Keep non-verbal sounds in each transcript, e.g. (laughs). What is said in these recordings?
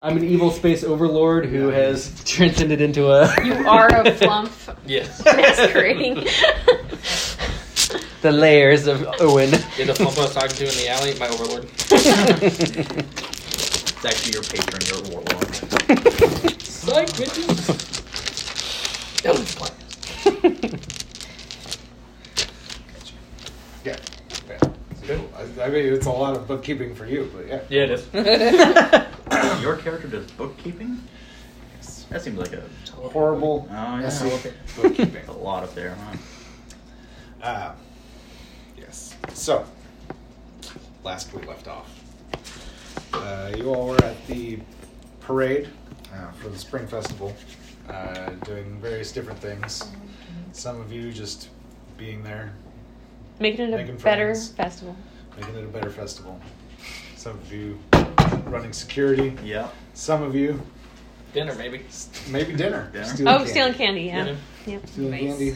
I'm an evil space overlord who has transcended into a. (laughs) You are a flump (laughs) Yes. (laughs) masquerading. the layers of Owen. You're the (laughs) flump I was talking to in the alley, my overlord. It's actually your patron, your warlord. Psych, bitches. Those plans. (laughs) Yeah. yeah. It's good. I, I mean, it's a lot of bookkeeping for you, but yeah. Yeah, it is. Uh, Your character does bookkeeping? That seems like a. Horrible. Oh, yeah. messy bookkeeping. A (laughs) lot up there, huh? Uh, yes. So, last we left off, uh, you all were at the parade uh, for the spring festival, uh, doing various different things. Some of you just being there, Making it a Making better friends. festival. making it a better festival. Some of you running security. Yeah. Some of you Dinner, maybe. maybe dinner. Dinner? oh, stealing candy, yeah. Yeah. Yep. Stealing candy.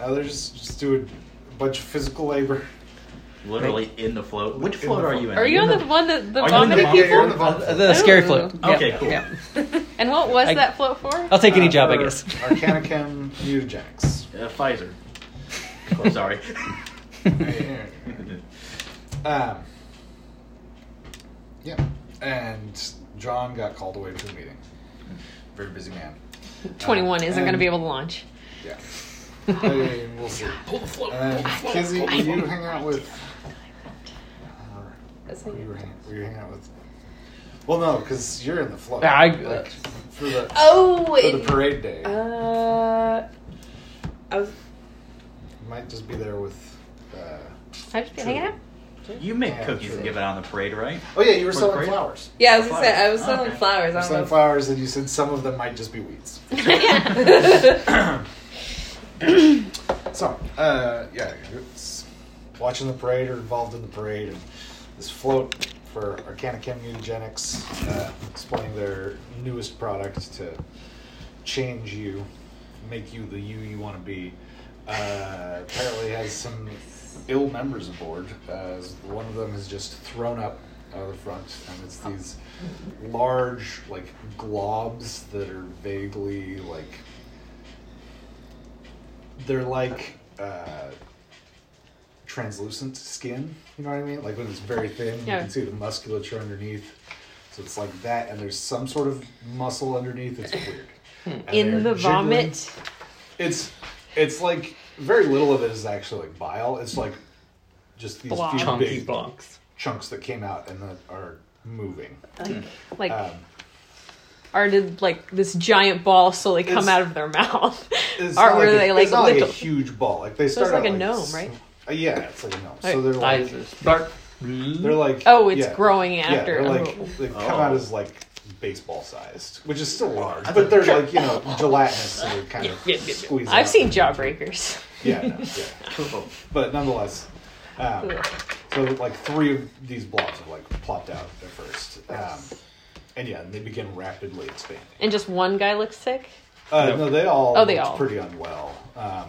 Others just doing a bunch of physical labor. Literally in the float. Which In float the are float. you in? Are you on in the one that the Are you in the vomited Yeah, you're vom- people? Oh. in the vault. (laughs) The scary Ooh. float. (laughs) Okay, Yeah, cool. yeah. (laughs) and what was I- that float for? I'll take any Uh, job, I for guess. (laughs) Arcanicam mutagenics. Uh, Pfizer. Oh, (laughs) sorry. um, yeah. And John got called away to a meeting. Very busy man. 21 isn't going to and- be able to launch. (laughs) Yeah. I mean, we'll see. Pull the float. And then, Kizzy, did you hang out with. uh, That's Were you, like- hang, were you hanging out with. Well, no, because you're in the flow. Yeah, I- like, for the, Oh, for the it- parade day. uh, I was. you might just be there with. Uh, I just be hanging out. you make Yeah, cookies true. and give it out on the parade, right? oh, yeah, you were For the selling parade? flowers. Yeah, I was gonna say I was Oh, selling okay. flowers. I don't know. Sunflowers, and you said some of them might just be weeds. (coughs) yeah. (laughs) So, uh, yeah, it's watching the parade or involved in the parade, and this float for Arcana Chem Eugenics, uh, explaining their newest product to change you, make you the you you want to be. Uh, apparently, has some ill members aboard. Uh, one of them is just thrown up out of the front, and it's these large, like globs that are vaguely like they're like uh, translucent skin. You know what I mean? Like when it's very thin, Yeah. you can see the musculature underneath. So it's like that, and there's some sort of muscle underneath. It's (laughs) weird. And they're (laughs) In the jiggling. vomit. It's it's like very little of it is actually like bile. It's like just these Blob. few Chunky big blocks. chunks that came out and that are moving. Like, Um, or did like this giant ball slowly come It's- out of their mouth? (laughs) (laughs) it's or not were like a- they like it's not like a little? huge ball. Like they it's start like out a gnome, s- right? uh, yeah, it's like a gnome. Right. So they're like Eyes are dark. They're like Oh, it's yeah. growing Yeah, after. they're Oh. like they come Oh. out as like baseball sized, which is still large, I but thought- they're like you know gelatinous, so they kind of Yeah, yeah, yeah. squeeze. I've out. seen jawbreakers. (laughs) yeah, no, yeah, Cool. but nonetheless, um, so like three of these blobs have like plopped out at first, um, and yeah, and they begin rapidly expanding. And just one guy looks sick. Uh, No, they all Oh, they looked all. pretty unwell. Um,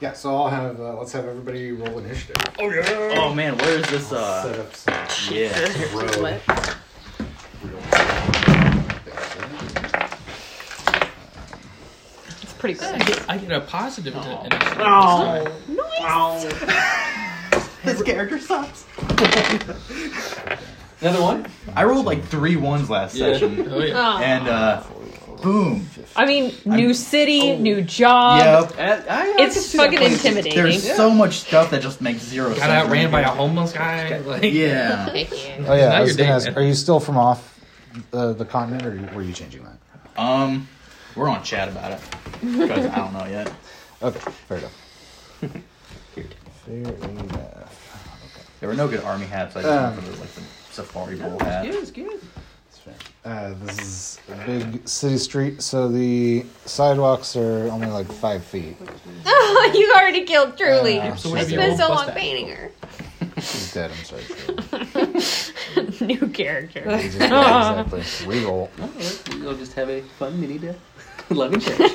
yeah, so I'll have uh, let's have everybody roll initiative. Oh man, where is this? Set Uh, up some. yeah. road. It's pretty I good. get, I get a positive to initiative. (laughs) Oh. His character sucks. Another one? I rolled like three ones last (laughs) Yeah. session, Oh, yeah. Oh. and uh, boom. I mean, new city, oh. new job. Yep. It's fucking intimidating. There's so much stuff that just makes zero sense. Got outran by a homeless guy. Like, Yeah. (laughs) Oh yeah, I Now was you're gonna dating ask, it. are you still from off the, the continent, or were you changing that? Um, we're on chat about it. 'Cause I don't know yet. Okay, fair enough. fair enough. There were no good army hats. I just Um, remember like the safari bowl hat. it's good. That's fair. Uh, this is a big city street, so the sidewalks are only like five feet. Oh, (laughs) you already killed Truly. Uh, So I whatever you spent roll, so plus long that. painting her. She's dead. I'm sorry. New (laughs) character. She's dead, exactly. Reroll. We'll just have a fun mini day. (laughs) Love and change.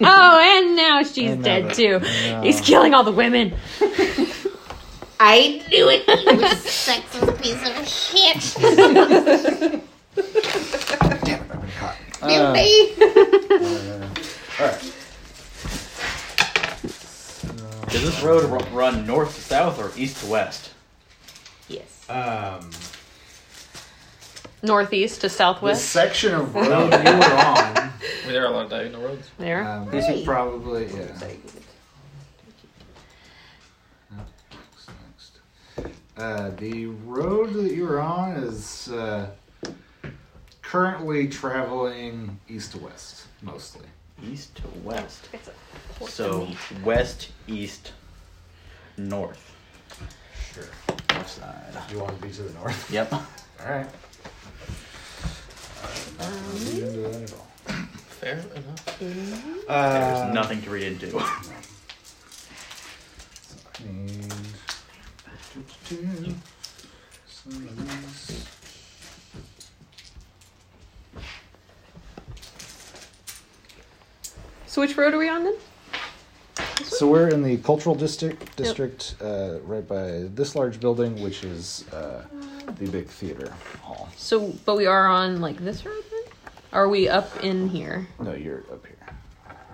oh, and now she's And now dead that- too. now- He's killing all the women. (laughs) I knew it. He was a sexist piece of shit. Guilty. All right. Does this road r- run north to south or east to west? yes. Um, Northeast to the southwest. section of road you were on, Well, there are a lot of diagonal roads. There. um, this is probably yeah. What's next? Uh, the road that you're on is uh, currently traveling east to west, mostly. East to west. It's a- So west, east, north. Sure. North side. You want to be to the north? Yep. All right. Not really into that at all. Fair enough. (laughs) There's Uh, nothing to read into. And So which road are we on then? So we're in the cultural district, district uh, right by this large building, which is uh, the big theater hall. So, but we are on like this road then? Are we up in here? No, you're up here.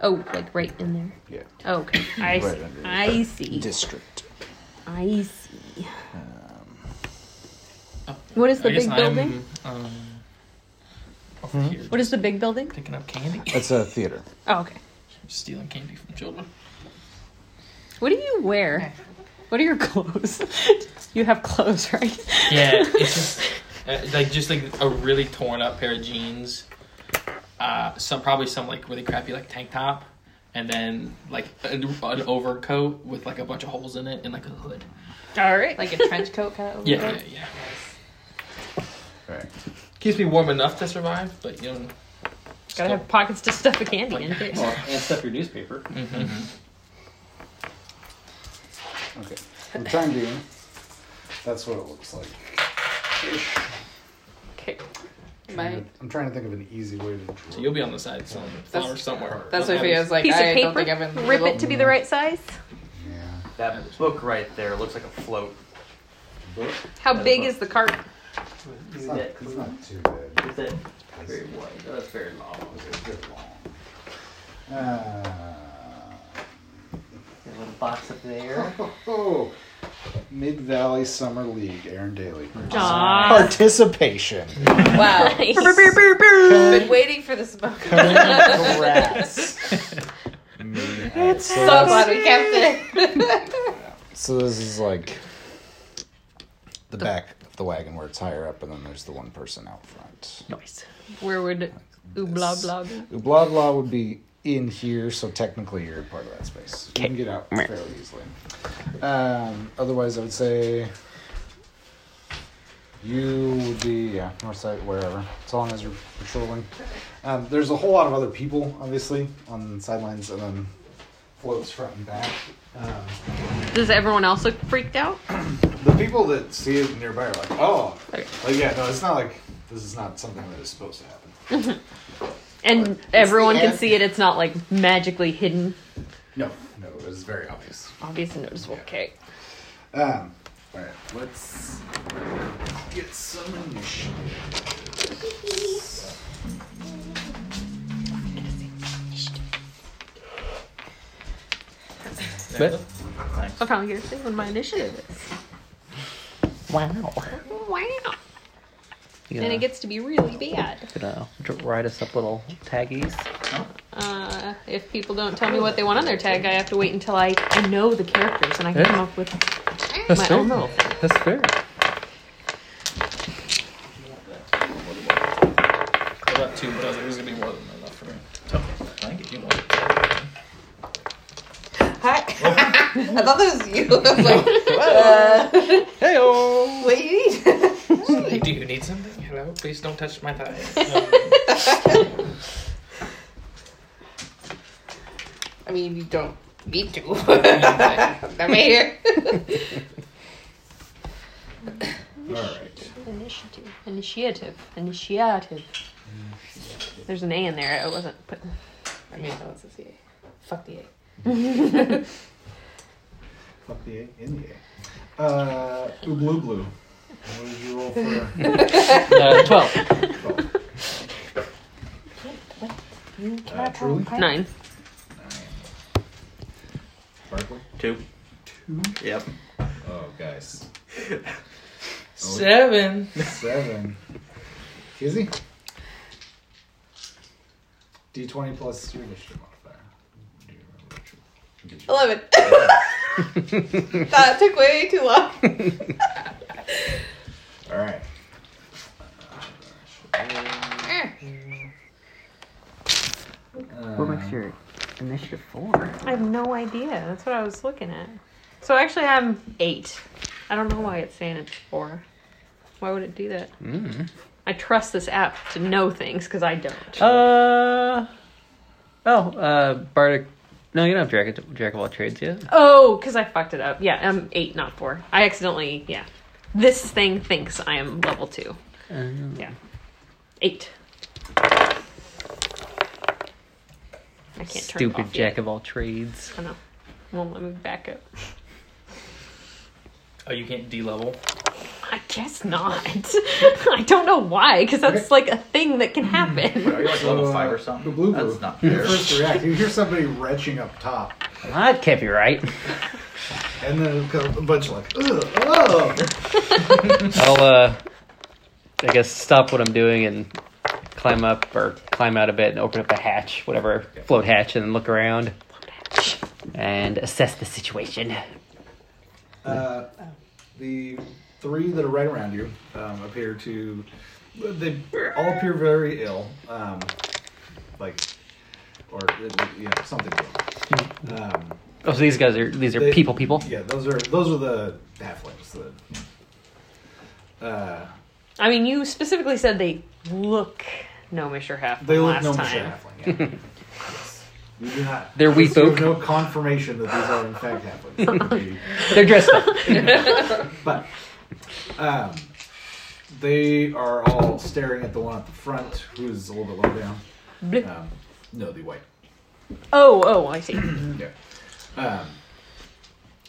Oh, like right in there. Yeah. Oh, okay. (coughs) I Right see. underneath I see. District. Um, I see. What is the I guess big I'm building? Hmm? um, over here. What is the big building? picking up candy? (laughs) That's a theater. Oh, okay. Stealing candy from children. What do you wear? What are your (laughs) clothes? you have clothes, right? Yeah, (laughs) (laughs) it's just uh, like just like a really torn up pair of jeans. Uh, some probably some like really crappy like tank top, and then like an, an overcoat with like a bunch of holes in it and like a hood. All right. Like a trench coat kind of. Yeah, yeah, yeah. Right. Keeps me warm enough to survive, but you know. gotta have pockets to stuff a candy in. (laughs) too. and stuff your newspaper. Okay. For the time being, that's what it looks like. Okay. I'm My, trying to think of an easy way to draw. So you'll be on the side selling flowers somewhere. that's Okay. what Leo's like. Piece of I don't paper. think I'm in the Rip middle. it to be the right size. Yeah. (laughs) That book right there looks like a float. Book? How Yeah, big but- is the cart? It's not, it's not too bad. Is that very wide? That's very long. It's a bit long. Uh, There's a little box up there. Oh, Mid Valley Summer League, Aaron Daly. Aww. Participation. (laughs) Wow. Been waiting for this moment. Congrats. Alright, So so, glad we kept it. so this is like the back of the wagon where it's higher up, and then there's the one person out front. Nice. Where would ooh blah blah be? Blah blah would be in here, so technically you're part of that space. You can get out fairly easily. Um, otherwise, I would say you would be yeah, north side, wherever, as long as you're patrolling. Um, there's a whole lot of other people, obviously, on the sidelines, and then floats front and back. Um, Does everyone else look freaked out? the people that see it nearby are like, oh, Okay. like yeah, no, it's not like this is not something that is supposed to happen. And everyone the can end. see it. It's not like magically hidden. No, no, it's very obvious. Obvious and noticeable. Okay. Um, all right, let's get some initiative. I'm probably here to see what my initiative is. Wow. Wow. You And gonna, it gets to be really bad. gonna dr- write us up little taggies. Uh, if people don't tell me what they want on their tag, I have to wait until I, I know the characters and I can Yeah. come up with That's my fair. own. That's fair. What about two dozen? There's gonna be more than enough for me. Thank you. You want? Hi. (laughs) I thought that was you. (laughs) I'm like, uh, Hey oh! what do you need? Do you need something? Hello, please don't touch my thigh. (laughs) I mean, you don't need (laughs) to. I'm right here. All right, Initiative. Initiative. Initiative. There's an A in there. I wasn't putting. I mean, no, it's a CA. Fuck the A. fuck the A in the A. Uh, blue blue. What did you roll for? Uh, 12. that Uh, Truly? time? Nine. Barkley? Two. Two. Yep. Oh, guys. Seven. Seven. Kizzy? D20 plus your initiative modifier. Do you remember what you- (laughs) Eleven. (laughs) that took way too long. All right. What makes your initiative four? I have no idea. That's what I was looking at. So actually, I'm eight. I don't know why it's saying it's four. Why would it do that? Mm-hmm. I trust this app to know things because I don't. Uh. Oh, uh, Bardic. No, you don't have Jack, Jack of all trades yet. Oh, because I fucked it up. Yeah, I'm eight, not four. I accidentally, yeah. This thing thinks I am level two. Um, Yeah. Eight. I can't turn it Stupid off Jack Yet. of all trades. I know. Won't let me back up. Oh, you can't D (laughs) level. I guess not. (laughs) I don't know why, because that's like a thing that can Hmm. happen. Are you like level So, uh, five or the something? blue That's blue. not You fair. (laughs) first react. You hear somebody retching up top, That can't be right. and then it comes a bunch of like, ugh, oh. (laughs) I'll, uh, I guess stop what I'm doing and climb up or climb out a bit and open up a hatch, whatever float hatch, and look around and assess the situation. Uh, the three that are right around you um, appear to they all appear very ill um, like or uh, you know something ill. um, Oh, so these guys are these are They- people, people. yeah those are those are the halflings the uh, I mean, you specifically said they look gnomish or half. they from look last no time. (laughs) halfling yeah. yes. you do not They're wee you have folk. no confirmation that these are in fact (laughs) halflings They're dressed up. But um, they are all staring at the one at the front, who's a little bit low down. Blue. Um, no, the white. Oh, oh, (clears throat) I see. Yeah. Um,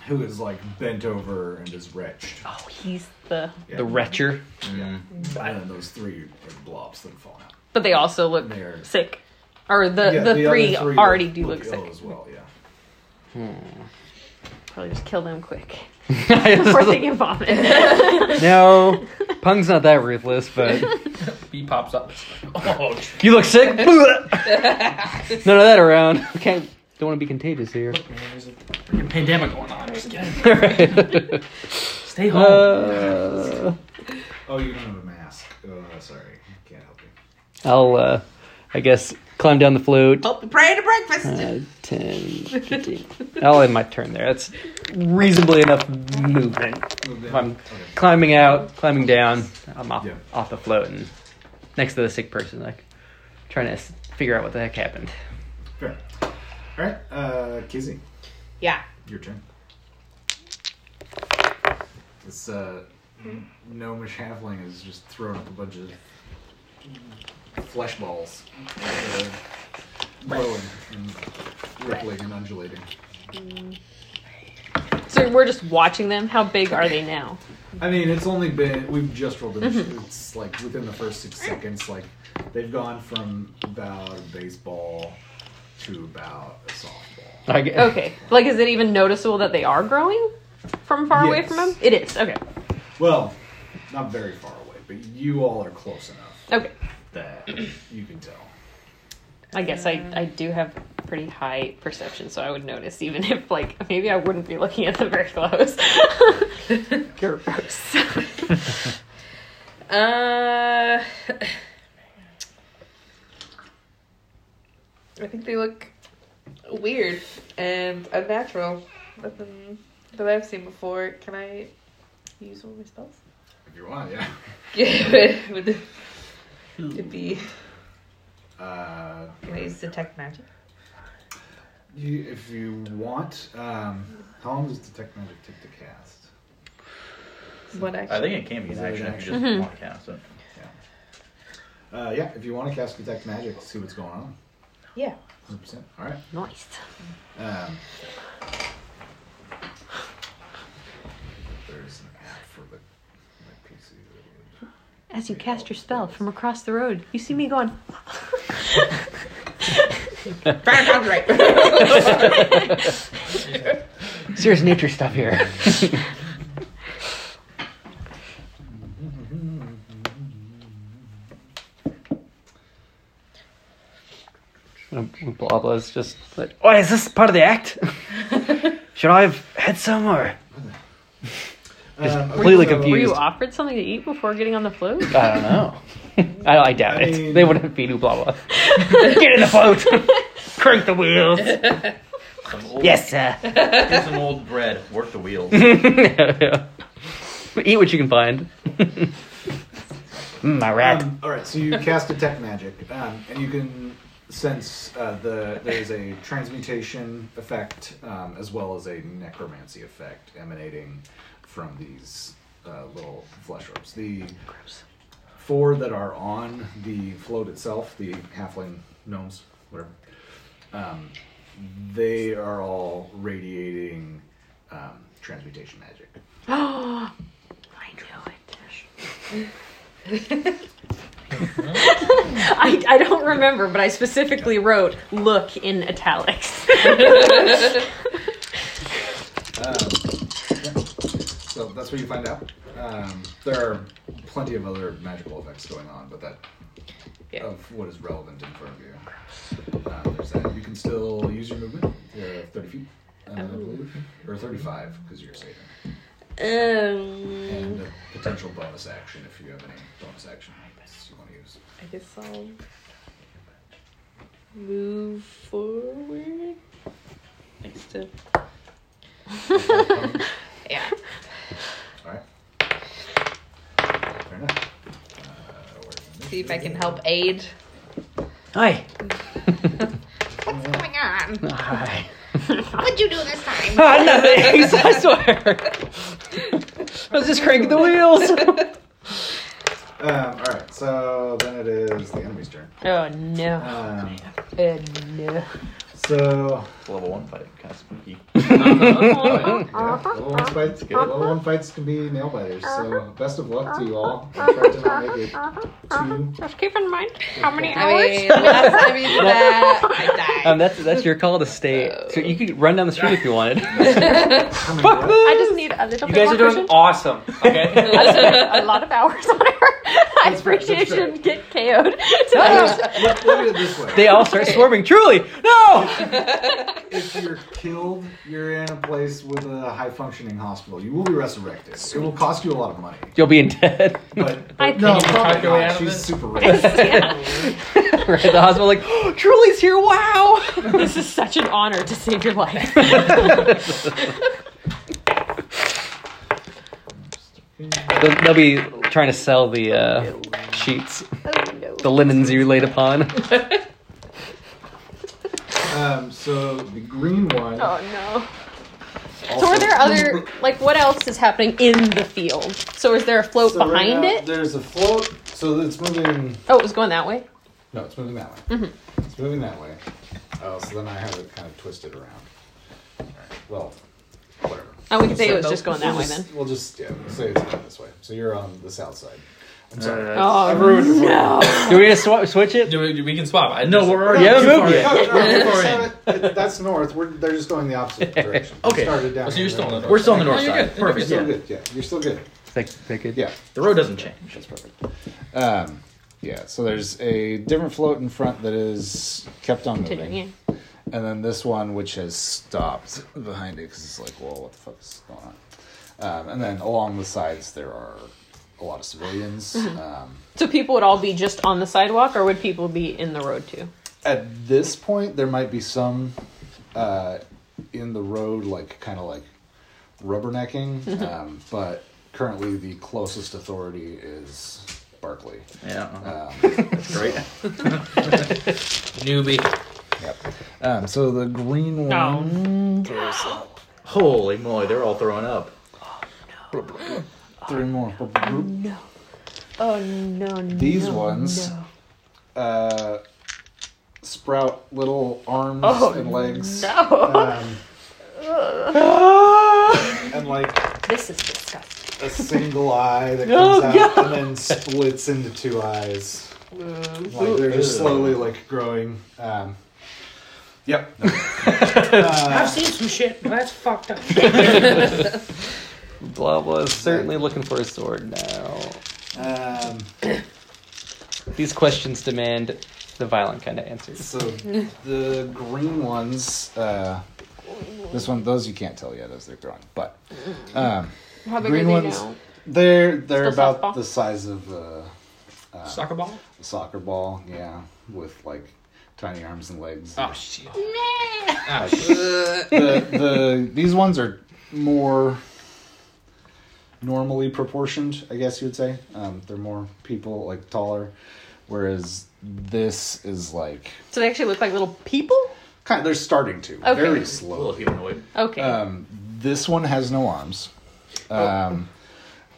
who is like bent over and is wretched. Oh, he's the. Yeah. The wretcher. Yeah. And then those three are blobs that fall out. But they also look They're- sick. Or the, Yeah, Uh, the, other three, look- already do look, ill sick. as well. Yeah. Probably just kill them quick (laughs) before they can vomit. (laughs) no, Pung's not that ruthless, but B pops up. (laughs) Oh, sh- you look (laughs) sick. None of that around. Can't. Don't want to be contagious (laughs) here. man, there's a freaking pandemic going on. Just get it. Stay home. uh, Oh, you don't have a mask. Oh, sorry, can't help you. I'll, uh, I guess, climb down the float. Hope you pray Oh, to breakfast. Uh, 10, (laughs) 15. I'll end my turn there. That's reasonably enough movement. Move If down. I'm Okay. climbing out, climbing down, I'm off, Yeah. off the float and next to the sick person, like trying to s- figure out what the heck happened. Fair. All right, uh, Kizzy. Yeah. Your turn. This uh, n- gnomish halfling is just throwing up a bunch of flesh balls, uh, glowing and rippling and undulating. so we're just watching them. How big are they now? I mean, it's only been we've just rolled. Initiative. It's like within the first six seconds, like they've gone from about a baseball to about a softball. I gue- Okay. Like, is it even noticeable that they are growing from far away Yes. from them? It is. Okay. Well, not very far away, but you all are close enough Okay. that you can tell. I guess I, I do have pretty high perception, so I would notice even if like (laughs) maybe I wouldn't be looking at them very (laughs) close. Gross. Uh, I think they look weird and unnatural. Nothing that I've seen before. Can I use one of my spells? If you want, yeah. Yeah, would it it'd be? Uh, Can I use detect magic? you, if you want, um, how long does detect magic take to cast? What action? I think it can be an action if you just want to cast it. Uh, yeah, if you want to cast detect magic, see what's going on. yeah. 100%. All right. nice. Um, there's an app for the my PC. that would- (laughs) As you cast your spell from across the road, you see me going Brown sounds right. (laughs) Serious nature stuff here. (laughs) Blabla's just like, oh, is this part of the (laughs) act? Should I have had some or? Just Um, okay, completely so- Were you confused. offered something to eat before getting on the float? I don't know. I, I doubt I it. mean- They wouldn't feed you blah (laughs) blah. Get in the (laughs) boat. Crank the wheels. Some old, Yes, sir. Here's some old bread. Work the wheels. Eat what you can find. (laughs) Mm, my rat. Um, all right, so you cast detect magic, um, and you can sense uh, the there is a transmutation effect um, as well as a necromancy effect emanating from these uh, little flesh ropes. The four that are on the float itself, the halfling gnomes, whatever, um, they are all radiating um, transmutation magic. I knew it. (laughs) I, I don't remember, but I specifically wrote "look" in italics. (laughs) Um, So that's what you find out. Um, there are plenty of other magical effects going on, but that Yeah. of what is relevant in front of you. Uh, there's that. You can still use your movement. You're 30 feet, uh, I believe, or 35 because you're saving, um, and a potential bonus action if you have any bonus action you want to use. I guess I'll move forward. Thanks to (laughs) yeah. All right. Fair enough. Uh, we're See if I can help (laughs) aid. Hi. What's going on? Hi. What would you do (laughs) this time? Ah, nothing. I swear. I was just cranking the wheels. Um, all right. So then it is the enemy's turn. oh no! Um, Oh, no! so Level one fight. Kind of spooky. Yeah, level one fights. good. Level one fights can be nail biters. So best of luck to you all. I tried to not make it too. Just keep in mind how many I mean, hours. last (laughs) time you did that, I Um, that's that's your call to stay. So you could run down the street if you wanted. (laughs) died. How many what? I just need a little You bit guys are more doing cushion. awesome. Okay. I spent (laughs) a lot of hours on her. (laughs) I That's right, that's appreciate you right. get KO'd. Look, look at it this way. They all start swarming. Truly, no. If you're killed, you're in a place with a high functioning hospital. You will be resurrected. It will cost you a lot of money. You'll be in debt. (laughs) (laughs) But, I but no, think- probably Calculate out not. of She's this? super rich. (laughs) We're at the hospital, like (gasps) Truly's here. Wow. this is such an honor to save your (laughs) life. They'll, they'll be trying to sell the uh, sheets, Oh, the linens you laid (laughs) upon. Um, so the green one. Oh no. also- So are there other like what else is happening in the field? So is there a float So right behind now, it? There's a float. So it's moving. oh, it was going that way. No, it's moving that way. Mm-hmm. It's moving that way. Oh, so then I have it kind of twisted around. All right. Well, whatever. Oh, we can say it So was no, just going that we'll way just- (laughs) then. We'll just yeah, we'll say it's going this way. So you're on the south side. I'm Uh, sorry. Oh no! Do we need to sw- switch it? Do we, we can swap. I know we're Yeah, too move far it. in. No, no, We're too no, far in. that's not it. that's north. We're, they're just going the (laughs) opposite direction. We Okay. Started down. Oh, So you're still on the north. north. We're still on the north side. side. Oh, You're good. Perfect. You're Yeah. still good. Yeah, you're still good. Yeah. The road doesn't change. That's perfect. Um, yeah. So there's a different float in front that is kept on moving. Continuing. And then this one, which has stopped behind it, because it's like, well, what the fuck is going on? Um, and then along the sides, there are a lot of civilians. Um, So people would all be just on the sidewalk, or would people be in the road too? at this point, there might be some uh, in the road, like kind of like Mm-hmm. rubbernecking. um, but currently, the closest authority is Barkley. Yeah. uh-huh. Um, (laughs) Great. Newbie. yep. um, so the green one. Holy moly, they're all throwing up. Three more. Oh no! These ones uh, sprout little arms Oh, and legs. No! (laughs) Um, and like This is disgusting. a single eye (laughs) that No, Oh, comes out and then splits Uh, into two eyes. Like they're just slowly like growing. Um, Yep. I've seen some shit, but that's fucked up. Blah blah is certainly looking for a sword now. Um, These questions demand the violent kind of answers. so the green ones. Uh, this one, those you can't tell yet as they're growing, but um, How big green are they ones. now? They're they're Still about softball? the size of a, uh, Soccer ball? a soccer ball. Yeah, with like tiny arms and legs. Oh, shit. Oh, shit. the, the these ones are more normally proportioned, I guess you would say. Um, they're more people like taller, whereas this is like So they actually look like little people? kind. they're starting to Okay. very Little slow. humanoid. Okay. Um, this one has no arms, um,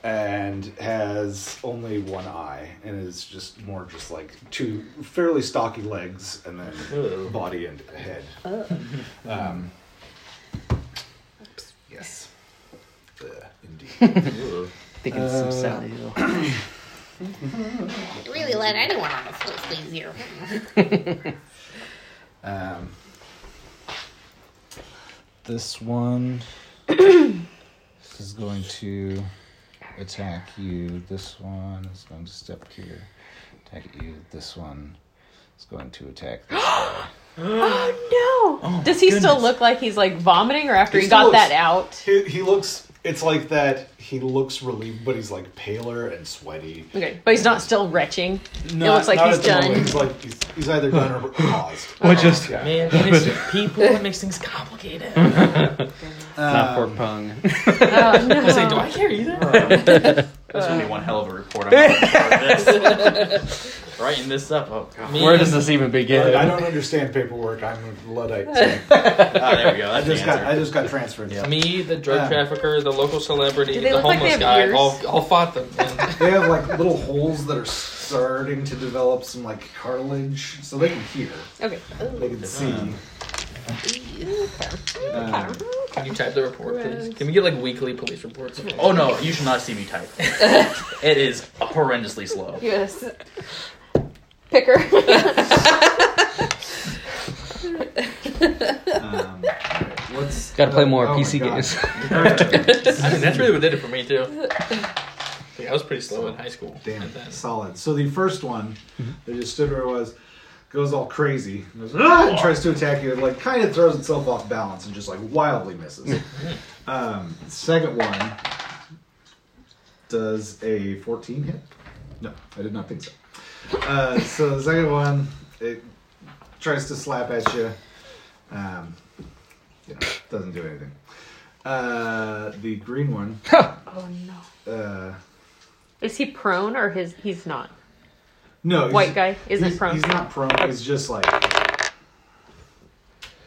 and has only one eye, and is just more just like two fairly stocky legs, and then body and head. Um, yes. Uh, indeed. Ooh. Thinking some Sally Hill. really let anyone on the float please you. Um, this one (coughs) is going to attack you. This one is going to step here, attack you. This one is going to attack. This guy. oh no! Does he still look like he's like vomiting or after He he, got still that looks- out? (gasps) he, he looks. It's like that. He looks relieved, but he's like paler and sweaty. Okay, but he's not still retching. Not- looks like not he's at the moment. done. He's like he's, he's either (laughs) done or paused. What just Yeah. Man, innocent (laughs) people, it makes things complicated. I Um, not for Pung? (laughs) Oh no. say, do I care either? That's gonna be one hell of a report. I'm gonna have to start this. (laughs) Writing this up. Oh god. Where does this even begin? I don't understand paperwork. I'm a (laughs) luddite. so Ah, there we go. I That's just the got answer. I just got transferred. Me, the drug Yeah. trafficker, the local celebrity, Do they the look like homeless they have guy, ears? all, all fought them. (laughs) And They have like little holes that are starting to develop some like cartilage, so they can hear, Okay. they can see. Um, can you type the report, please? Can we get like weekly police reports? Oh no, you should not see me type. it is horrendously slow. Yes. Picker. um, what's Gotta play more oh my PC God. games. (laughs) I mean, that's really what did it for me too. (laughs) Like, I was pretty slow in high school. Damn, And then- solid. So the first one Mm-hmm. that just stood where it was goes all crazy and, goes, "Ah!" and tries to attack you. It like kind of throws itself off balance and just like wildly misses. Mm-hmm. um, second one does a 14 hit? No, I did not think so. Uh, so the second one it tries to slap at you. Um, you know, doesn't do anything. Uh, the green one. (laughs) oh (laughs) no. Uh, Is he prone or his? He's not. no, he's- White guy isn't he's, prone, He's not prone. He's just like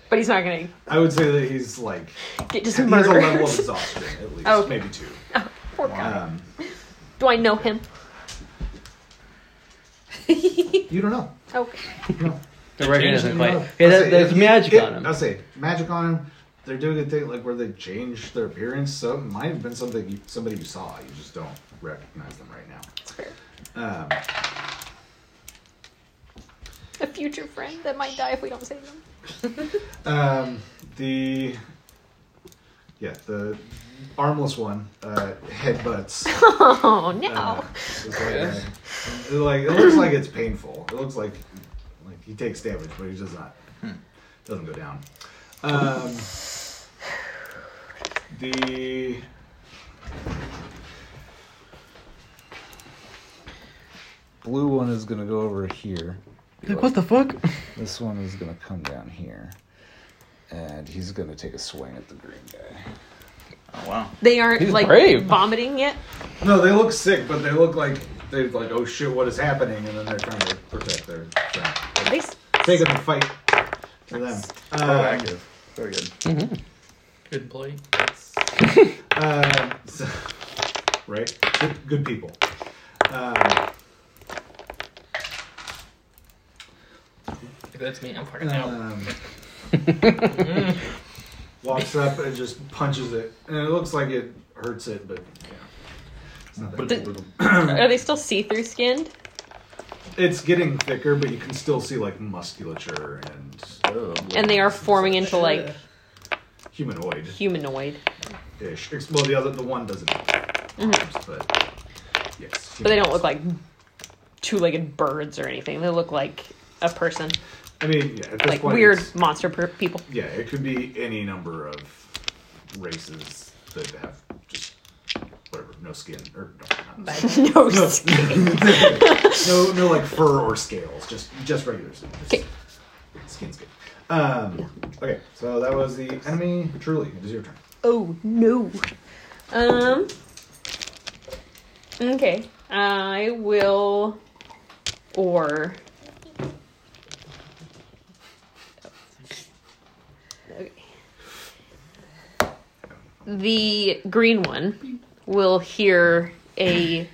but he's not gonna I would say that (laughs) he's like get just he has a (laughs) murdered. level of exhaustion at least, Okay. maybe two. Poor guy. Um, Do I know him? you don't know. Okay. the record You doesn't don't quite. know. Hey, I'll that- say there's if- magic if- on him. I'll say magic on him. They're doing a thing like where they change their appearance, so it might have been something you, somebody you saw. You just don't recognize them right now. That's fair. Um, A future friend that might die if we don't save him. Um, the yeah, the armless one uh, headbutts. (laughs) Oh no. Uh, it's like, uh, like it looks like it's painful. It looks like like he takes damage, but he does not. Doesn't go down. Um, the blue one is gonna go over here. what the fuck? This one is gonna come down here, and he's gonna take a swing at the green guy. Oh wow. They aren't He's like brave. vomiting yet. No, they look sick, but they look like they're like, oh shit, what is happening? And then they're trying to protect their friend. They s- Taking the fight to them. Um, Proactive. Very good. Good employee. uh, so- um, right, good, good people. Um, If that's me, I'm fucking out. (laughs) um, (laughs) walks up and just punches it, and it looks like it hurts it, but yeah, it's not that But- are they still see-through skinned? it's getting thicker, but you can still see like musculature and And they are forming into like humanoid humanoid, ish. Well, the other the one doesn't have arms, but yes, but they don't look like two-legged birds or anything. They look like a person, I mean, yeah, at this like point, weird it's- monster per- (laughs) people. Yeah, it could be any number of races that have just whatever, no skin or no, not, no, no, s- (laughs) no, no, like fur or scales, just just regular skin. just Okay. Skin's good. Um, okay, so that was the enemy. Truly, it is your turn. oh no. Um. Okay, I will, or. Okay. The green one will hear a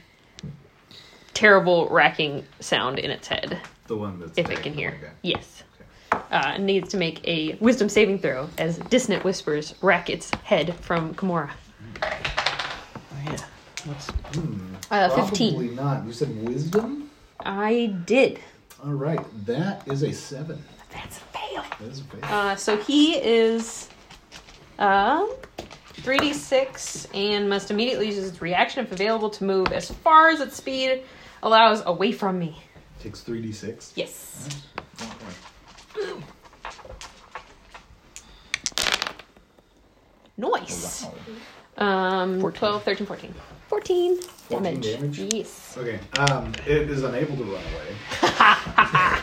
terrible racking sound in its head The one that's if it back, can the hear. one back. Yes. Uh, needs to make a wisdom saving throw as dissonant whispers rack its head from Kimura. Uh, 15. Probably not. You said wisdom. I did. All right, that is a seven. That's a fail. That is a fail. Uh, so he is um, 3d6 and must immediately use its reaction if available to move as far as its speed allows away from me. Takes three d six. Yes. Nice. Um, 12, 13, 14. 14 damage. damage? Yes. Okay. Um, it is unable to run away.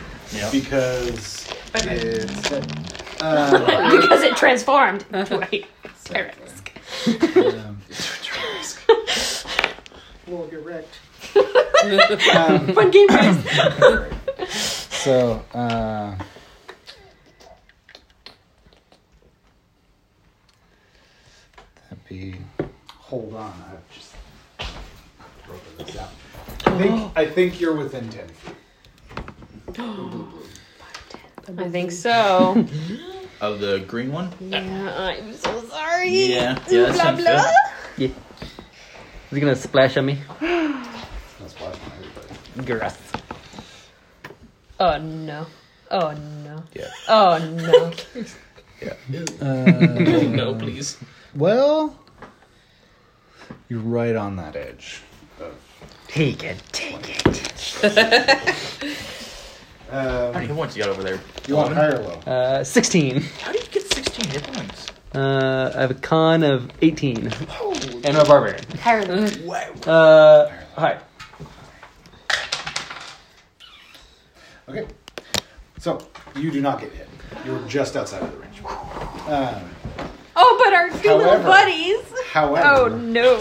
Because it's (laughs) uh, (laughs) because it (laughs) transformed into a Skyrask. um, We'll get wrecked. Fun game, guys. so uh, that be. Hold on, I've just broken this out. I think I think you're within ten feet. I think so. Of the green one? Yeah, I'm so sorry. Yeah. Yeah, that sounds good. Is he gonna splash on me? That's why I'm everybody. Gross. Oh, no. Oh, no. Yeah. Oh, no. no, please. Well, you're right on that edge. Take it. Take it. Um, How many hit points you got over there? You want high or low? Uh, 16. How do you get 16 hit points? Uh, I have a con of 18. and a barbarian. Higher than Uh, hi. Okay. So you do not get hit. You're just outside of the range. Um, Oh, but our two little However- buddies. however, Oh, no.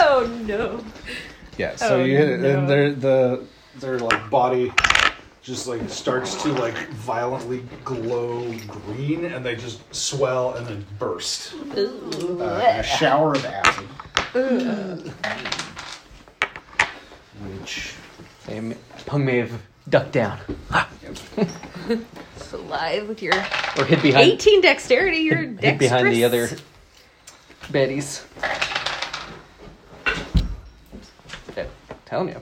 Oh, no. Yeah, Oh, so you hit it, no. and they're the their like body just like starts to like violently glow green, and they just swell and then burst. Uh, in a shower of acid. Which They m- Pung may have ducked down So live with your or hid behind 18 dexterity. You're hid dexterous. behind the other baddies. That, telling you,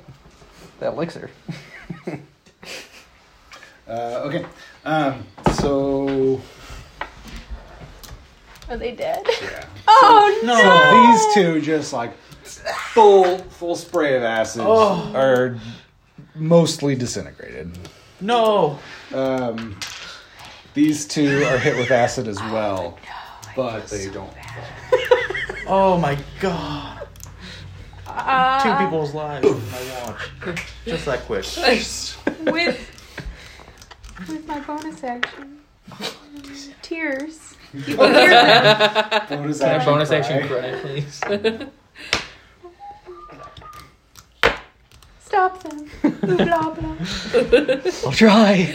that elixir. uh, okay. Um, so Are they dead? yeah. (laughs) Oh, no. these two just like full full spray of acid Oh. are mostly disintegrated. No! Um, these two are hit with acid as well, but they don't. Oh my god. Uh, Two people's lives in my watch. Just that quick. with with my bonus action. Tears. You will hear them. Bonus Can I action bonus cry. action cry, please? Stop them. Blah blah. I'll try.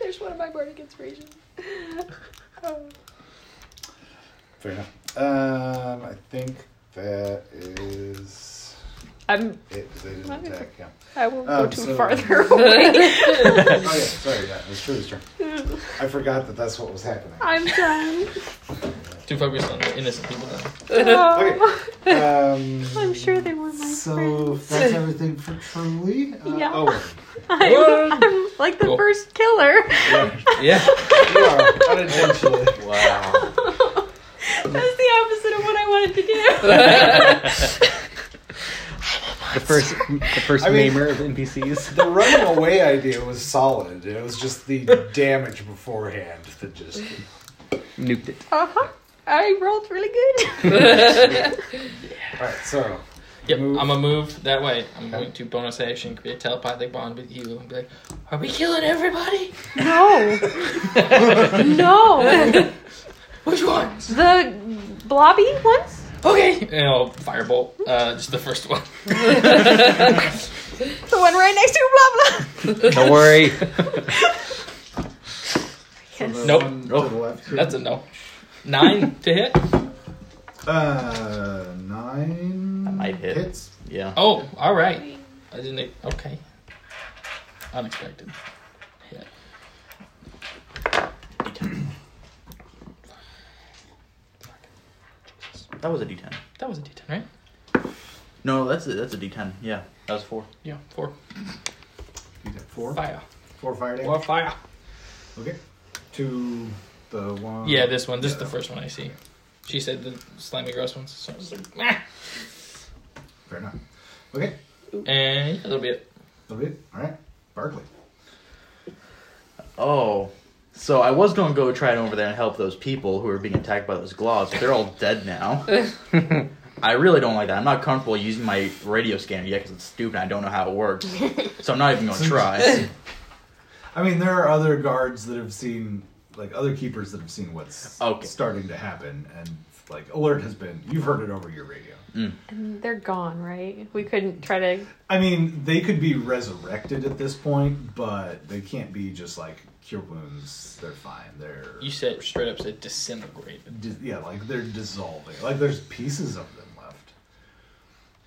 There's one of my bardic inspiration. Fair enough. Um, I think that is I'm. it. 'cause They didn't attack. Yeah. I won't (laughs) go Um, too so- farther away. Oh yeah. (laughs) Um, (laughs) Sorry. Yeah. It's Truly's turn. I forgot that that's what was happening. I'm done. Too focused on the innocent people (laughs) now. okay. Um, I'm sure they were my so friends. that's everything for Truly. Uh, Yeah. Oh, (laughs) I'm, I'm (laughs) like the Cool. first killer. (laughs) Yeah. you are unintentionally. Wow. That's the opposite of what I wanted to (laughs) do. (laughs) The (laughs) first, the first I mean- namer of NPCs. The running away idea was solid. It was just the damage beforehand that just. Nuked it. (laughs) uh-huh. I rolled really good. (laughs) All right, so Yep, Move. I'm gonna move that way. I'm Okay. going to bonus action, create a telepathic bond with you, and be like, "Are we killing everybody? no. no. Which ones?" The blobby ones? Okay, and I'll firebolt. Uh, just the first one. The one right next to blah blah. Don't (laughs) worry. Yes. Nope. one to the left here. That's a no. Nine to hit. Uh, nine. That might hit. Hits. Yeah. Oh, all right. I didn't. e, Okay. Unexpected. Hit. That was a D10. That was a D10, right? No, that's a, that's a D10. Yeah. That was four. Yeah, four. You got four. Fire. Four fire damage. Four fire. Okay. To the one. Yeah, this one. This is the first one I see. She said the slimy gross ones. So I was like, "Meh." Fair enough. Okay. and yeah, that'll be it. That'll be it. All right. Barkley. Oh. So I was gonna go try and over there and help those people who were being attacked by those globs, but they're all dead now. I really don't like that. I'm not comfortable using my radio scanner yet because it's stupid. and I don't know how it works, so I'm not (laughs) even gonna try. I mean, there are other guards that have seen, like, other keepers that have seen what's Okay. starting to happen, and, like, alert has been. You've heard it over your radio. And they're gone, right? We couldn't try to. I mean, they could be resurrected at this point, but they can't be just, like, cure wounds. They're fine. They're. You said straight up said disintegrated. Di- yeah, like, they're dissolving. Like, there's pieces of them left,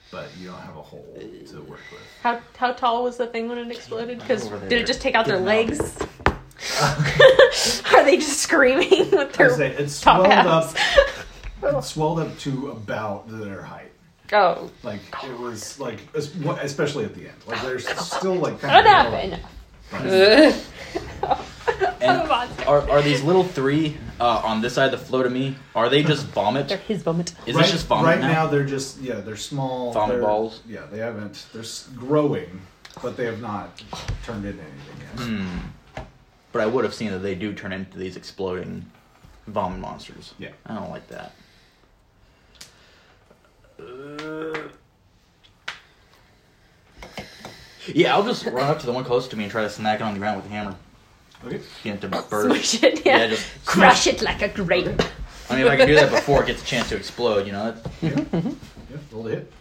but you don't have a whole to work with. How how tall was the thing when it exploded? Because Over did there. it just take out their Yeah. legs? (laughs) Are they just screaming with I their? say it top swelled halves. up. It swelled up to about their height. (laughs) Oh, Like it was like, es- wa- especially at the end. Like there's still like kind enough, of enough. And Come on. are are these little three uh, on this side of the flow to me? Are they just vomit? They're his vomit. Is right, this just vomit right now? now? They're just yeah, they're small. Vomit they're- balls? Yeah, they haven't. They're s- growing, but they have not turned into anything yet. But I would have seen that they do turn into these exploding vomit monsters. Yeah. I don't like that. Uh, Yeah, I'll just run up to the one close to me and try to smack it on the ground with a hammer. Hmm. Okay. Get it to burst. Smush it, yeah. Yeah, just Crush it like a grape. I mean, if I can do that before it gets a chance to explode, you know, that Yeah, roll to hit.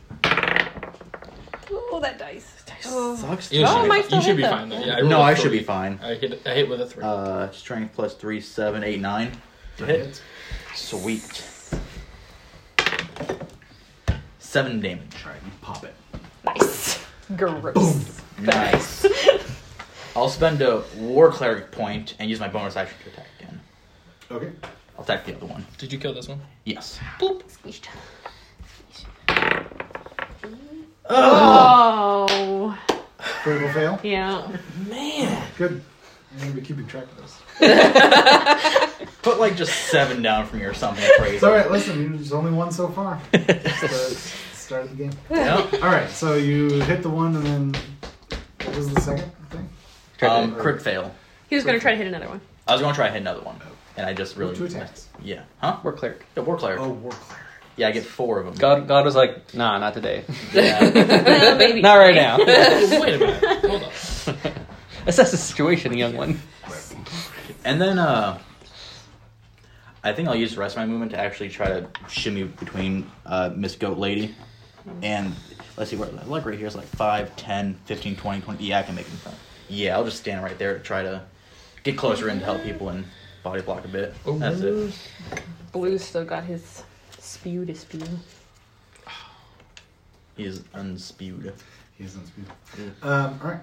Oh, that dice. dice. sucks. You Oh, should my be, fine. you stomach should be hurt. fine though. Yeah, rolled No, a I should three. be fine. I hit. I hit with a three. Uh, strength plus three, seven, eight, nine. That hits. Sweet. Seven damage. All right, you pop it. Nice. Gross. Nice. (laughs) I'll spend a war cleric point and use my bonus action to attack again. Okay. I'll attack the other one. Did you kill this one? Yes. Squeezed. Oh. Critical fail. Yeah. Good. I'm gonna be keeping track of this. Put like just seven down from me or something It's crazy. all right. Listen, there's only one so (laughs) far. It's the start of the game. Yep. All right, so you hit the one, and then what was the second thing? Um, crit fail. He was going to try to hit another one. I was gonna try to hit another one, and I just really Two attacks. yeah. Huh? We're cleric. Yeah, war cleric. Oh, war cleric. Yeah, I get four of them. God, God was like, nah, not today. (laughs) (laughs) Yeah. Little baby. Not right (laughs) now. Oh, wait a minute. Hold up. Assess the situation, young one. and then uh, I think I'll use the rest of my movement to actually try to shimmy between uh, Miss Goat Lady and let's see where like right here is like 5, 10, 15, 20, 20. Yeah, I can make it. in front. Yeah, I'll just stand right there to try to get closer in to help people and body block a bit. That's it. Blue still got his spew to spew. He's unspewed. He's on speed. Um, all right.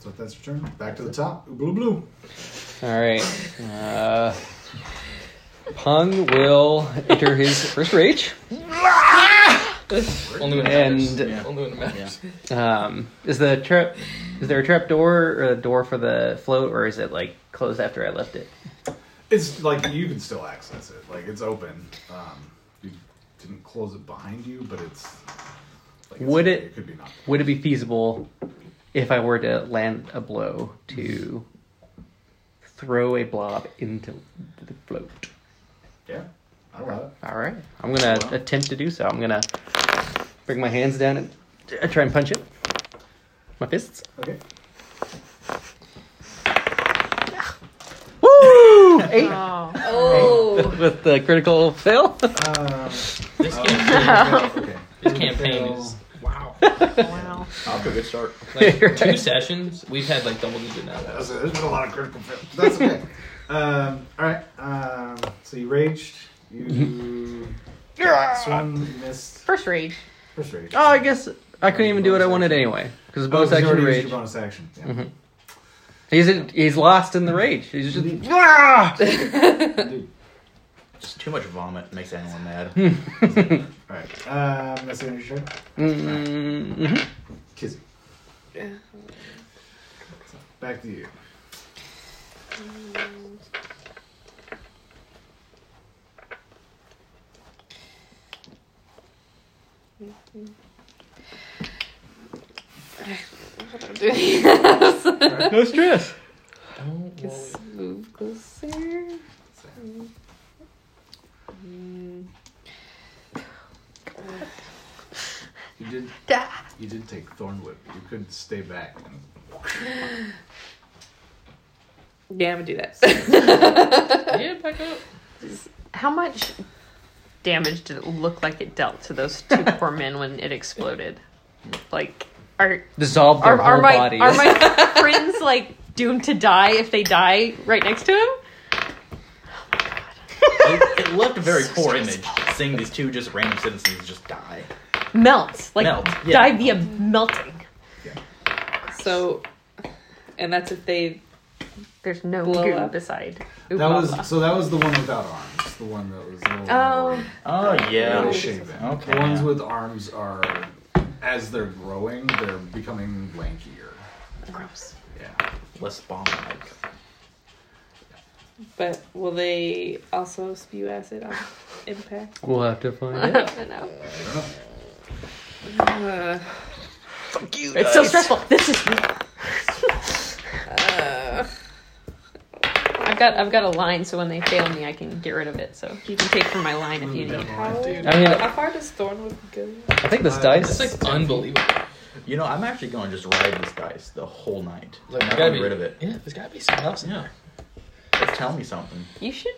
So if that's your turn, back to the top. Blue, blue. All right. Uh, Pung will enter (laughs) his first rage. Only when it And- matters. Yeah. Only when it matters. Um, is the trap? Is there a trap door or a door for the float, or is it like closed after I left it? It's like you can still access it. Like it's open. Um, you didn't close it behind you, but it's. Like, it's- Would it- It could be not. Would it be feasible if I were to land a blow to throw a blob into the float? Yeah. I don't know. All right, I'm gonna attempt to do so. I'm gonna bring my hands down and uh, try and punch it. My fists. Okay. Woo! (laughs) Eight Oh. Oh. with the critical (laughs) fail. Um, (laughs) This campaign, okay. this (laughs) campaign is (laughs) wow. Wow. Off to a good start. (laughs) Like Right. two sessions, we've had like double digit now. That's, there's been a lot of critical fails. That's (laughs) okay. um, all right. Um, so you raged. (laughs) You swung. You missed. First rage. First rage. Oh, I guess I couldn't even do what I wanted anyway because bonus Oh, 'cause you action already used rage. your Bonus action. Mm-hmm. Yeah. He's he's lost in the rage. He's just Just too much vomit makes anyone mad. (laughs) All right. Um, that's the end of your turn. (laughs) mm-hmm. Kizzy. Back to you. I don't do anything else. no stress. Just move closer. Mm-hmm. Mm. You did. Da. You did take Thornwood. You could stay back. And, Yeah, I'm gonna do that. Yeah, back up. How much damage did it look like it dealt to those two poor men when it exploded? Like, are Dissolve their are, whole are my bodies. are my friends like doomed to die if they die right next to him? it, it left a very poor image seeing these two just random citizens just die. Melts like Melt, yeah. die via melting. so, and that's if they. There's no Blow goo up. beside. that was so. That was the one without arms. The one that was. The little Oh, Oh yeah. really shaven. Okay. The ones with arms are, as they're growing, they're becoming lankier. gross. Yeah. Less bomb like. But will they also spew acid (laughs) on impact? we'll have to find out. I know. Uh, It's so stressful. This is. uh, I've got I've got a line, so when they fail me, I can get rid of it. So you can take from my line if you need. how, (laughs) I mean- how far does Thornwood go? I think this It's dice. like unbelievable. You know, I'm actually going to just ride this dice the whole night. Like, Not there's get gotta be rid of it. Yeah, there's gotta be something else in Yeah. there. It's telling me something. You should.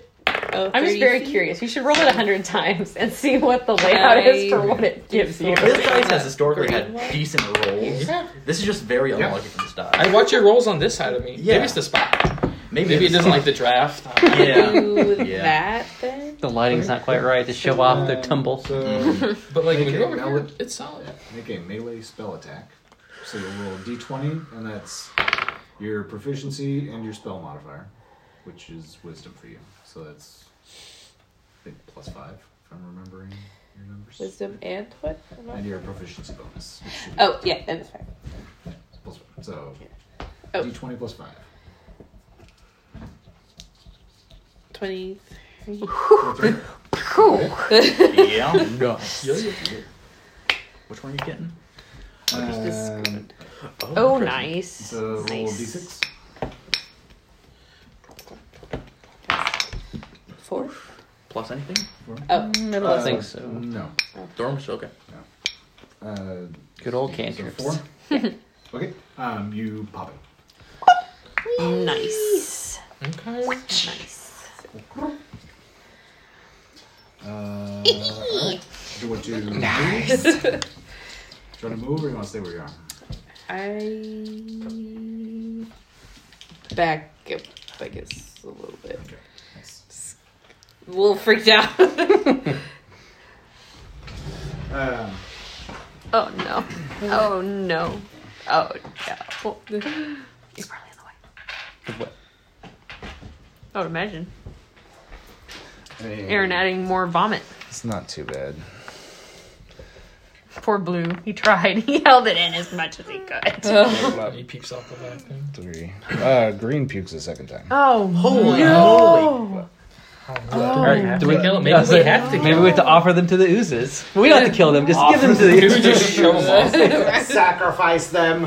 Oh, I'm just 30 very feet? curious. You should roll it a hundred times and see what the layout is for what it gives you. This dice has historically green had one? decent rolls. This is just very Yeah. unlucky for this die. I watch your rolls on this side of me. Yeah. Maybe it's the spot. Maybe, Maybe it it's- doesn't like the draft. (laughs) Yeah. Do Yeah. that then? The lighting's not quite right to show off their Um, tumble. So But like when Okay, you're over now here, what- it's solid. make a melee spell attack. So you'll roll d d20, and that's your proficiency and your spell modifier, which is wisdom for you. So that's, I think, plus five, if I'm remembering your numbers. Wisdom and what? And your proficiency bonus. which should be Oh, yeah, and effect. plus one. So Oh. d20 plus five. 23. Cool. yeah. Which one are you getting? Um, Oh, nice. so roll Nice. d6. Four? Plus anything? Oh, I think so. No. Dorm's (laughs) okay. Uh, Good old so cantrips. four. (laughs) okay. Um, you pop it. Nice. Okay. (laughs) Nice. (laughs) Uh, alright. do you want to nice. move? Do you want to move or you want to stay where you are? I. Back up, I guess, a little bit. Okay. Nice. A little freaked out. Um, (laughs) Oh no. Oh no. Oh no. He's probably in the way. The what? I would imagine. Aaron adding more vomit. It's not too bad. Poor Blue. He tried. (laughs) He held it in as much as he (laughs) could. He peeps off the last thing. Three. Uh, green pukes the second time. oh, Holy no. All right, do we Kill him. Maybe we have to. Maybe we have to offer them to the oozes. We don't have to kill them. Just give them to the Maybe we just show him (laughs) off. (laughs) Sacrifice (laughs) them.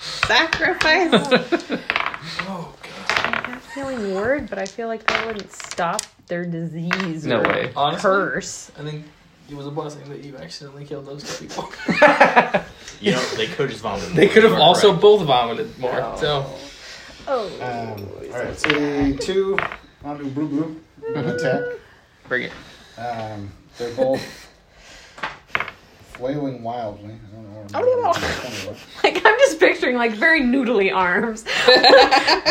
Sacrifice. (laughs) Oh, I'm feeling worried, but I feel like that wouldn't stop their disease. No or way. Honestly, Curse. I think it was a blessing that you accidentally killed those two people. You know, they could just (laughs) vomited. they could have Right. also both vomited more. So Oh. Um, all right, so the two on the blue blue (laughs) attack. bring it. Um, they're both flailing wildly. I don't know. Where I'm going. (laughs) Like I'm just picturing like very noodly arms.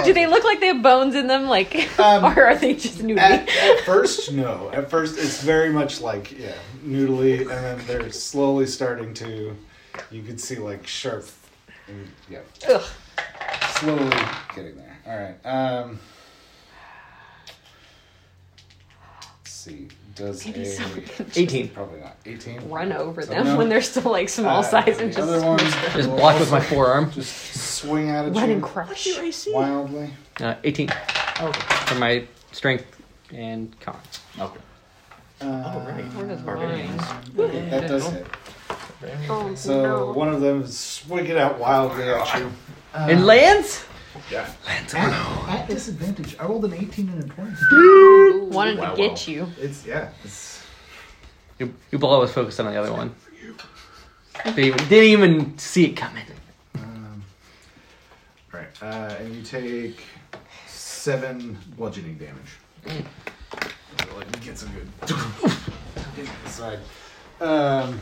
Do they look like they have bones in them? Like, Um, (laughs) or are they just noodly? At, (laughs) at first, no. At first, it's very much like yeah, noodly, and then they're slowly starting to. You could see like sharp. And, yeah. (laughs) Ugh. Slowly getting there. All right. Um, let's see. Does Maybe a someone can 18. probably not eighteen run over So them no. when they're still like small Uh, size and the just other one Just will block with also my forearm. Just swing at it. (laughs) run and crush. wildly. Uh, 18. For my strength and con. Okay. Uh, Where does Barbarians. mine? That does hit. Oh, So no. one of them is swinging out wildly at Oh, you. Uh. and lands? At disadvantage, I rolled an 18 and a 20. wanted to get you. It's, yeah. It's, Your your ball was focused on the other one. Didn't even, didn't even see it coming. um, all right. Uh, and you take seven bludgeoning damage. So Let me get some (laughs) good. Side. Um,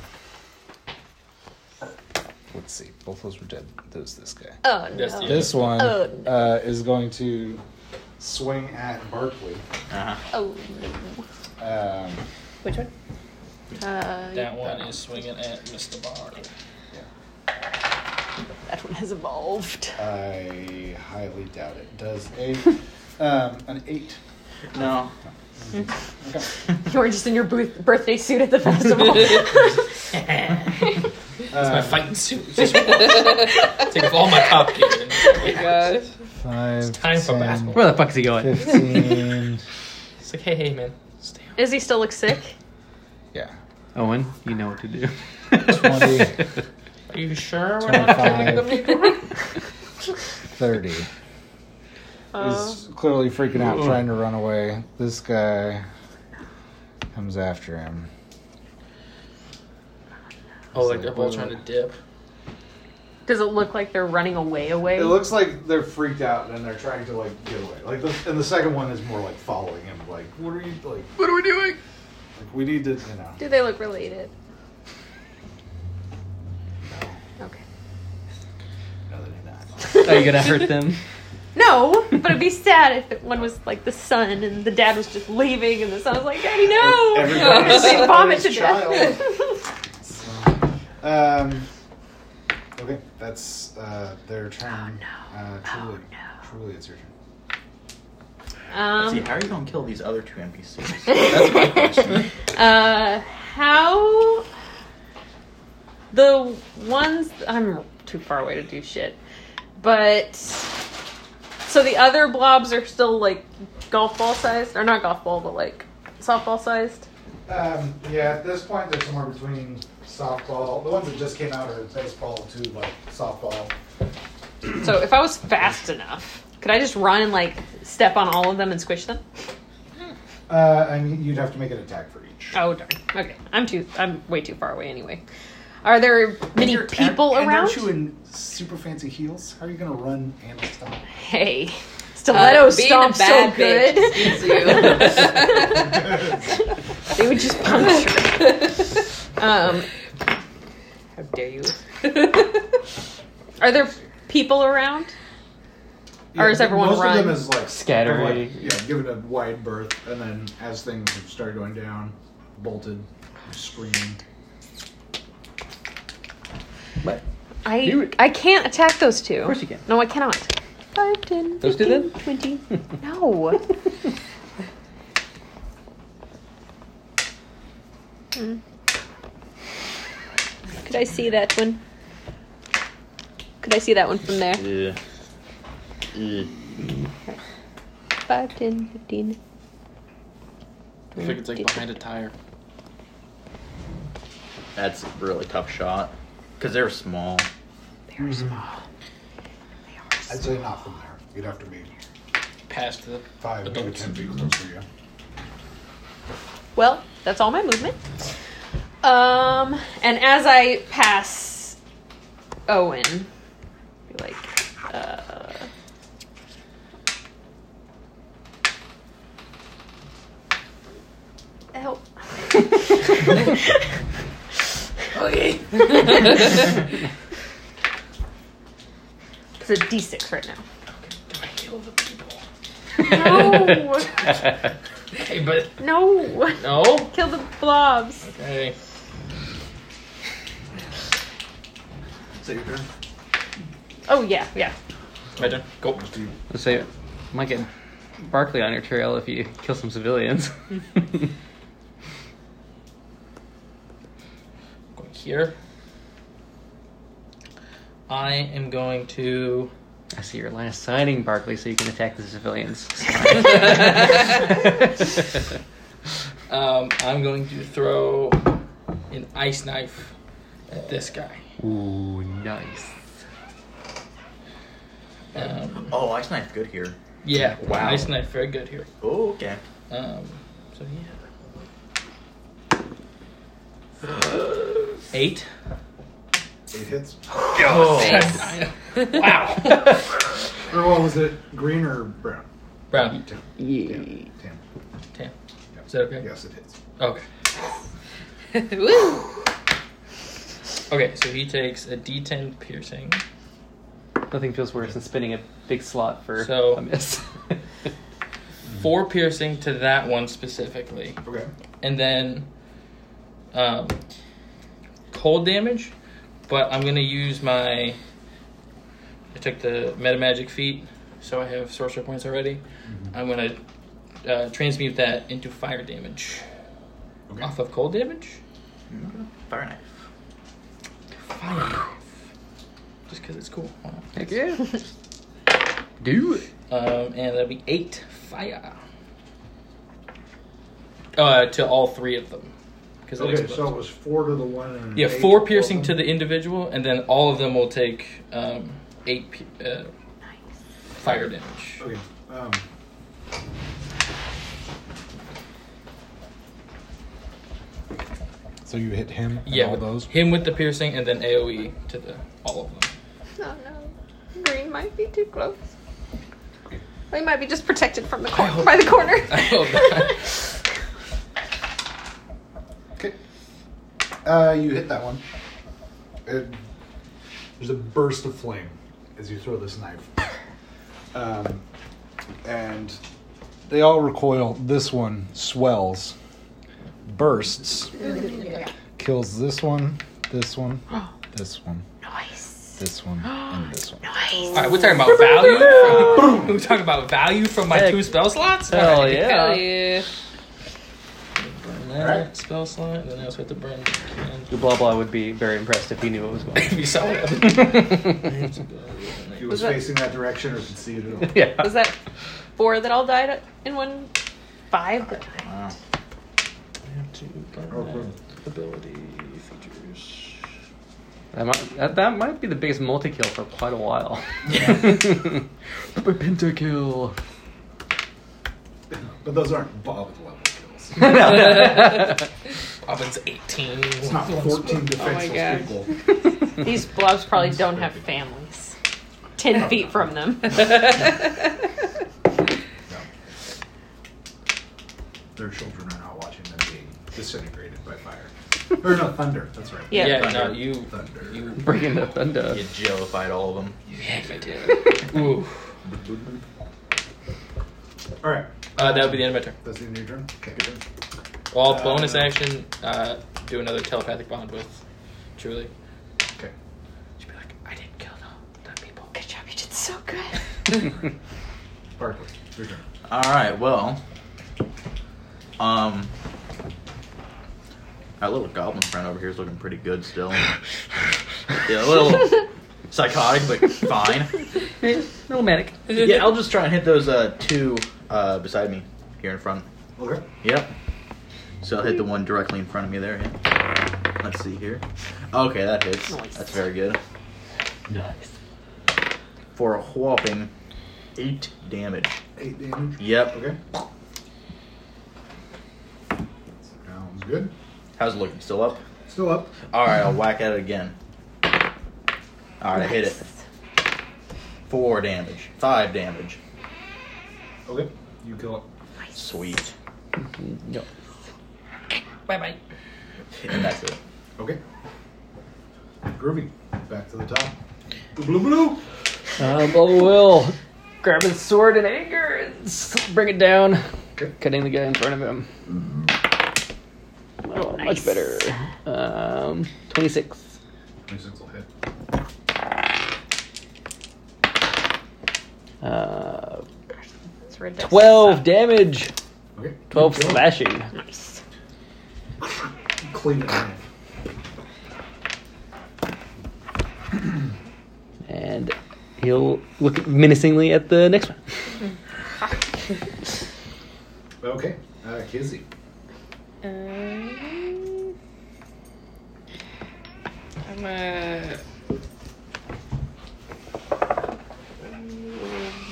Let's see. Both those were dead. There's this guy. Oh no. That's the- This one Oh. uh, is going to. swing at Barkley. Oh. Um, Which one? Uh, That one is swinging at Mr. (laughs) Barkley. that one has evolved. (laughs) I highly doubt it. Does (laughs) a um, an eight? No. You were just in your booth- birthday suit at the festival. Uh, It's my fighting (laughs) suit. Just take off all my top gear. And Gosh. Five, time for basketball. Where the fuck is he going? 15. It's like, hey, hey, man, stay home. Does he still look (laughs) sick? yeah. Owen, you know what to do. 20, Are you sure? We're not (laughs) 25, 30. Oh. Is clearly freaking out, trying to run away. This guy comes after him. oh, like they're both trying to dip. Does it look like they're running away? Away? It looks like they're freaked out and they're trying to like get away. Like, the, and the second one is more like following him. Like, what are you like? What are we doing? Like, we need to, you know. Do they look related? Okay. No, they're not. (laughs) Are you gonna hurt them? (laughs) No, but it'd be sad if it, one was like the son and the dad was just leaving and the son was like, I know! Everybody's- they vomit to everybody's death. Um. Okay, that's uh, their turn. Uh, truly, truly, it's your turn. See, (laughs) um, how are you gonna kill these other two (laughs) NPCs? uh, how. The ones. I'm too far away to do shit. But. So the other blobs are still like golf ball sized? Or not golf ball, but like softball sized? Um, yeah, at this point, they're somewhere between softball. The ones that just came out are baseball too, like softball. So if I was fast enough, could I just run and like step on all of them and squish them? Uh, and you'd have to make an attack for each. Oh darn. Okay, I'm too. I'm way too far away anyway. Are there many people and, around? And aren't you in super fancy heels? How are you gonna run and (laughs) (laughs) stop? hey, Uh, stiletto stomp so good. needs you. (laughs) they would just puncture. um, How dare you? are there people around? Or is I think everyone most run? of them is like Scattering. kind of Like, yeah, give it a wide berth, and then as things start going down, bolted, screaming. Do I it. I can't attack those two. Of course you can. No, I cannot. 5, 10, (laughs) Those two 15, 20. No. Hmm. Could I see that one? Could I see that one from there? (laughs) Yeah. Yeah. 5, 10, 15. I think it's like behind a tire. That's a really tough shot. Because they're small. They're small. I'd say not from there. You'd have to be Past the five, maybe adults. ten feet closer. Yeah. Well, that's all my movement. Um, and as I pass Owen, be like, uh, help. okay. it's a D6 right now. I kill the people. No, (laughs) Okay, but (laughs) no, no. kill the blobs. Okay. Oh yeah, yeah. My turn. Go. Let's say, might get Barkley on your trail if you kill some (laughs) civilians. Going here. I am going to. I see your last signing, Barkley, so you can attack the (laughs) civilians. Um, I'm going to throw an ice knife at this guy. Ooh, nice. Um, Oh, ice knife good here. yeah. Wow. Ice knife, very good here. Oh, okay. Um, so yeah. Eight. Eight hits. Oh. wow. Or what was it? Green or brown? (laughs) Brown. Ten. Ten. Ten. Is that okay? Yes, it hits. Okay. Woo! Okay, so he takes a D10 piercing. (laughs) Nothing feels worse than spinning a big slot for So- a miss. (laughs) Four piercing to that one specifically. Okay. and then um, cold damage. But I'm gonna use my. I took the meta magic feat, so I have sorcery points already. Mm-hmm. I'm gonna uh, transmute that into fire damage Okay. off of cold damage. Fire knife. Fire, just because it's cool. Hold on. Heck (laughs) yeah. Do it. Um, and that'll be eight fire. Uh, to all three of them. 'cause it Okay, explodes. so it was four to the one. And Yeah, eight four to piercing to one. the individual, and then all of them will take um, eight p- uh, fire damage. Okay. Um, So you hit him. and Yeah, all with those. him with the piercing, and then AOE to the all of them. (laughs) No, no. Green might be too close. They might be just protected from the hope- corner by the corner. (laughs) I hope not. Okay. Uh, you hit that one. It, there's a burst of flame as you throw this knife. Um, and they all recoil. This one swells, bursts, kills this one, this one, this one, nice. this one, and this one. all right, we're talking about value. From, (laughs) we're talking about value from my Heck. two spell slots. All Hell right. yeah. yeah. Burn that spell slot, and then I also have to (laughs) burn. the can. Your blah blah would be very impressed if he knew what was going If you saw it. If it was that- facing that direction or could see it at all. on. (laughs) Yeah. Was that four that all died in one? Five that died. Wow. Ability features. That might, that, that might be the biggest multi kill for quite a while. (laughs) Pentakill. (laughs) But those aren't Bob level kills. Oven's 18. It's not Oh 14 my God. defenseless people. These blobs probably don't have families. Ten feet from them. No. Their children are not watching them being disintegrated by fire. Or no, thunder. That's right. Yeah. Yeah, no, you. Thunder. you Bringing the thunder. You jellified all of them. yeah, I did. (laughs) Ooh. All right. Uh, that would be the end of my turn. That's the end of your turn. Okay. Well, bonus action, uh, do another telepathic bond with Truly. Okay. She'd be like, I didn't kill the, the people. Good job, you did so good. Barkley, your turn. All right. Well, um, Our little goblin friend over here is looking pretty good still. yeah, a little psychotic, but fine. little (laughs) manic. Yeah, I'll just try and hit those uh, two uh, beside me here in front. Okay. Yep. So I'll hit the one directly in front of me there. Yeah. Let's see here. Okay, that hits. That's very good. Nice. For a whopping eight damage. Eight damage. Yep. Okay. Sounds good. How's it looking? Still up? Still up. All right, I'll whack at it again. All right, I hit it. Four damage. Five damage. Okay. You kill it. Sweet. Yep. Bye bye. And that's it. Okay. Groovy. Back to the top. Blue, blue, blue. Um, but will grab his sword in anger and s- bring it down, cutting the guy in front of him. Mm-hmm. Oh, much better. Um, 26. 26 will hit. Uh, It's red dice. 12 damage. Okay. 12 Good job. slashing. Nice. Clean it up. And he'll look menacingly at the next one. Okay. Uh, Kizzy. Uh, Um, I'm a.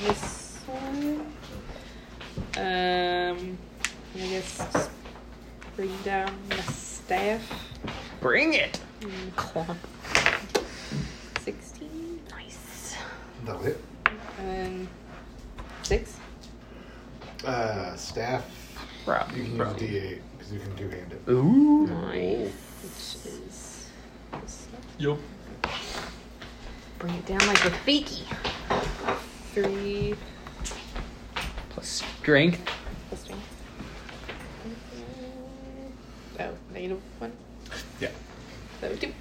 This one. Um, I guess just bring down my staff. Bring it. Mm, Clomp. 16 Nice. That'll hit. and 6. Uh, staff. Rob. You can use D8 because you can two-hand it. Ooh. Nice. Which is. Yup. Bring it down like a fiki. 3. Plus strength. Plus strength. Oh, negative 1. Yeah. So 2.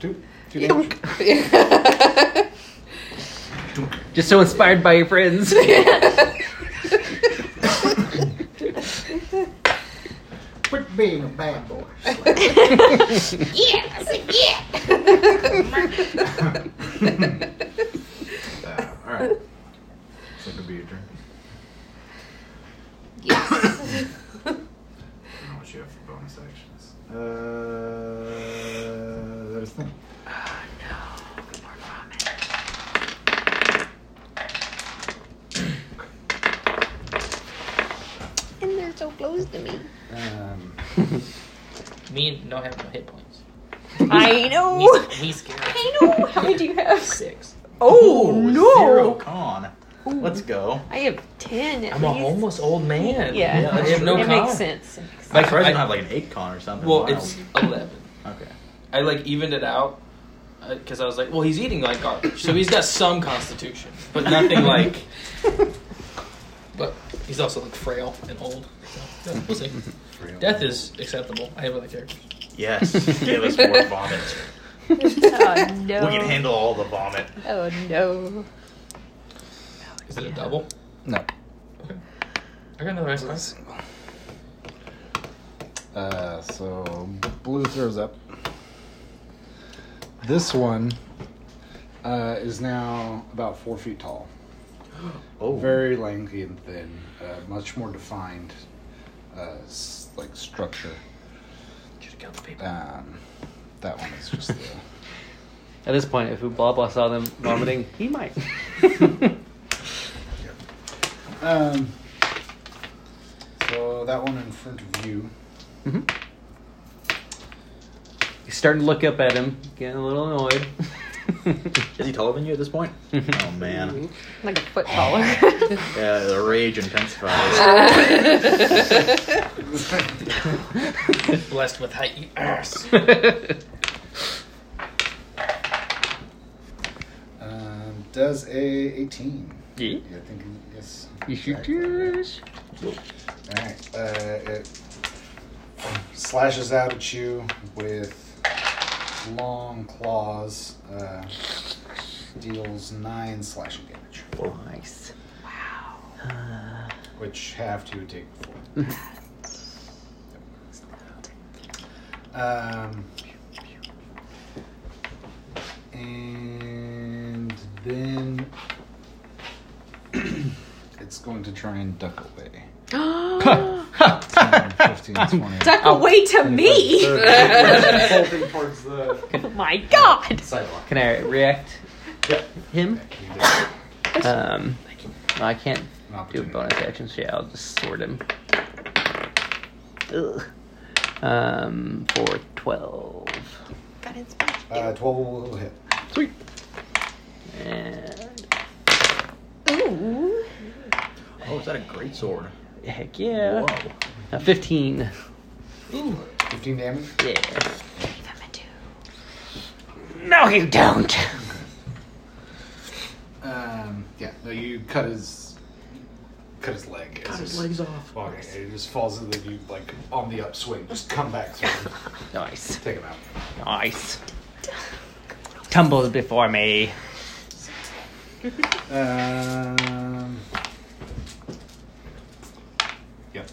Two. Two (laughs) damage. Yeah. Just so inspired by your (laughs) friends. Quit being a bad (laughs) boy. Yeah, I said yeah. Uh, all right. So it'll be your turn. I don't know what you have for bonus actions. Uh, that is thing. And they're so close to me. Um, Me and don't have no hit points. (laughs) I know. He's, he's scared. I (laughs) know. How many do you have? Six. Oh, no. Zero con. Let's go. I have ten. At I'm a least. almost old man. Yeah. Yeah, I (laughs) have no it con. makes sense. It makes (laughs) sense. My I- friends I- don't have like an eight con or something. Well, Wow. it's eleven. okay. I like evened it out because I was like, well, he's eating like garbage, so he's got some constitution, but nothing like. But he's also like frail and old. So yeah, we'll see. Death is acceptable. I have other characters. Yes. Give (laughs) us more vomit. oh no. We can handle all the vomit. Oh no. Is it a double? No. I got another ice box. Uh, so blue throws up. This one uh, is now about four feet tall. Oh. Very lanky and thin, uh, much more defined, uh, s- like structure. Should have killed the people. Um, that one is just (laughs) the. At this point, if Ublaba saw them vomiting, he might. (laughs) Um, so that one in front of you. (laughs) He's Mm-hmm. starting to look up at him, getting a little annoyed. Is he taller than you at this point? oh man. Like a foot taller. (laughs) Yeah, the rage intensifies. Blessed with E- height, you ass. Um, does a 18. Yeah. I think, yes. (laughs) You shoot Exactly. yours. Alright, uh, it slashes out at you with long claws, uh, deals nine slashing damage, Nice. which half to take four. Um, and then (clears throat) it's going to try and duck away. Duck away to (laughs) me! Bolting towards the oh my god! sidewalk. Can I react? Him? Um, no, I can't do bonus actions. Yeah, I'll just sword him. Ugh. Um, for twelve. Got inspired. Uh, 12 will hit. Sweet. And Ooh. Oh, is that a great sword? heck yeah. Whoa. Uh, Fifteen. 15 damage. Yeah. No, you don't. Um, yeah, no, you cut his cut his leg. Cut his legs off. Okay, and it just falls into you like on the upswing. Just come back (laughs) through. Nice. Take him out. Nice. Tumbles before me. Um. Yep.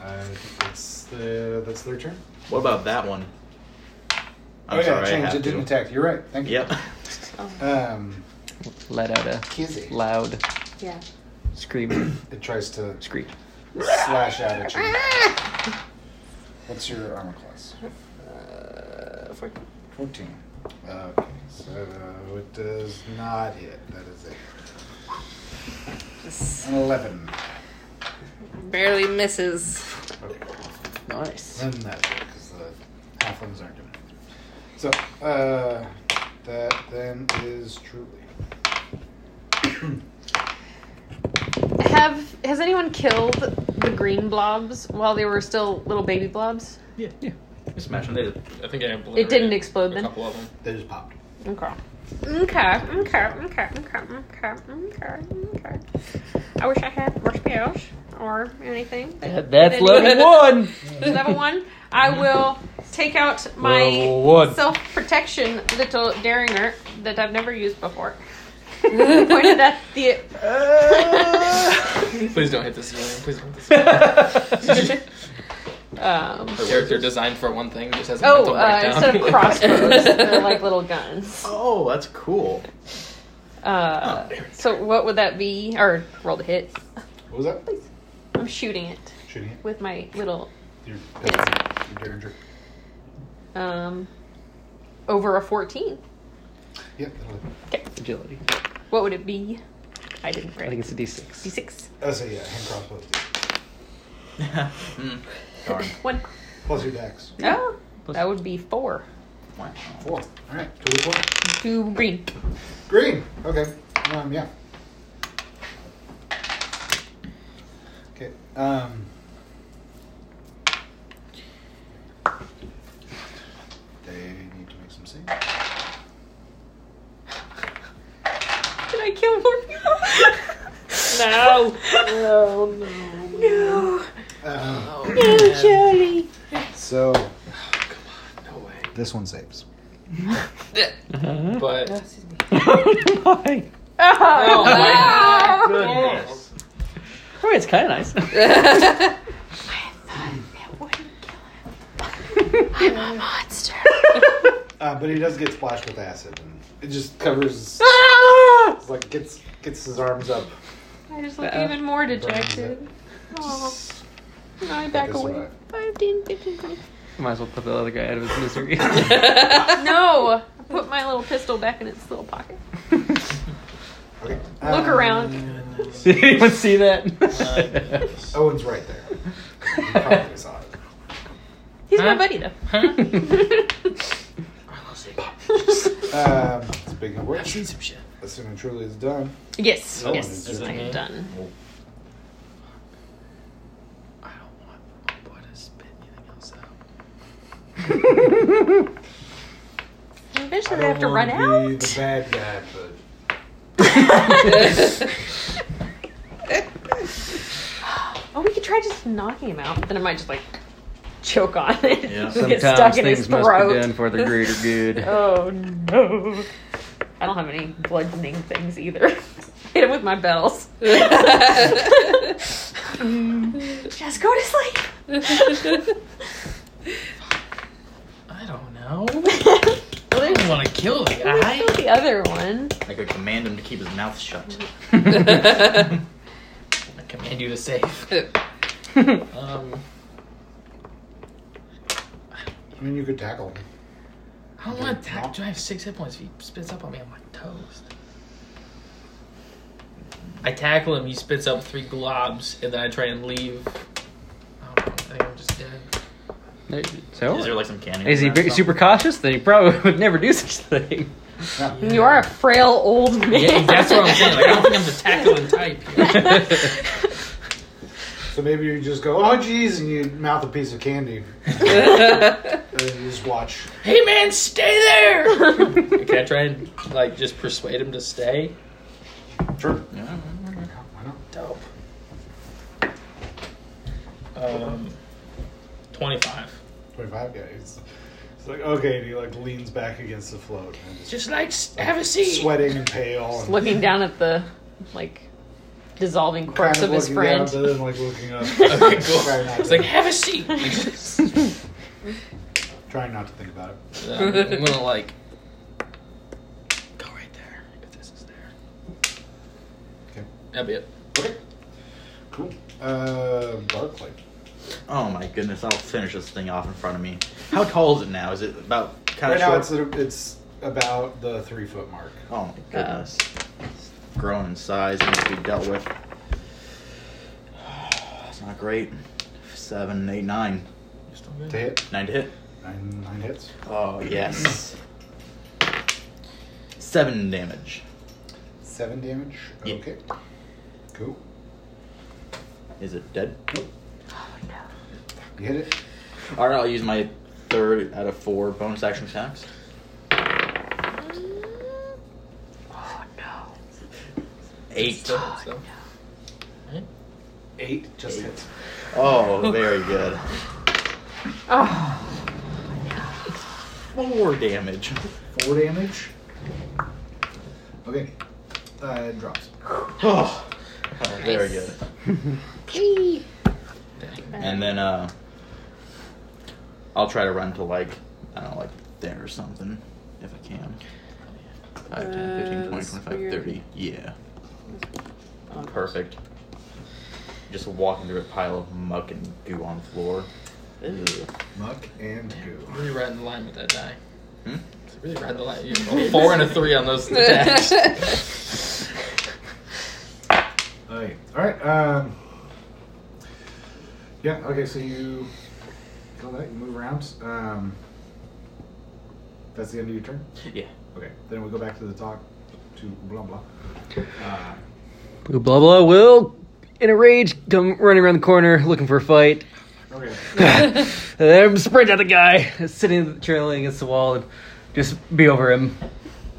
I think that's the that's their turn. What about that one? I'm oh yeah, sorry, I change. have It didn't to. attack. You're right. Thank you. Yep. (laughs) Um, Let out a Kizzy. loud Yeah. scream. (coughs) It tries to Scream. slash out at you. Ah, What's your armor class? Uh, for, 14. Okay, so it does not hit. That is a an 11. barely misses. Okay. Nice. Then that's it, because the halflings aren't doing it. So, uh, that then is truly. Have has anyone killed the green blobs while they were still little baby blobs? Yeah, yeah. We smash them. They- I think I It didn't obliterated explode a then. couple of them. They just popped. Okay. Okay. Okay. Okay. Okay. Okay. Okay. Okay. I wish I had more spells or anything. That's level (laughs) one. Level one. I will take out Level my one. self protection little derringer that I've never used before. (laughs) Pointed at the (laughs) (laughs) Please don't hit this civilian. Please don't hit (laughs) this civilian. um, Her character designed for one thing just has a oh mental uh, breakdown. (laughs) instead of (laughs) crossbows, they're like little guns. Oh, that's cool. Uh, so what would that be? Or roll the hit. What was that? I'm shooting it Shooting it. with my little Your, Yes. your derringer. um over a 14. Yep, that'll hit. Agility. What would it be? I didn't I think write. it's a D6. D6. Oh, so yeah, hand crossbows. Mm. Darn. One. Plus your dex. Oh, that would be four. Wow. Four. Alright, two to four. Two green. Green! Okay. Um, yeah. Okay, um. They need to make some saves. Did I kill more (laughs) people? no. Um, Oh, No. No, Jody. Oh, so, No way. this one saves. But (laughs) oh my. (laughs) Oh, no. my goodness. I mean, Oh, it's kind of (laughs) nice. I'm a monster. Uh, but he does get splashed with acid, and it just covers. Ah! it's like gets gets his arms up. I just look even more dejected. Oh, now I back This away. way. 15, 15, 20. Might as well put the other guy out of his misery. (laughs) No, I put my little pistol back in its little pocket. Look Um, around. Did anyone see that? uh, (laughs) Uh, (laughs) Owen's right there. You probably saw it. He's my Huh? buddy though. Um, speaking of which, some shit. assuming Truly is done, yes, Owen yes, is I am it. done. I don't want my boy to spit anything else out. Eventually, I they don't have to run want out. to be the bad guy, but (laughs) Oh, we could try just knocking him out. Then I might just like choke on it. Yeah. (laughs) Sometimes Get stuck in his things must be throat. done for the greater good. (laughs) Oh no! I don't have any bludgeoning things either. (laughs) Hit him with my bells. (laughs) (laughs) just go to sleep. other one. I could command him to keep his mouth shut. (laughs) I command you to (laughs) save. um, I mean, you could tackle him. I don't want to attack. Do I have six hit points? If he spits up on me, I'm like toast. I tackle him. He spits up three globs, and then I try and leave. I don't know. I think I'm just dead. So Is there like some candy? Is he very, super cautious? Then he probably would never do such a thing. You are a frail old man. Yeah, that's what I'm saying. Like, I don't think I'm the tackling type. So maybe you just go, oh geez, and you mouth a piece of candy. and you just watch. (laughs) Hey man, stay there. Can I try and like just persuade him to stay? Sure. Yeah. Dope. Um, twenty-five. 25 guy. It's, it's like, okay, and he like leans back against the float. And just, Just like s- like, have a seat. Sweating and pale. And (laughs) Looking down at the like dissolving kind corpse of his looking down friend. at it and, like looking up. (laughs) Okay, cool. Trying not, It's to, like have a seat. (laughs) (laughs) trying not to think about it. So I'm gonna like go right there if this is there. Okay. That'd be it. Okay. Cool. Uh, Barclay. Oh my goodness! I'll finish this thing off in front of me. How tall is it now? Is it about kind Right of now short? it's, it's about the three foot mark. Oh my goodness! It's grown in size. Needs to be dealt with. (sighs) It's not great. Seven, eight, nine. Still good? To hit. Nine to hit. Nine, nine hits. Oh (laughs) yes. Seven damage. Seven damage. Yeah. Okay. Cool. Is it dead? Oh, You hit it. All right, I'll use my third out of four bonus action attacks. Eight. Still, still. Eight just hits. Oh, very good. Oh, Four damage. Four damage. Okay. Uh, it drops. Oh, very good. and then uh, I'll try to run to like I don't know, like there or something if I can. 5, 10, 15, 20, 25, 30. Yeah. Oh, Perfect. Just walking through a pile of muck and goo on the floor. Ugh. Muck and goo. Really riding the line with that die. Hmm? Really riding the line. You- (laughs) a four and a three on those attacks. Alright. Alright, um. Yeah, okay, so you kill that, you move around. Um, that's the end of your turn? Yeah. Okay. Then we go back to the talk to blah blah. Uh, Blah blah will, in a rage, come running around the corner looking for a fight. okay. And then sprint at the guy (laughs) that's sitting trailing against the wall and just be over him,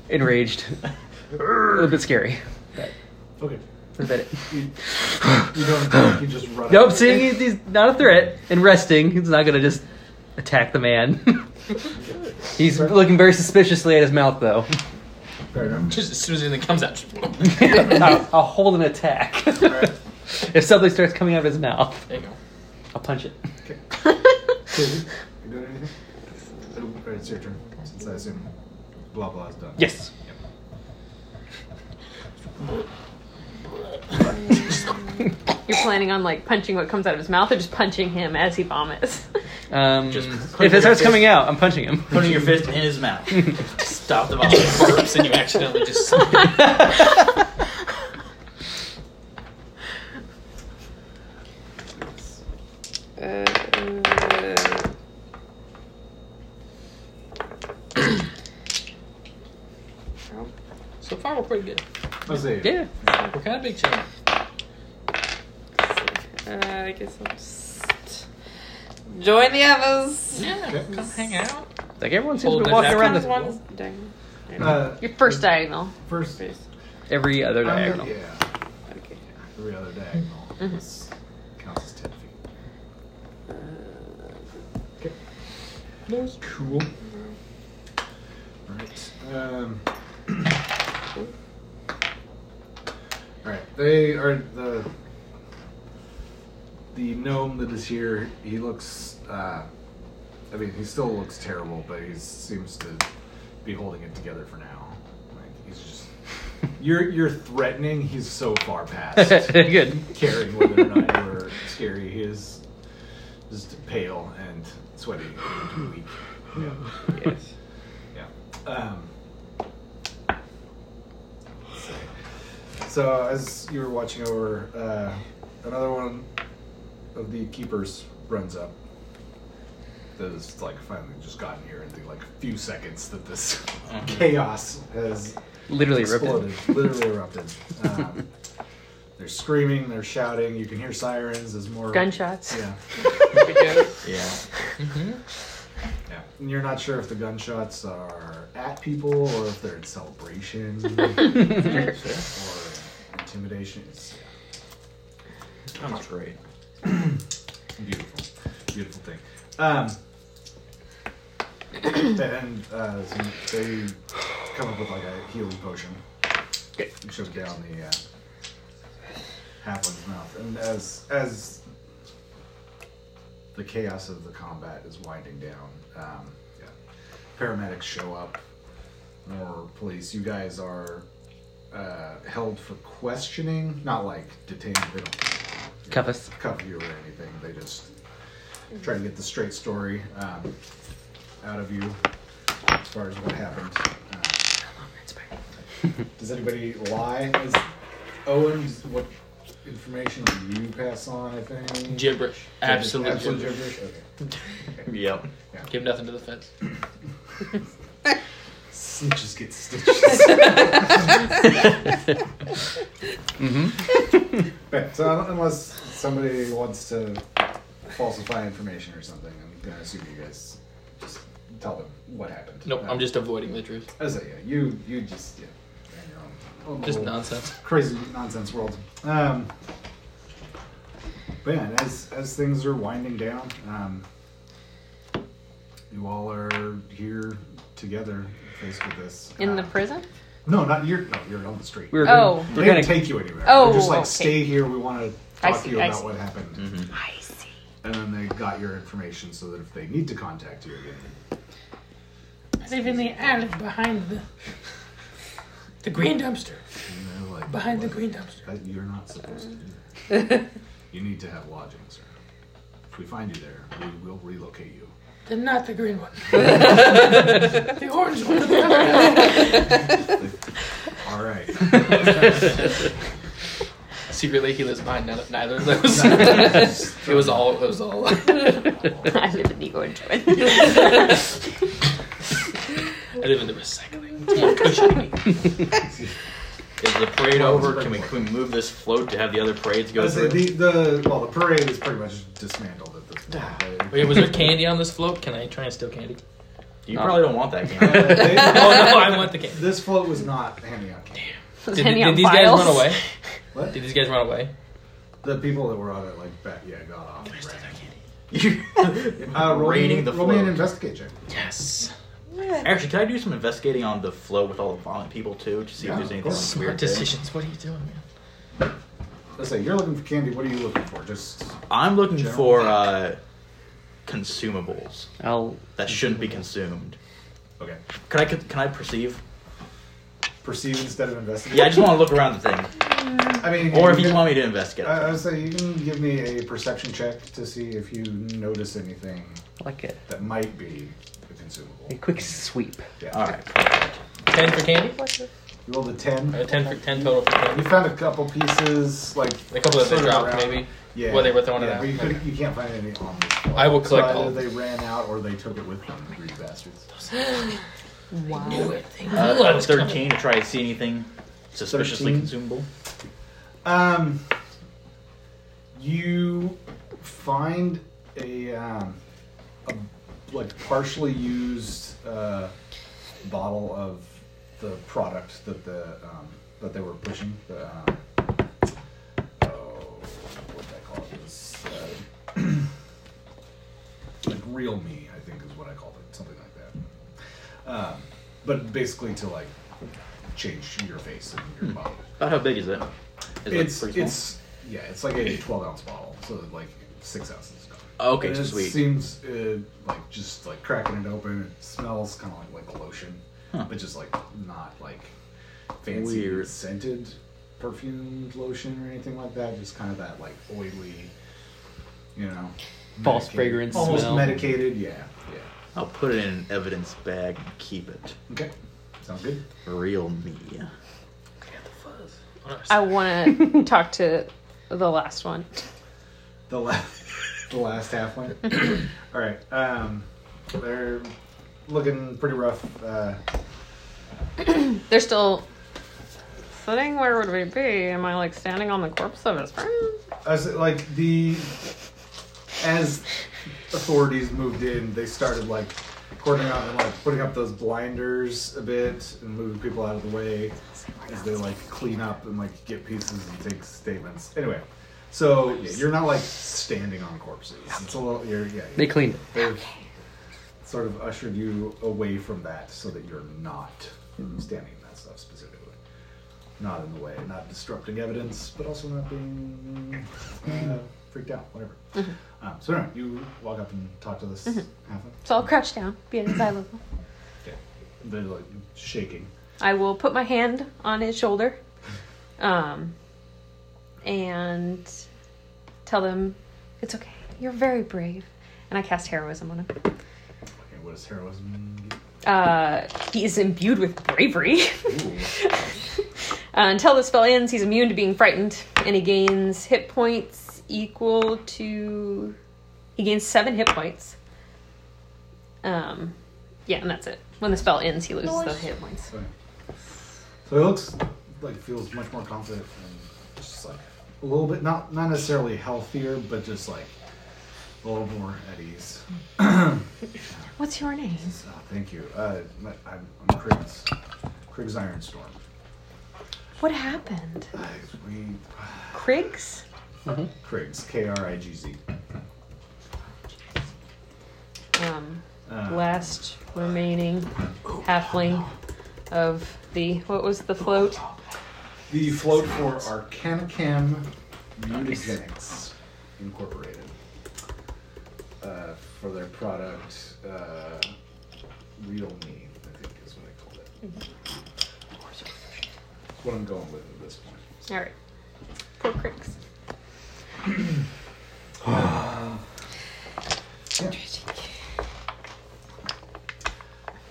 enraged. a little bit scary. Okay. Is that it? You, you don't attack, you just run. Nope, away. seeing he- he's not a threat and resting, he's not gonna just attack the man. (laughs) he's looking very suspiciously at his mouth though. Fair enough. Just as soon as anything comes out, just I'll, I'll hold an attack. if something starts coming out of his mouth, there you go. I'll punch it. (laughs) Susan, you doing anything? It'll- Alright, it's your turn. Since I assume blah blah is done. Yes. (laughs) you're planning on like punching what comes out of his mouth, or just punching him as he vomits? (laughs) Um, Just if it starts coming out, I'm punching him. (laughs) Putting your fist in his mouth. Stop the volley burps and you accidentally (laughs) just suck it. Uh, So far, we're pretty good. Let's see. Yeah. We're kind of big chain. Uh, I guess I'll just join the others. Yeah, come hang out. Like everyone seems to Hold be it walking back. around One's this one's wall dang. Uh, Your first diagonal. first. every other Um, diagonal. Yeah. Okay. Every other diagonal. This counts as 10 feet. Okay. That was cool. Alright. Um, (clears throat) Alright, they are the. The gnome that is here, he looks. Uh, I mean, he still looks terrible, but he seems to be holding it together for now. Like, You're you're threatening. He's so far (laughs) past. Good. Caring whether or not you were (laughs) scary. He is just pale and sweaty and weak. Yeah. Yes. Yeah. Um, let's see. so as you were watching over, uh, another one of the keepers runs up. That has like finally just gotten here in the like few seconds that this (laughs) chaos has Literally erupted. exploded, literally erupted. Um, they're screaming, they're shouting. You can hear sirens. There's more Gunshots. (laughs) Yeah, yeah, yeah. And you're not sure if the gunshots are at people or if they're in celebration or intimidation. It's, yeah. That's great. beautiful, beautiful thing. Um, (coughs) and uh, so they come up with like a healing potion. You shove down the uh, halfling's mouth, and as as the chaos of the combat is winding down, um, yeah, paramedics show up, more police. You guys are uh, held for questioning, not like detained. They don't Cuff us. cuff you or anything. They just try to get the straight story um, out of you as far as what happened. Uh, does anybody lie? Is Owen, what information do you pass on, if any? Gibberish. Absolute Absolute gibberish. gibberish? Okay. (laughs) Yep. Give nothing to the feds. Snitches get Oh, (laughs) (laughs) stitches. Right, so un- uh, unless somebody wants to falsify information or something, I'm gonna assume you guys just tell them what happened. Nope, I'm just avoiding the truth. I say, yeah, you you just yeah, you're in your own- own Just little nonsense. crazy nonsense world. Um, but yeah, and as as things are winding down, um, you all are here together, faced with this. In the Uh, prison? no, not you're no, you're on the street. We were Oh. gonna- They we're didn't gonna take you anywhere. Oh, They're just like okay. stay here. We want to I talk to see, you I about see. what happened. Mm-hmm. I see. And then they got your information so that if they need to contact you again, Leaving the alley (laughs) behind the the green dumpster. they're like, Behind the "Look, green dumpster. that- You're not supposed to do that. (laughs) you need to have lodging, sir. If we find you there, we will relocate (laughs) you. The not the green (laughs) one. the orange one. The other one. All (laughs) right. (laughs) Secretly, he lives behind none, neither of those. (laughs) it was all. It was all. I live in the orange one. I live in the recycling. It's more cushiony. Is the parade over? Can we, can we move this float to have the other parades go I say through? the, the well, the parade is pretty much dismantled at this point. Wait, was there candy on this float? Can I try and (laughs) steal candy? you probably don't want that Uh, (laughs) (laughs) game. they- Oh no, I want the candy. This float was not handing out candy. Was Did, any on did these files? guys run away? What? Did these guys run away? The people that were on it, like, back, yeah, got off. and ran. Uh, roll me- Raiding the roll me an float. investigate check. Yes. Actually, can I do some investigating on the float with all the violent people too to see Yeah, if there's of anything course. like Smart weird? there? decisions. What are you doing, man? Let's say you're looking for candy. What are you looking for? Just I'm looking General. for uh, consumables (laughs) I'll that shouldn't be consumed. okay. Can I can I perceive? Perceive instead of investigate. Yeah, I just want to look around the thing. I mean, Or if you can- want me to investigate, I, I would say you can give me a perception check to see if you notice anything like a, that might be a consumable. a quick sweep. Yeah. all right. Ten for candy. You rolled a ten. Uh, ten for ten total for You candy. found a couple pieces, like A couple that they sort of dropped, around. maybe. Yeah. Well, they were throwing it yeah, out. But you, Okay. couldn't- you can't find any on this. floor. I will collect so either all. They ran out, or they took it with them. Greedy bastards. Wow. Uh, Thirteen to try to see anything suspiciously 13? consumable. Um, you find a, um, a like partially used uh, bottle of the product that the um, that they were pushing. The, um, oh, what did I call it? It was, uh, (clears throat) like real me, I think is what I called it, something like that. Um, but basically to like change your face and your body About how big is it? Is it it's pretty small? it's yeah, it's like a twelve ounce bottle, so like six ounces. Oh, okay, And so it sweet. Seems uh, like just like cracking it open, it smells kind of like like lotion, but just like not like fancy Weird. scented perfumed lotion or anything like that. Just kind of that like oily, you know, False medicated- fragrance almost smell. medicated. Yeah, yeah. I'll put it in an evidence bag and keep it. Okay, sounds good. Real me. I want to talk to the last one. The last, (laughs) the last half one. All right, um, they're looking pretty rough. Uh, They're still sitting. Where would we be? Am I like standing on the corpse of his friend? As like the as authorities moved in, they started like cordoning off and like putting up those blinders a bit and moving people out of the way as they like clean up and like get pieces and take statements. Anyway, so yeah, you're not like standing on corpses. It's a little you're, yeah. They cleaned it. They've sort of ushered you away from that so that you're not standing in that stuff specifically. Not in the way, not disrupting evidence, but also not being uh, freaked out, whatever. Um, so anyway, you walk up and talk to this Mhm. half of So I'll crouch down, be at his eye level. They're like shaking. I will put my hand on his shoulder, um, and tell them it's okay. You're very brave, and I cast heroism on him. Okay, what does heroism Uh, he is imbued with bravery. (laughs) Uh, until the spell ends, he's immune to being frightened, and he gains hit points equal to. He gains seven hit points. Um, yeah, and that's it. When the spell ends, he loses those hit points. Okay. So he looks like feels much more confident and just like a little bit not not necessarily healthier, but just like a little more at ease. What's your name? Oh, thank you. Uh, my, I'm, I'm Kriggs. Kriggs Ironstorm. What happened? Uh, we Kriggs? Kriggs K R I G Z. Um, Uh. last remaining halfling of the. What was the float? The float for Arcanicam Mutagenics Incorporated. Uh, for their product, uh, Real Me, I think is what I called it. That's what I'm going with at this point. All right. Poor Kriggs. Uh, yeah.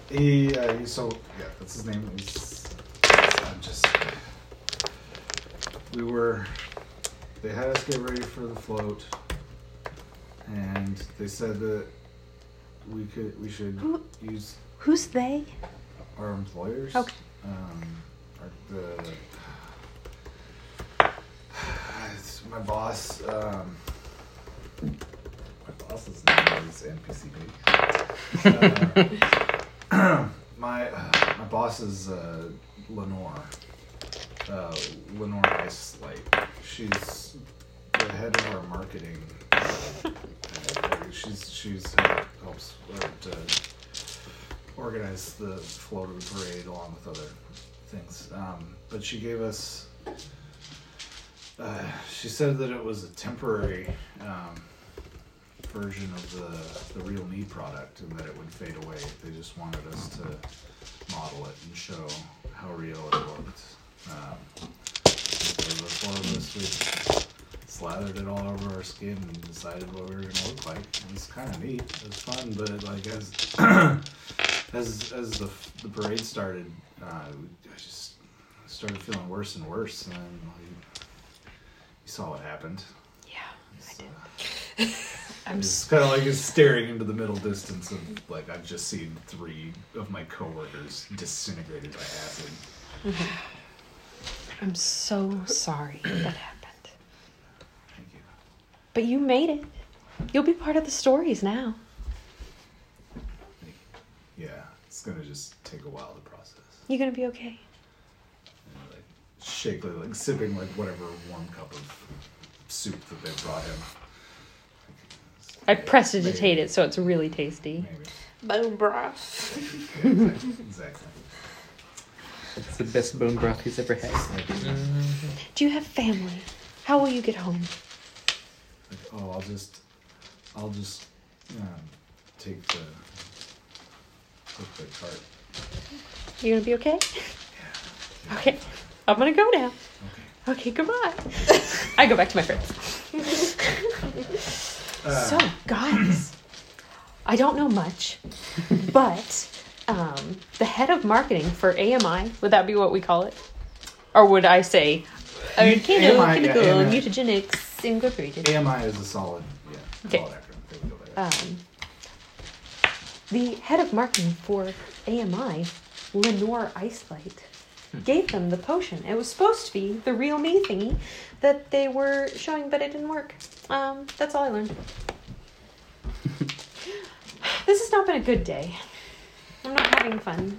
He, uh, he- so yeah, that's his name. He's, I'm just. We were. They had us get ready for the float, and they said that we could, we should Who- use Who's they? our employers. Okay. Um, our, the. It's my boss. Um, my boss's name is NPCB. Uh, my (sighs) uh, my boss is uh, Lenore. Uh, Lenore Icelight. She's the head of our marketing. uh, uh, she's she's uh, helps uh, to organize the float of the parade along with other things. Um, but she gave us. Uh, she said that it was a temporary um, version of the the real me product and that it would fade away. They just wanted us to model it and show how real it looked. Um, so the four of us we slathered it all over our skin and decided what we were gonna look like. And it's kind of neat. It was fun, but like as (clears throat) as as the the parade started, uh, I just started feeling worse and worse, and then like, you saw what happened. I'm It's kind of like just staring into the middle distance of like I've just seen three of my coworkers disintegrated by acid. I'm so sorry that happened. But you made it. You'll be part of the stories now. Yeah, it's gonna just take a while to process. You're gonna be okay. Shakily, like sipping like whatever warm cup of soup that they brought him. I prestidigitate it so it's really tasty. Bone broth. Exactly. (laughs) It's the best bone broth he's ever had. Do you have family? How will you get home? Like, oh, I'll just, I'll just um, take the take the cart. You gonna be okay? Okay, I'm gonna go now. Okay, goodbye. I go back to my friends. Uh. so, guys, I don't know much, but um, the head of marketing for AMI, would that be what we call it? Or would I say, Kano, AMI, yeah, Chemical AMI. Mutagenics Incorporated? AMI is a solid. Yeah. Okay. Um, the head of marketing for AMI, Lenore Icelight, gave them the potion. It was supposed to be the real me thingy that they were showing, but it didn't work. Um, that's all I (laughs) learned. this has not been a good day. I'm not having fun.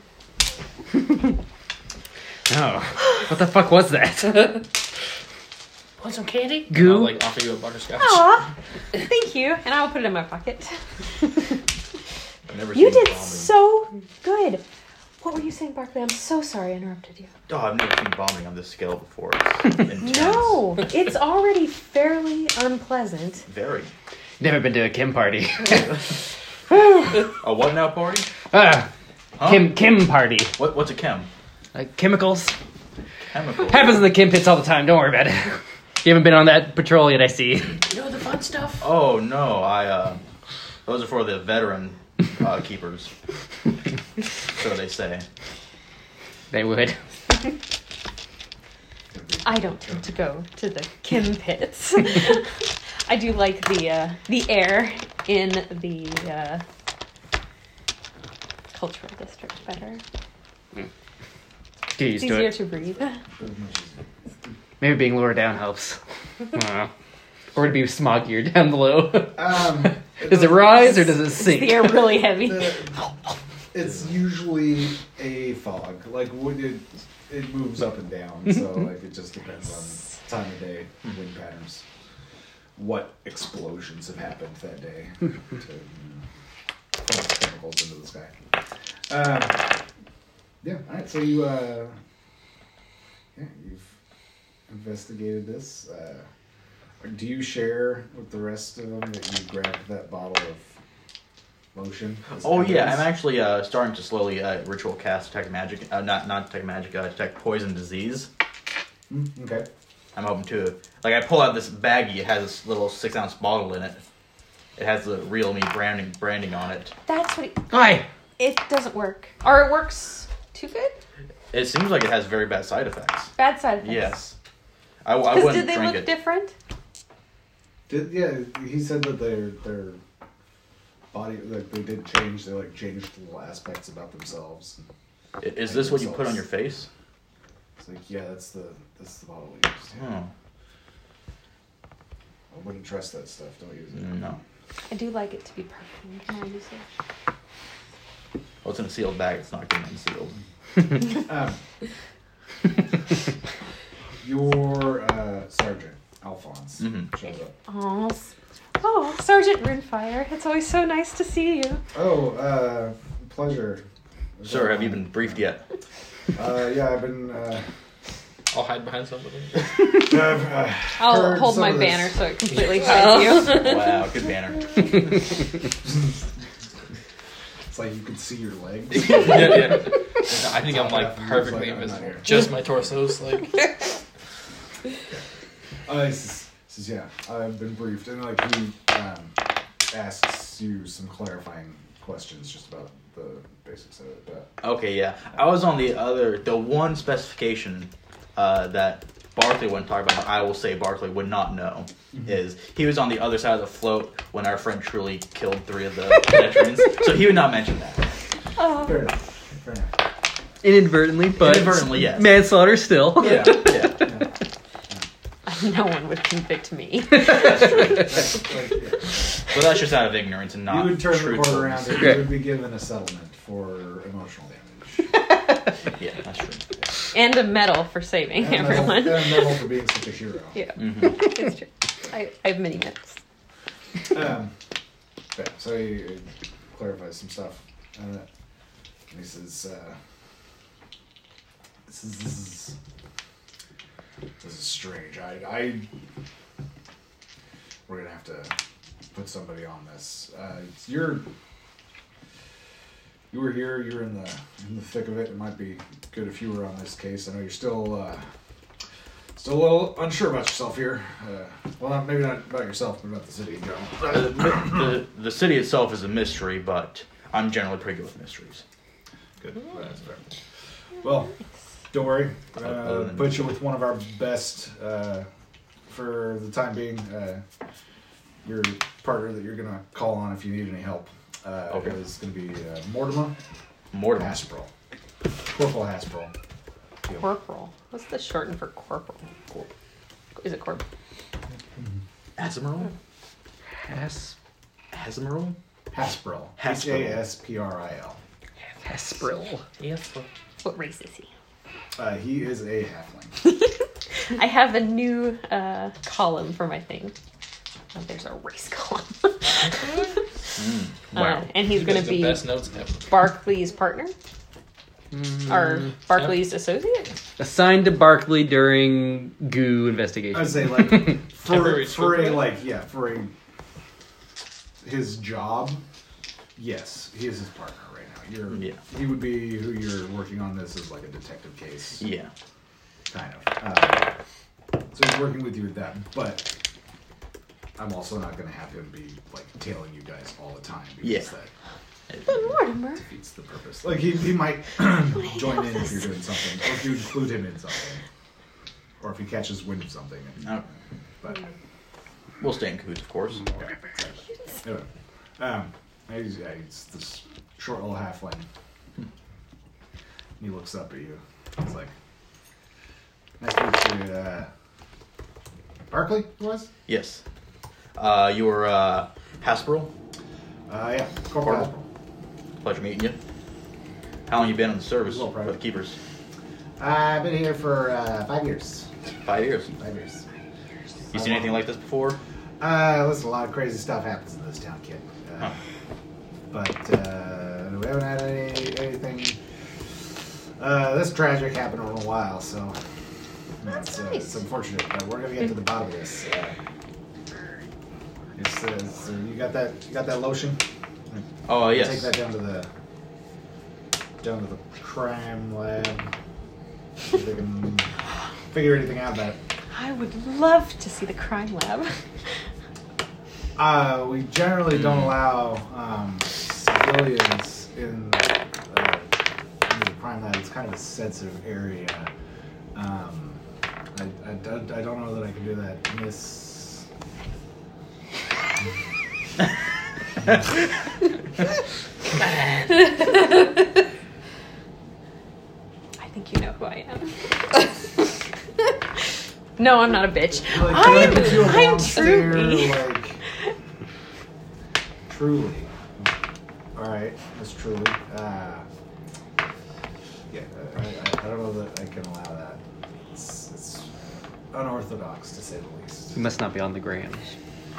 Oh, what the fuck was that? Want some candy? Goo. I'll, like offer you a butterscotch. Aw, thank you, and I'll put it in my pocket. I've never You seen did vomiting. so good. What were you saying, Barkley? I'm so sorry I interrupted you. Oh, I've never seen vomiting on this scale before. (laughs) It's intense. No, it's already fairly unpleasant. Very. Never been to a Kim party. (laughs) A what now party? ah, Huh? Kim Kim party. What, what's a chem? Like chemicals. Chemical. Happens in the Kim pits all the time. Don't worry about it. (laughs) You haven't been on that patrol yet, I see. (laughs) You know the fun stuff? Oh no, I. uh... Those are for the veteran uh, keepers. (laughs) so they say. They would. (laughs) I don't tend to go to the Kim pits. (laughs) I do like the uh, the air in the uh, cultural district better. Get It's used to easier it. to (laughs) breathe. Maybe being lower down helps. (laughs) I don't know. Or to be smoggier (laughs) down below. Um, (laughs) does it rise or does it Is sink? the air really heavy? It's usually a fog. Like when it it moves up and down, (laughs) so like it just depends on time of day, wind patterns, what explosions have happened that day to you know, force chemicals into the sky. Um, yeah. All right. So you uh, yeah, you've investigated this. Uh, do you share with the rest of them that you grabbed that bottle of lotion? as Oh yeah, evidence? I'm actually uh, starting to slowly uh, ritual cast detect magic. Uh, not not detect magic. Uh, detect poison disease. Mm, Okay. I'm hoping to. Like I pull out this baggie. It has this little six ounce bottle in it. It has the real me branding branding on it. That's what it, Hi. it doesn't work, or it works too good. It seems like it has very bad side effects. Bad side effects. Yes. I, I Because wouldn't did they drink look it. different? Did, yeah, he said that their their body like they did change. They like changed little aspects about themselves. I- Is this what you put on your face? It's like yeah, that's the that's the bottle we used. Hmm. I wouldn't trust that stuff. Don't use it. Hmm, No. I do like it to be perfect. Can I use it? Well, Oh, it's in a sealed bag. It's not getting unsealed. Um, (laughs) your uh, sergeant Alphonse Mhm. shows up. Aw, s- Oh, Sergeant Runefire, it's always so nice to see you. Oh, uh, pleasure. Sir, have you been (laughs) briefed yet? Uh, yeah, I've been. Uh, I'll hide behind (laughs) somebody. I've, uh, I'll heard hold some my of this. banner so (laughs) it completely hides you. Wow, good banner. It's like you can see your legs. yeah, yeah. No, I think I'm like Yeah, it's like, I'm perfectly not invisible. here. Just my torso's like. (laughs) Uh, he says, says, yeah, I've been briefed, and like he um, asks you some clarifying questions just about the basics of it. But Okay, yeah. I was on the other, the one specification uh, that Barkley wouldn't talk about, but I will say Barkley would not know, Mm-hmm. is he was on the other side of the float when our friend truly killed three of the (laughs) veterans. So he would not mention that. (laughs) Oh, fair enough. Fair enough. (laughs) Inadvertently, but Inadvertently, yes. manslaughter still. (laughs) Yeah, yeah. no one would (laughs) convict me. That's true. That's, like, yeah. But that's just out of ignorance and You not would turn the truthfulness. court around, and you Right. would be given a settlement for emotional damage. Yeah, that's true. and a medal for saving And a medal- everyone. and a medal for being such a hero. (laughs) Yeah, Mhm. it's true. I, I have many medals. Um, yeah, so he uh, clarifies some stuff. Uh, and he says, uh, this, is, this, is, this is strange. I, I, we're going to have to put somebody on this. Uh, it's- you're, you were here. You were in the in the thick of it. It might be good if you were on this case. I know you're still uh, still a little unsure about yourself here. Uh, well, not, maybe not about yourself, but about the city in The, general. the, the city itself is a mystery, but I'm generally pretty good with mysteries. Good. That's fair. Well, don't worry. Other Uh, than- put you with one of our best uh, for the time being. Uh, your partner that you're gonna call on if you need any help uh, Okay. is gonna be uh, Mortimer. Mortimer. Hasperl. Corporal Hasperl. Corporal. What's the shortened for corporal? Is it corporal? Asmeral? Has Asmeral? Hasperl. H Hasperl. A S P R I L. Hasperl. Yes. What race is he? Uh, he is a halfling. I have a new uh, column for my thing. Oh, there's a race (laughs) column. Mm-hmm. Uh, and he's You going make to the be best notes ever. Barclay's partner Mm, or Barclay's associate. Assigned to Barkley during goo investigation. (laughs) I'd say (laughs) like for, Temporary for a script. like yeah for a his job. Yes, he is his partner right now. You're Yeah. he would be who you're working on this as like a detective case. Yeah. kind of. Uh, so he's working with you with that, but I'm also not gonna have him be like tailing you guys all the time because Yeah. that But Mortimer, defeats the purpose. Like he, he might (clears throat) join in if you're doing something, or if you include him in something, or if he catches wind of something. No. But We'll stay in cahoots, of course. yeah, anyway, um, he's, yeah, he's this short little halfling. He looks up at you. He's like, "Nice to meet you, uh, Barkley." It was. Yes. Uh, you were uh, Hasperl? Uh, yeah, Corporal. Hasperl. Pleasure meeting you. How long you been in the service Well, with the Keepers? "Uh, I've been here for uh, five years. Five years. Five years. You seen anything like this before? Uh, listen, a lot of crazy stuff happens in this town, kid. Uh, Huh. But uh, we haven't had any anything. Uh, this tragic happened in a while, so That's uh, nice. it's unfortunate. But we're gonna get to the bottom of this. Uh, It says, so "You got that? You got that lotion?" Oh, yes. Take that down to the down to the crime lab. See if they can figure anything out about it. I would love to see the crime lab. (laughs) Uh, we generally don't allow um, civilians in, uh, in the crime lab. It's kind of a sensitive area. Um, I, I, don't- I don't know that I can do that, Miss. I think you know who I am. (laughs) no, I'm not a bitch. Like, I'm, can I get you a I'm long stare, truly. Like, truly. All right, that's truly. Uh, yeah, I, I, I don't know that I can allow that. It's, it's unorthodox to say the least. You must not be on the (laughs) grams.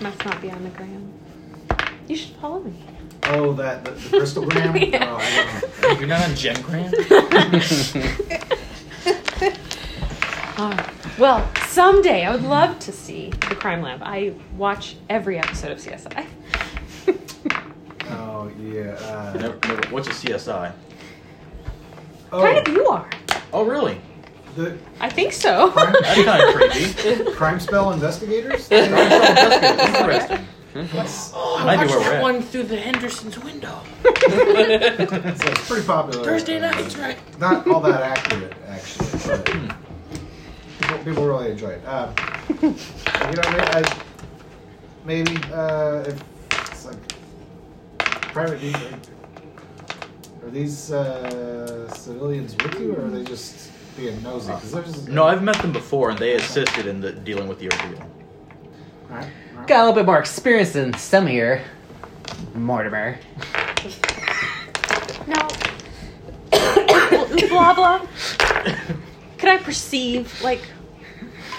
Must not be on the gram. You should follow me. (laughs) Oh, that the, the crystal gram. Yeah. Oh, I don't know. You're not on Gen Grant? Oh, well, someday I would love to see the crime lab. I watch every episode of (laughs) CSI. Oh yeah. Uh, Never, never, what's a CSI? oh, Kind of you are. Oh, really? the I think so. That's kind of creepy. (laughs) crime spell investigators. Interesting. Oh, Might be where we're at. one through the Henderson's window. It's like pretty popular. Thursday nights, right? Hmm. Not all that accurate, actually. But people, people really enjoy it. Uh, you know, I, I, maybe uh, if it's like private. these Are are these uh, civilians with you, or are they just being nosy? 'Cause there's No, I've met them before, and they assisted in the dealing with the ordeal. Alright, alright. Got a little bit more experience than some here, Mortimer. No. (coughs) blah blah. Could I perceive like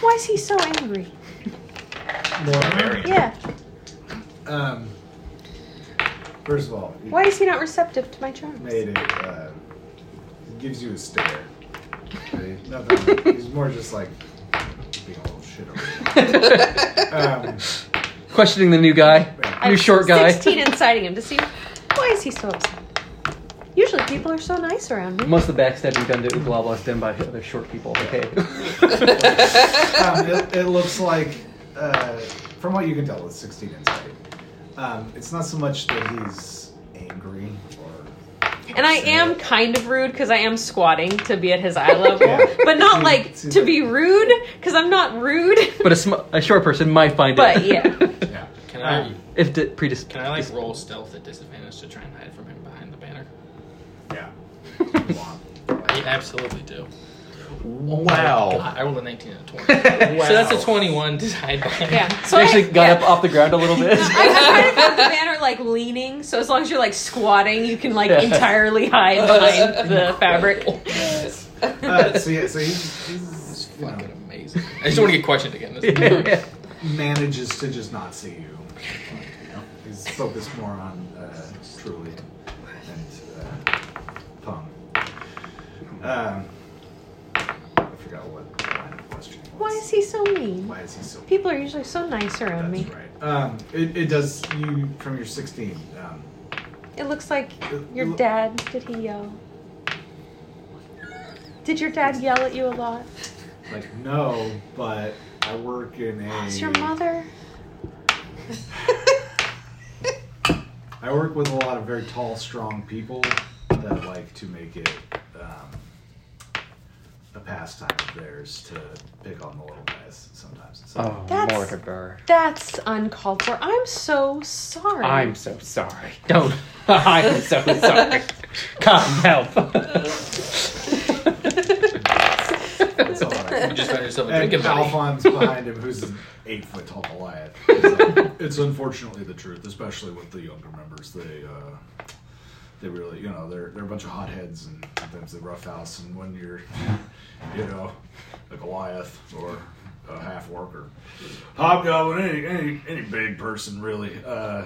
why is he so angry? Yeah. Um, first of all, you Why is he not receptive to my charms? (laughs) made it. Uh, he gives you a stare. Okay, Nothing. He's more just like being a little shit over there. Um, (laughs) Questioning the new guy, I'm new short guy. 16 and citing him to see why is he so upset. Usually short people are so nice around me. Most of the backstabbing done to Uglaba was done by other short people. Okay. (laughs) um, it, it looks like, uh, from what you can tell, it's 16 inside. Um, it's not so much that he's angry or. And I am kind of rude because I am squatting to be at his eye level, but Hmm. not like to be rude because I'm not rude. (laughs) But a, sm- a short person might find But it. yeah. Can I (laughs) If d- predis- can I like roll stealth at disadvantage to try and hide from him behind the banner? Yeah. I absolutely do. Wow. Oh my God, I rolled a 19 and a (laughs) 20. So that's a 21 to hide behind. (laughs) Yeah. They actually got up off the ground a little (laughs) bit. I was trying to find the banner like leaning, so as long as you're like squatting, you can like entirely hide behind the fabric. Uh, so yeah, so he's, he's fucking amazing. I just want to get questioned again. This manages to just not see you. He's focused more on uh, Truly and uh, Pong. Um, I forgot what line of questioning was. Why is he so mean? Why is he so People are usually so nice around me. Um, it, it does you from your 16. Um, It looks like your dad. Did he yell? Did your dad yell at you a lot? like no, but I work in a. Is your mother? I work with a lot of very tall, strong people that like to make it um, a pastime of theirs to pick on the little guys sometimes. So, Oh, That's- Mortimer. That's uncalled for. I'm so sorry. I'm so sorry. (laughs) Don't. I'm so sorry. (laughs) Come help. (laughs) It's all right. (laughs) You just found yourself a and drinking buddy. Alphonse behind him, who's an eight foot tall Goliath. It's, like- it's unfortunately the truth, especially with the younger members. They uh, they really, you know, they're they're a bunch of hotheads and sometimes they rough house. And when you're, (laughs) you know, a Goliath or a half worker, hobgoblin, any any any big person really. Uh,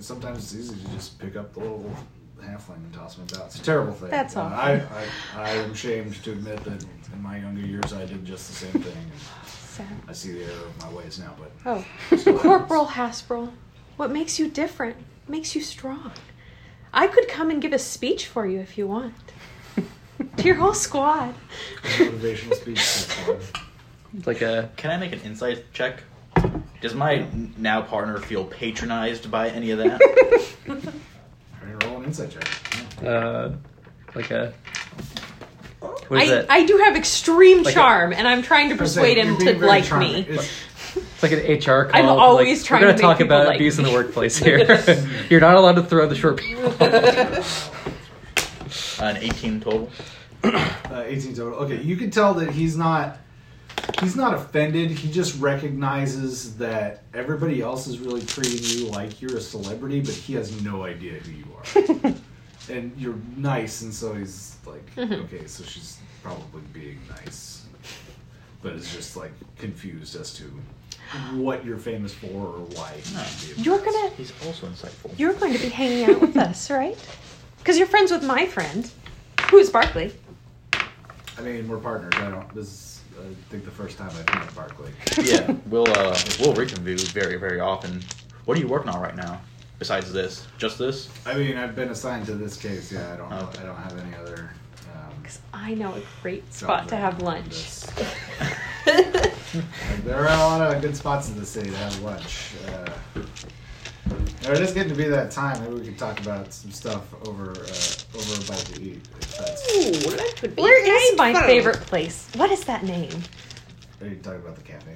sometimes it's easy to just pick up the little. Halfling and toss him about. It's a terrible thing. That's Uh, awful. I, I, I am ashamed to admit that in my younger years I did just the same thing. Sad. I see the error of my ways now, but Oh, Corporal Hasperl, what makes you different makes you strong. I could come and give a speech for you if you want. to your whole squad. motivational speech. is fun. like a. Can I make an insight check? Does my n- now partner feel patronized by any of that? I mean, roll an insight check. Uh, like a. What is I, that? I do have extreme Like a- charm, and I'm trying to persuade him to like me. It's like an HR call. I'm like, always trying We're gonna to make talk people about like abuse in me." the workplace here. (laughs) You're not allowed to throw the short people. An 18 total. Uh, 18 total. Okay, you can tell that he's not he's not offended. He just recognizes that everybody else is really treating you like you're a celebrity, but he has no idea who you are. and you're nice, and so he's like, Mhm. okay, so she's probably being nice, but is just like confused as to what you're famous for or why. you should be You're gonna He's also insightful. you're going to be hanging out with us, (laughs) right? Because you're friends with my friend, who is Barkley. I mean, we're partners. I don't. This is, I think, the first time I've met Barkley. (laughs) yeah, we'll uh, we'll reconvene very very often. What are you working on right now? Besides this, just this? I mean, I've been assigned to this case. Yeah, I don't. know I don't have any other. Um, I know a great spot to have (laughs) lunch. this. Like, there are a lot of good spots in the city to have lunch. Uh, now, it is getting to be that time. Maybe we could talk about some stuff over uh, over a bite to eat. If that's, Where is my fun. favorite place? What is that name? are you talking about the cafe?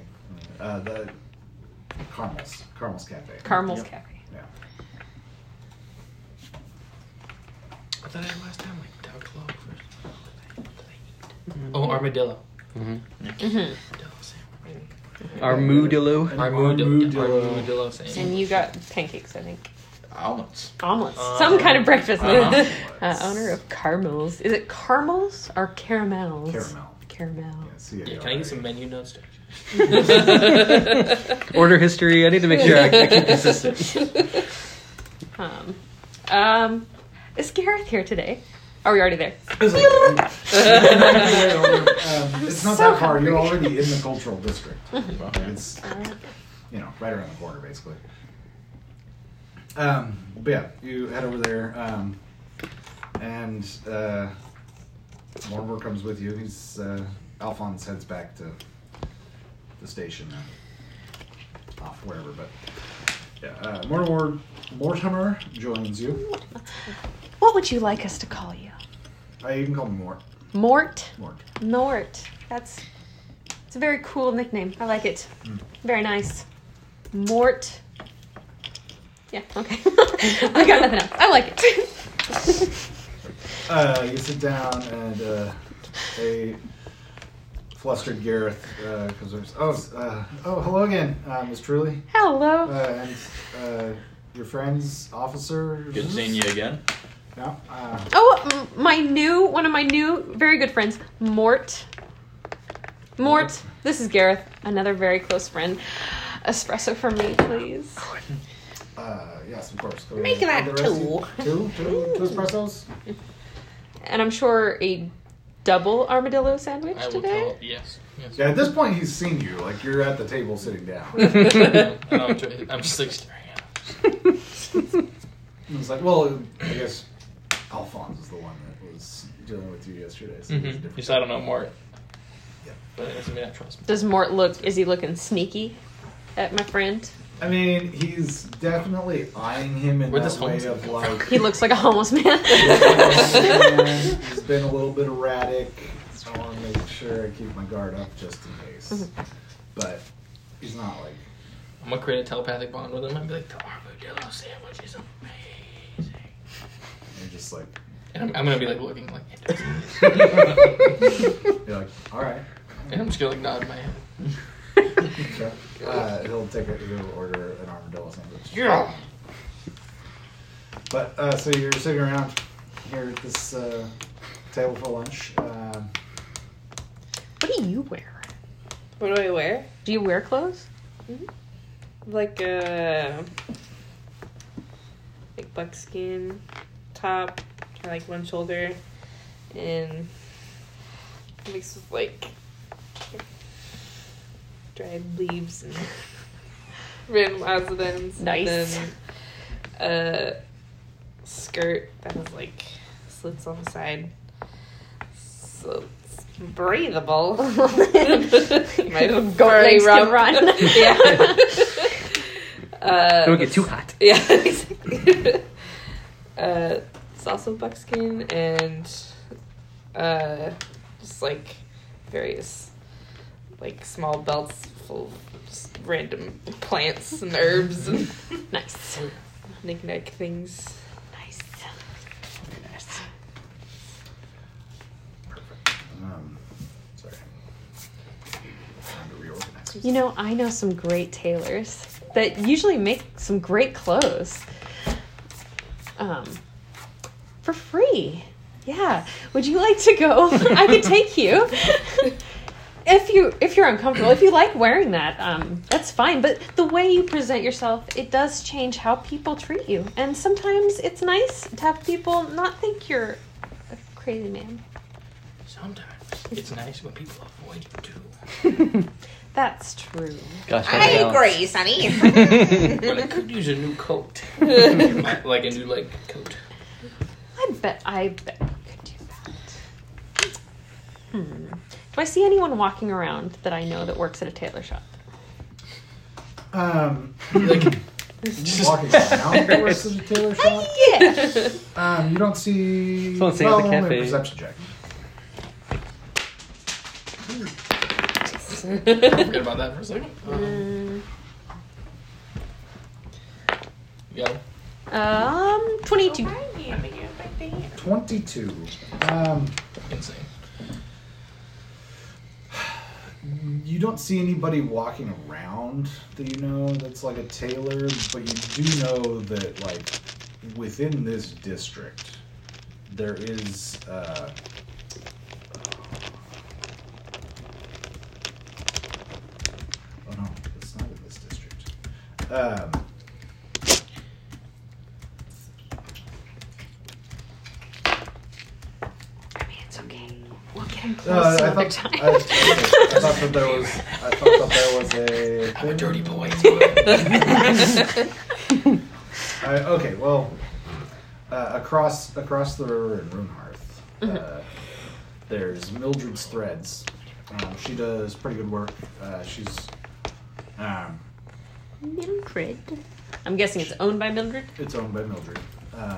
Uh, the Carmel's Carmel's Cafe. Carmel's Yep. Cafe. Yeah. I thought I had last time like duck clover. What do they eat? Oh, armadillo. Mm-hmm. Armadillo. Armadillo. Armadillo sandwich. And you got pancakes, I think. Omelets. Omelets. Uh, Some kind of breakfast. uh-huh. (laughs) Uh, owner of Carmel's. Is it Carmel's or Caramels? Caramel. Caramel. Yeah, C A R Yeah, M E can I (laughs) get some menu notes? Too? (laughs) (laughs) Order history. I need to make sure I, I keep consistent. (laughs) Um, um, is Gareth here today? Are we (laughs) already there? It's like- (laughs) Um, it's not so that far. You're already in the cultural district. Like, It's Alright. you know right around the corner, basically. Um, but yeah, you head over there. Um, And uh, Mortimer comes with you. He's uh, Alphonse heads back to the station and off wherever. But yeah, uh, Mortimer, Mortimer joins you. What would you like us to call you? Uh, you can call me Mort. Mort. Mort. Nort. That's it's a very cool nickname. I like it. Very nice. Mort. Yeah. Okay. (laughs) I got nothing else. I like it. (laughs) Uh, you sit down and uh, a flustered Gareth uh, comes over. Oh, uh, oh, hello again, uh, Miss Truly. Hello. Uh, and uh, your friend's officer. Good seeing you again. Yeah. Uh, Oh, m- my new one of my new very good friends, Mort. Mort, this is Gareth, another very close friend. Espresso for me, please. uh, yes, of course. Go Make ahead. that The rest of you- two. Two, two, two espressos. And I'm sure a double armadillo sandwich today. Yes. yes. Yeah, at this point he's seen you. Like you're at the table sitting down. And I'm tr- I'm just like (laughs) staring at him. And It's like, well, I guess Alphonse is the one that was dealing with you yesterday. So Mm-hmm. it's Mhm. different. You said I don't know Mort. But it doesn't mean I trust him. Does Mort look? Is he looking sneaky at my friend? I mean, he's definitely eyeing him in Where'd that this way homeless of like (laughs) He looks like a homeless man. and he's been a little bit erratic. I want to make sure I keep my guard up just in case. But he's not like I'm gonna create a telepathic bond with him and be like, the armadillo sandwich is amazing. you're just like And I'm, I'm gonna be like looking like, (laughs) you're like all right. and I'm just gonna like nod my head. okay." Uh, he'll take a, he'll order an armadillo sandwich. Yeah. But uh, so you're sitting around here at this uh, table for lunch. Um, What do you wear? What do I wear? Mm-hmm. Do you wear clothes? Like (laughs) uh (laughs) like buckskin top, kinda like one shoulder, and mixed with like dried leaves and (laughs) random odds Nice. And then uh skirt that has like slits on the side. So it's breathable. (laughs) My Goat furry legs can rump. run. (laughs) yeah. (laughs) Uh, Don't get too hot. Yeah, (laughs) exactly. uh, it's also buckskin and uh, just like various like small belts full of just random plants and herbs and (laughs) Nice. knick-knack things. Nice. um, sorry. Time to reorganize. You know, I know some great tailors that usually make some great clothes. Um, for free. Yeah. Would you like to go? (laughs) I could take you. (laughs) if you if you're uncomfortable, if you like wearing that, um, that's fine. But the way you present yourself, it does change how people treat you. And sometimes it's nice to have people not think you're a crazy man. Sometimes it's nice when people avoid you too. That's true. Gosh, Sonny. (laughs) but I could use a new coat, My- like a new like coat. I bet I bet we could do that. Hmm. Do I see anyone walking around that I know that works at a tailor shop? (laughs) Um, Like just walking around the rest of the tailor shop. Yeah. (laughs) Um, you don't see. Someone say well, at the only a cafe. Perception check. Forget about that for a second. Um, you got it? um, twenty-two. Twenty-two. Um, Insane. you don't see anybody walking around that you know that's like a tailor, but you do know that like within this district there is uh, oh no, it's not in this district. Um, I mean, it's okay. We'll get him close Uh, I another thought, time. I, I thought that there was. I thought that there was a. (laughs) I'm a dirty boy. I, okay, well, uh, across across the river in Runehearth, uh, there's Mildred's Threads. Um, she does pretty good work. Uh, she's um, Mildred. I'm guessing it's owned by Mildred. it's owned by Mildred. Um,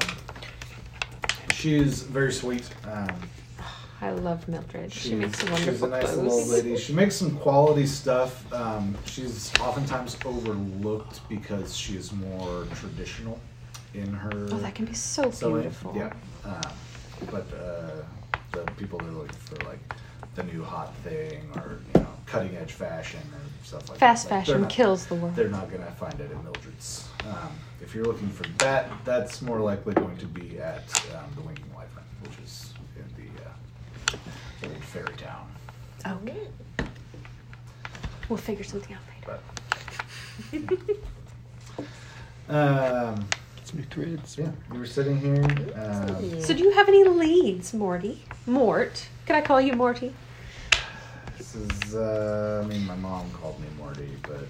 she's very sweet. Um, I love Mildred. She, She's- makes wonderful She's a nice clothes. little old lady. She makes some quality stuff. Um, she's oftentimes overlooked because she is more traditional in her. Oh, that can be so sewing. beautiful. Yeah. Uh, but uh, the people that are looking for like the new hot thing or you know cutting edge fashion and stuff like Fast that. like, fashion they're not- kills the world. They're not gonna find it at Mildred's. Um, if you're looking for that, that's more likely going to be at um, the Winking Library, which is in the. Uh, old fairy town. Okay. We'll figure something out later. (laughs) Um, it's new threads. Yeah, we were sitting here. Um, So, do you have any leads, Morty? Mort? Can I call you Morty? this is, uh, I mean, my mom called me Morty, but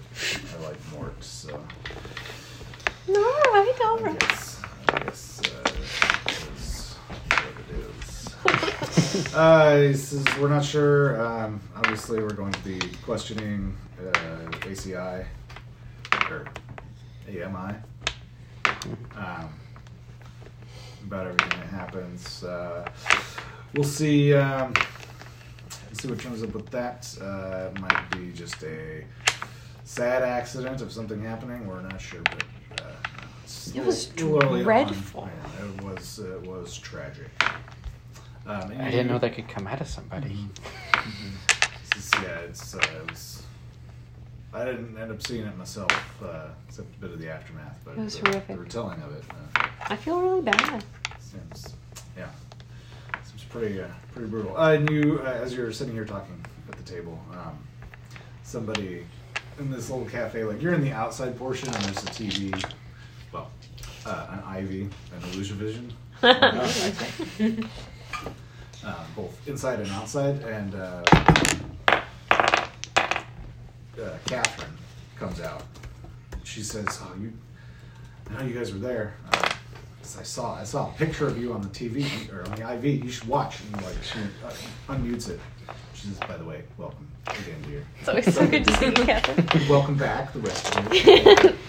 I like Mort, so No, all right, all I right. guess, I guess uh, it is what it is. (laughs) uh, he says, we're not sure. Um, obviously, we're going to be questioning uh, ACI or AMI um, about everything that happens. Uh, we'll see. Um, Let's see what comes up with that. Uh, it might be just a sad accident of something happening. We're not sure, but uh, it's It was still early on. dreadful. Yeah, it was. It was tragic. Um, and I didn't know that could come out of somebody. This is, yeah, it's. Uh, it was, I didn't end up seeing it myself, uh, except a bit of the aftermath. It But was the, horrific. the retelling of it uh, I feel really bad. seems, yeah, seems pretty, uh, pretty brutal. Uh, and you, uh, as you're sitting here talking at the table, um, somebody in this little cafe, like you're in the outside portion, and there's a TV, well, uh, an Ivy, an Illusion um, both inside and outside, and uh, uh, Catherine comes out. She says, "Oh, you, I know you guys were there. Uh, 'cause I saw, I saw a picture of you on the TV or on the IV. You should watch." And like she uh, unmutes it. She says, "By the way, welcome again, dear. It's always so good to see you, Catherine. welcome back, the rest of you."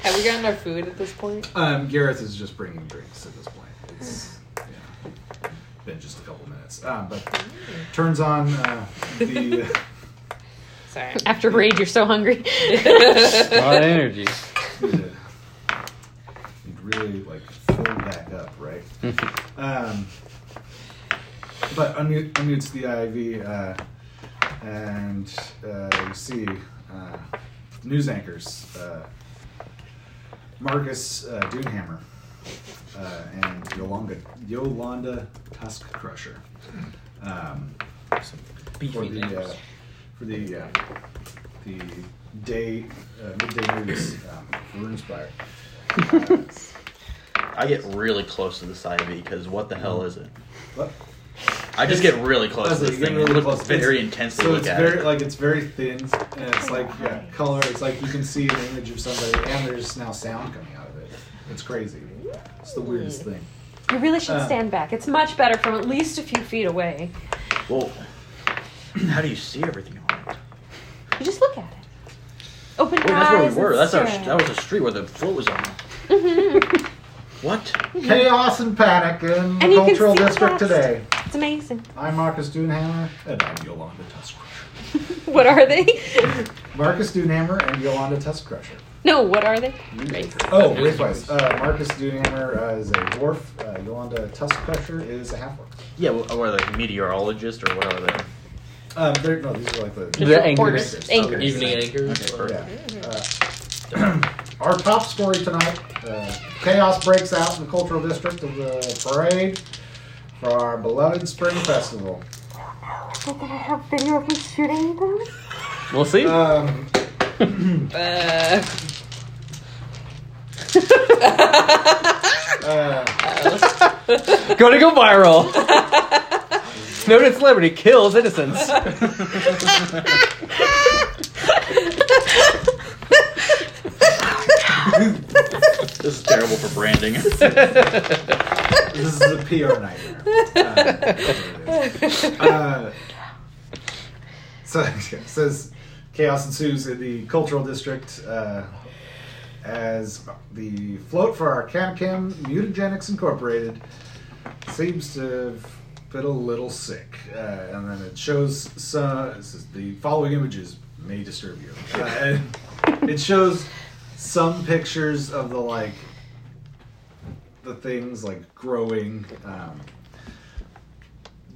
Have we gotten our food at this point? Um, Gareth is just bringing drinks at this point. It's yeah, been just a couple minutes, um, but turns on uh, the. Sorry. After raid, you're so (laughs) hungry. A (laughs) lot of energy. You'd really like fill back up, right? um, but unmute, unmutes the IV, uh, and uh, you see uh, news anchors uh, Marcus uh, Dunehammer uh, and Yolanda, Yolanda Tusk Crusher. Um, for Beefy the uh, names. for the uh, the day uh, midday news um, for Runespire. I get really close to this IV because what the hell is it? What? I just get really close That's to it, this you get thing. really Look close. very It's- intensely. So look it's at very it. like it's very thin, and it's like yeah, color. It's like you can see an image of somebody, and there's now sound coming out of it. It's crazy. It's the weirdest thing. You really should Uh. stand back. It's much better from at least a few feet away. Well, (clears throat) how do you see everything on it? You just look at it. Open Wait, your that's where eyes we were. and That's our. stare at That was a street where the float was on. (laughs) What? Chaos and panic in the And you can cultural see district past. today. it. It's amazing. I'm Marcus Dunehammer, and I'm Yolanda Tusk Crusher. (laughs) What are they? (laughs) Marcus Dunehammer and Yolanda Tusk Crusher. No, what are they? Oh, race-wise. Uh, Marcus Dunehammer uh, is a dwarf. Uh, Yolanda Tusk Crusher is a half-orc. Yeah, well, were they meteorologist or what are they? Um, they're, no, these are like the... The anchors. Anchors. (laughs) Anchors. Okay. Evening anchors. uh, Okay, or- Yeah. Uh, (clears throat) our top story tonight: uh, chaos breaks out in the cultural district of the parade for our beloved spring festival. We'll see. Um, Uh, (laughs) uh, Gonna go viral. Noted celebrity kills innocents. (laughs) This is terrible for branding. this is a PR nightmare. Uh, uh, so (laughs) it says chaos ensues in the cultural district uh, as the float for Arcanicam Mutagenics Incorporated seems to have been a little sick. Uh, and then it shows some, this is the following images may disturb you. Uh, and it shows some pictures of the like the things like growing. Um,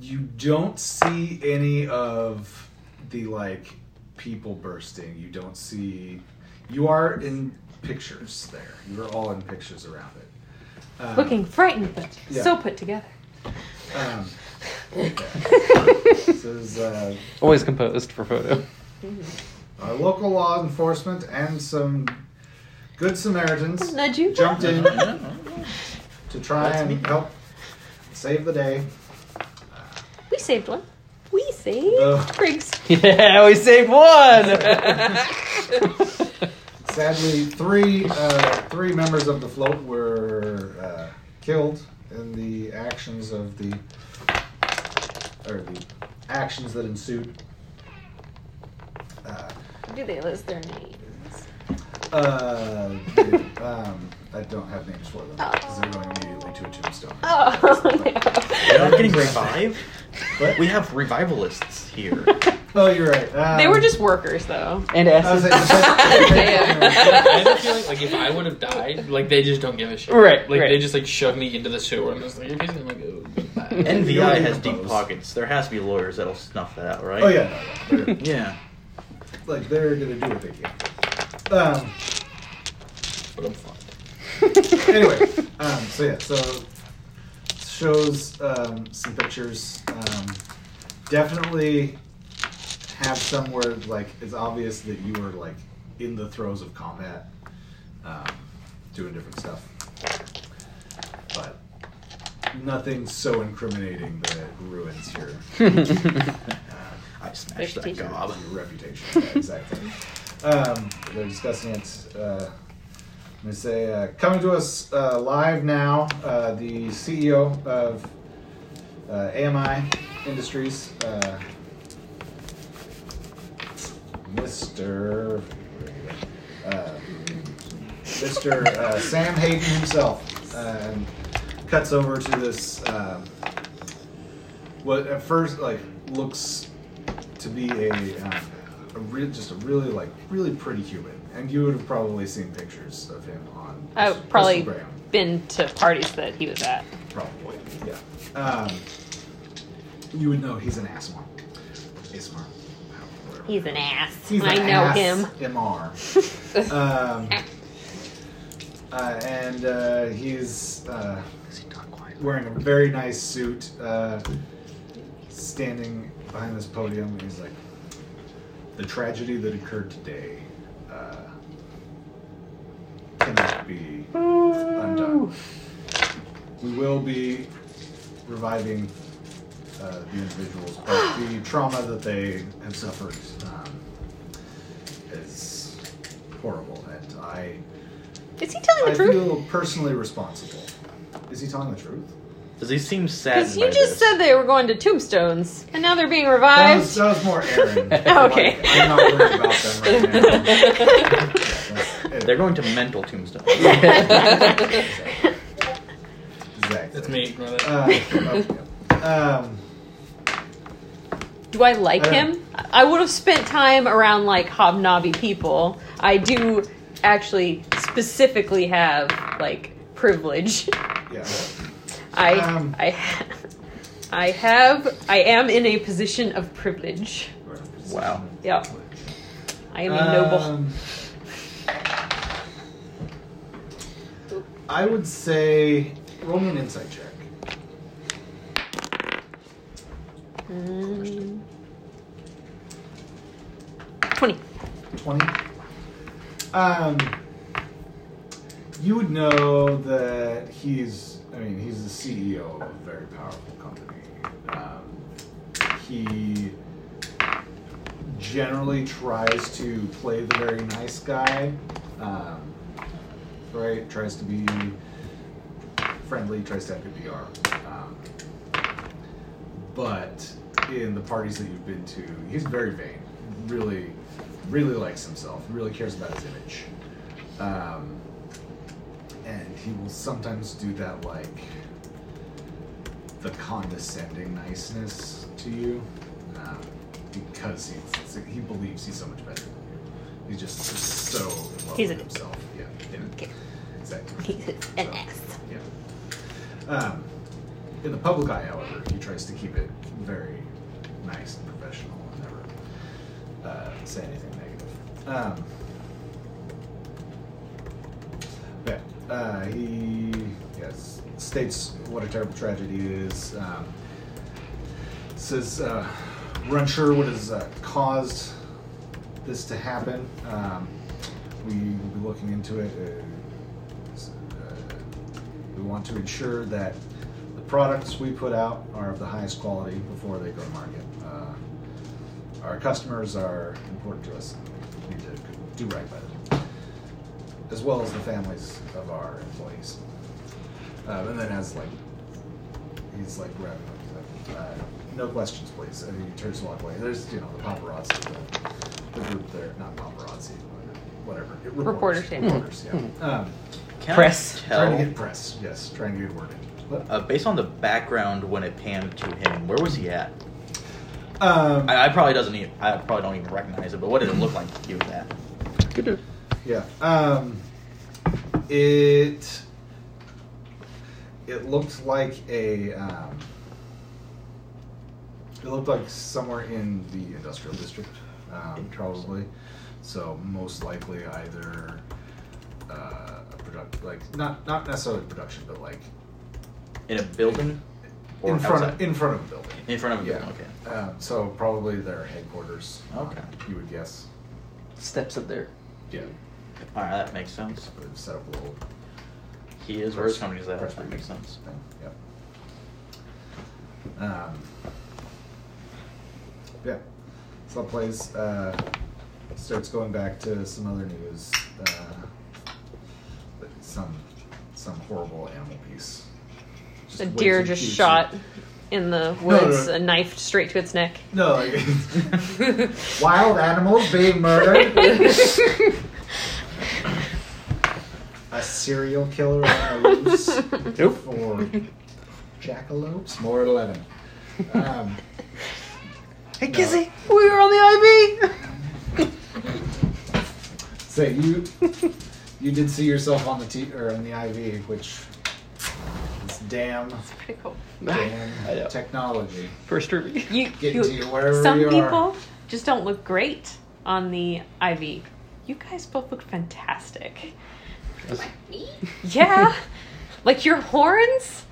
you don't see any of the like people bursting. You don't see. You are in pictures there. You are all in pictures around it. Uh, Um, Looking frightened, but yeah. so put together. Um, okay. this is, uh, Always composed for photo. uh, local law enforcement and some good Samaritans Nudge you. jumped (laughs) in to try and help save the day. We saved one. We saved Uh. Briggs. (laughs) Yeah, we saved (laughs) one. Sadly, three uh, three members of the float were uh, killed in the actions of the or the actions that ensued. Uh, Do they list their names? uh, the- um, I don't have names for them because they're going immediately to a tombstone. (laughs) Oh, no. (laughs) We're not getting revived. But we have (laughs) revivalists here. Oh, you're right. Um, They were just workers, (laughs) though. And I was S. like, (laughs) I have a feeling like if I would have died, like they just don't give a shit. Right, Like right. they just like shove me into the sewer. I'm just like, you're basically like, oh, (laughs) goodbye." NVI has deep Composed. pockets. There has to be lawyers that'll snuff that out, right? oh yeah, no, no, they're- Yeah. (laughs) like they're gonna do what they can. Um, but I'm fine. anyway, um, so yeah, so shows um, some pictures. Um, definitely have somewhere like it's obvious that you were like in the throes of combat, um, doing different stuff, but nothing so incriminating that it ruins your uh, I smashed that Reputation. gob. your reputation. Yeah, exactly. Um, they're discussing it. Uh, they say, uh, coming to us uh, live now, uh, the CEO of uh, AMI Industries, uh, Mr. Uh, Mr. Uh, Sam Hayden himself, uh, and cuts over to this. Um, what at first like looks to be a, um, a re- just a really like really pretty human, and you would have probably seen pictures of him on I've Inst- Oh, probably- Instagram, Been to parties that he was at. probably. Yeah, um, you would know he's an asthma. Asthma. I don't know, whatever. He's an ass. He's I an know ass him. (laughs) Eh. MR. um, uh, and uh, he's uh, wearing a very nice suit, uh, standing behind this podium, and he's like, "The tragedy that occurred today uh, cannot be undone. We will be reviving." Uh, the individuals, but the trauma that they have suffered um, is horrible, and I Is he telling the I truth? feel personally responsible. Is he telling the truth? Does he seem Because sad? you just said they were going to tombstones, and now they're being revived. That was, that was more Aaron. Okay. Like, I'm not worried about them right now. (laughs) Yeah, that's- they're going to mental (laughs) tombstone. (laughs) exactly. That's me. Ignore that. Uh, okay. um, Do I like I don't- him? I would have spent time around like hobnobby people. I do actually specifically have like privilege. yeah. I Um. I I have I am in a position of privilege. Wow. Yeah. I am a noble. Um, I would say roll me an insight check. Mm. Twenty. 20. Um, you would know that he's, I mean, he's the CEO of a very powerful company. Um, he generally tries to play the very nice guy, um, right? Tries to be friendly, tries to have good PR. Um, but in the parties that you've been to, he's very vain. Really, really likes himself. Really cares about his image. Um, and he will sometimes do that, like the condescending niceness to you, um, because he's, he believes he's so much better than you. He's just so in love He's with a- himself. Yeah. yeah. Exactly. He's an ass. Yeah. Um, in the public eye, however, he tries to keep it very nice and professional and never uh, say anything negative. Um, yeah, uh, he yes, states what a terrible tragedy it is. Um, says uh, we're unsure what has uh, caused this to happen. Um, we will be looking into it. Uh, s- uh, we want to ensure that the products we put out are of the highest quality before they go to market. Uh, our customers are important to us. We need to do right by them, as well as the families of our employees. Um, and then as like he's like wrapping up, he's like, uh, no questions, please. And he turns to walk away. There's you know the paparazzi, the, the group there, not paparazzi, whatever. Reporters, yeah. reporters, yeah. Um, Can I Press. tell- Trying to get press. Yes, trying to get word in. What? uh, based on the background when it panned to him, where was he at? Um, I, I probably doesn't even I probably don't even recognize it, but what did it look like he was at? yeah. Um, it it looked like a um, it looked like somewhere in the industrial district, um, probably. So most likely either uh, a product like not not necessarily production, but like In a building? Or in front outside? of, in front of a building. in front of a Yeah. building, okay. Oh. Uh, so probably their headquarters. Okay. You would guess. Steps up there. Yeah. Alright, that makes sense. Sort of Set up a little He is where his company's at. Press That makes sense. thing. Yep. Um, yeah. So that plays uh, starts going back to some other news. Uh, but some some horrible animal piece. A way deer too just cute. shot in the no, woods, no. a knife straight to its neck. No, like, (laughs) (laughs) wild animals being murdered. a serial killer on the loose. Nope. for (laughs) jackalopes. More at 11. Um, hey, Kizzy! We were on the IV. So you you did see yourself on the T or on the IV, which is damn, Pretty cool. I know. damn technology. First derby. You, Getting to you you wherever some you are. people just don't look great on the IV. You guys both look fantastic. Yeah, like your horns.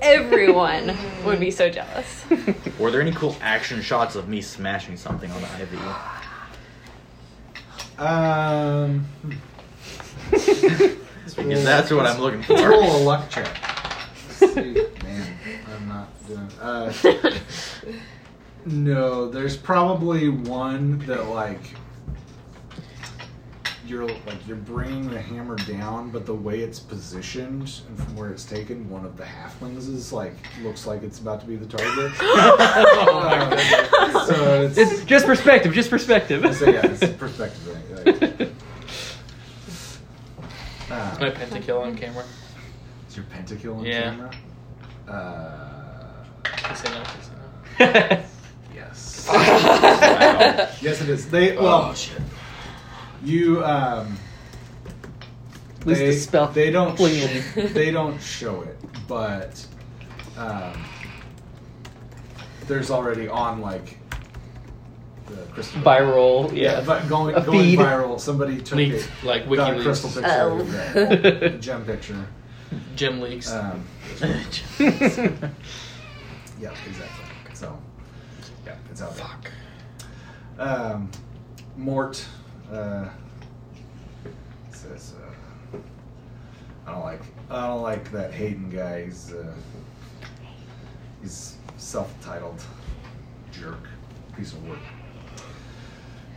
Everyone would be so (laughs) jealous. Were there any cool action shots of me smashing something on the IV? Um, Because that's what I'm looking let's roll a for. luck check. See, man, I'm not doing. Uh, no, there's probably one that like you're like you're bringing the hammer down, but the way it's positioned and from where it's taken, one of the halflings is like looks like it's about to be the target. Uh, so (laughs) it's, It's just perspective, just perspective. so yeah, it's a perspective thing. Like, uh, Is my pentakill on camera? Is your pentacle on Yeah. camera? Uh, Can I say no? Can I say no? (laughs) yes. yes, it is. They Oh, well, you um, Lose they, the spell. They don't. Fling sh- it. they don't show it, but um, there's already on like the crystal (laughs) Viral, yeah. but going A going feed. (laughs) viral. Somebody took Leaked, a, like got a WikiLeaks. crystal picture, Oh. of that, a gem picture. Gem leaks. Um, yeah. Yeah, exactly. So, yeah, it's out there. Fuck. Um, Mort uh, says, uh, "I don't like, I don't like that Hayden guy. He's, uh, he's self-titled jerk, piece of work."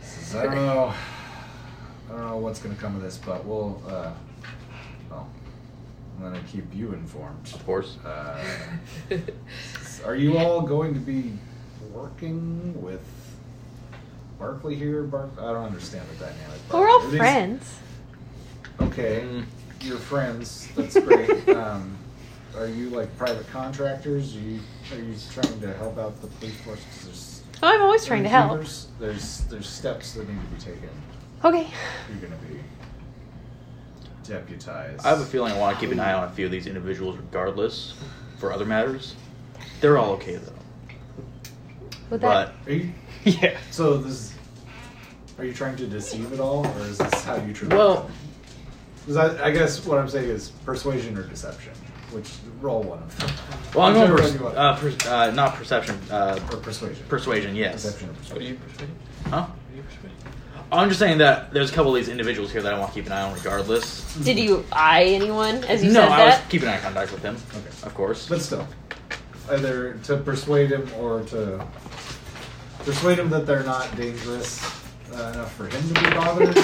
Says, "I don't know, I don't know what's gonna come of this, but we'll, uh, well, and then I keep you informed. (laughs) Of course. Uh, are you all going to be working with Barkley here? Bark- I don't understand the dynamic. But we're all Barclay. It is- friends. Okay, you're friends. That's (laughs) great. um, are you like private contractors? Are you are you trying to help out the police force? 'Cause there's Oh, I'm always trying to help. innkeepers. There's there's steps that need to be taken. Okay. You're gonna be deputized. I have a feeling I want to keep an eye on a few of these individuals, regardless, for other matters. They're all okay though. Would that But Are you, yeah. so this are you trying to deceive it all, or is this how you treat? Well, 'Cause I, I guess what I'm saying is persuasion or deception, which roll one of them. well, I'm going Whichever pers- one you want. uh, pers- uh, not perception. Uh, or persuasion. persuasion, yes. Deception or persuasion. What are you persuading? Huh? What are you persuading? I'm just saying that there's a couple of these individuals here that I want to keep an eye on, regardless. did you eye anyone as you no, said I that? was keeping eye contact with him. Okay. Of course. But still, either to persuade him or to persuade him that they're not dangerous uh, enough for him to be bothered.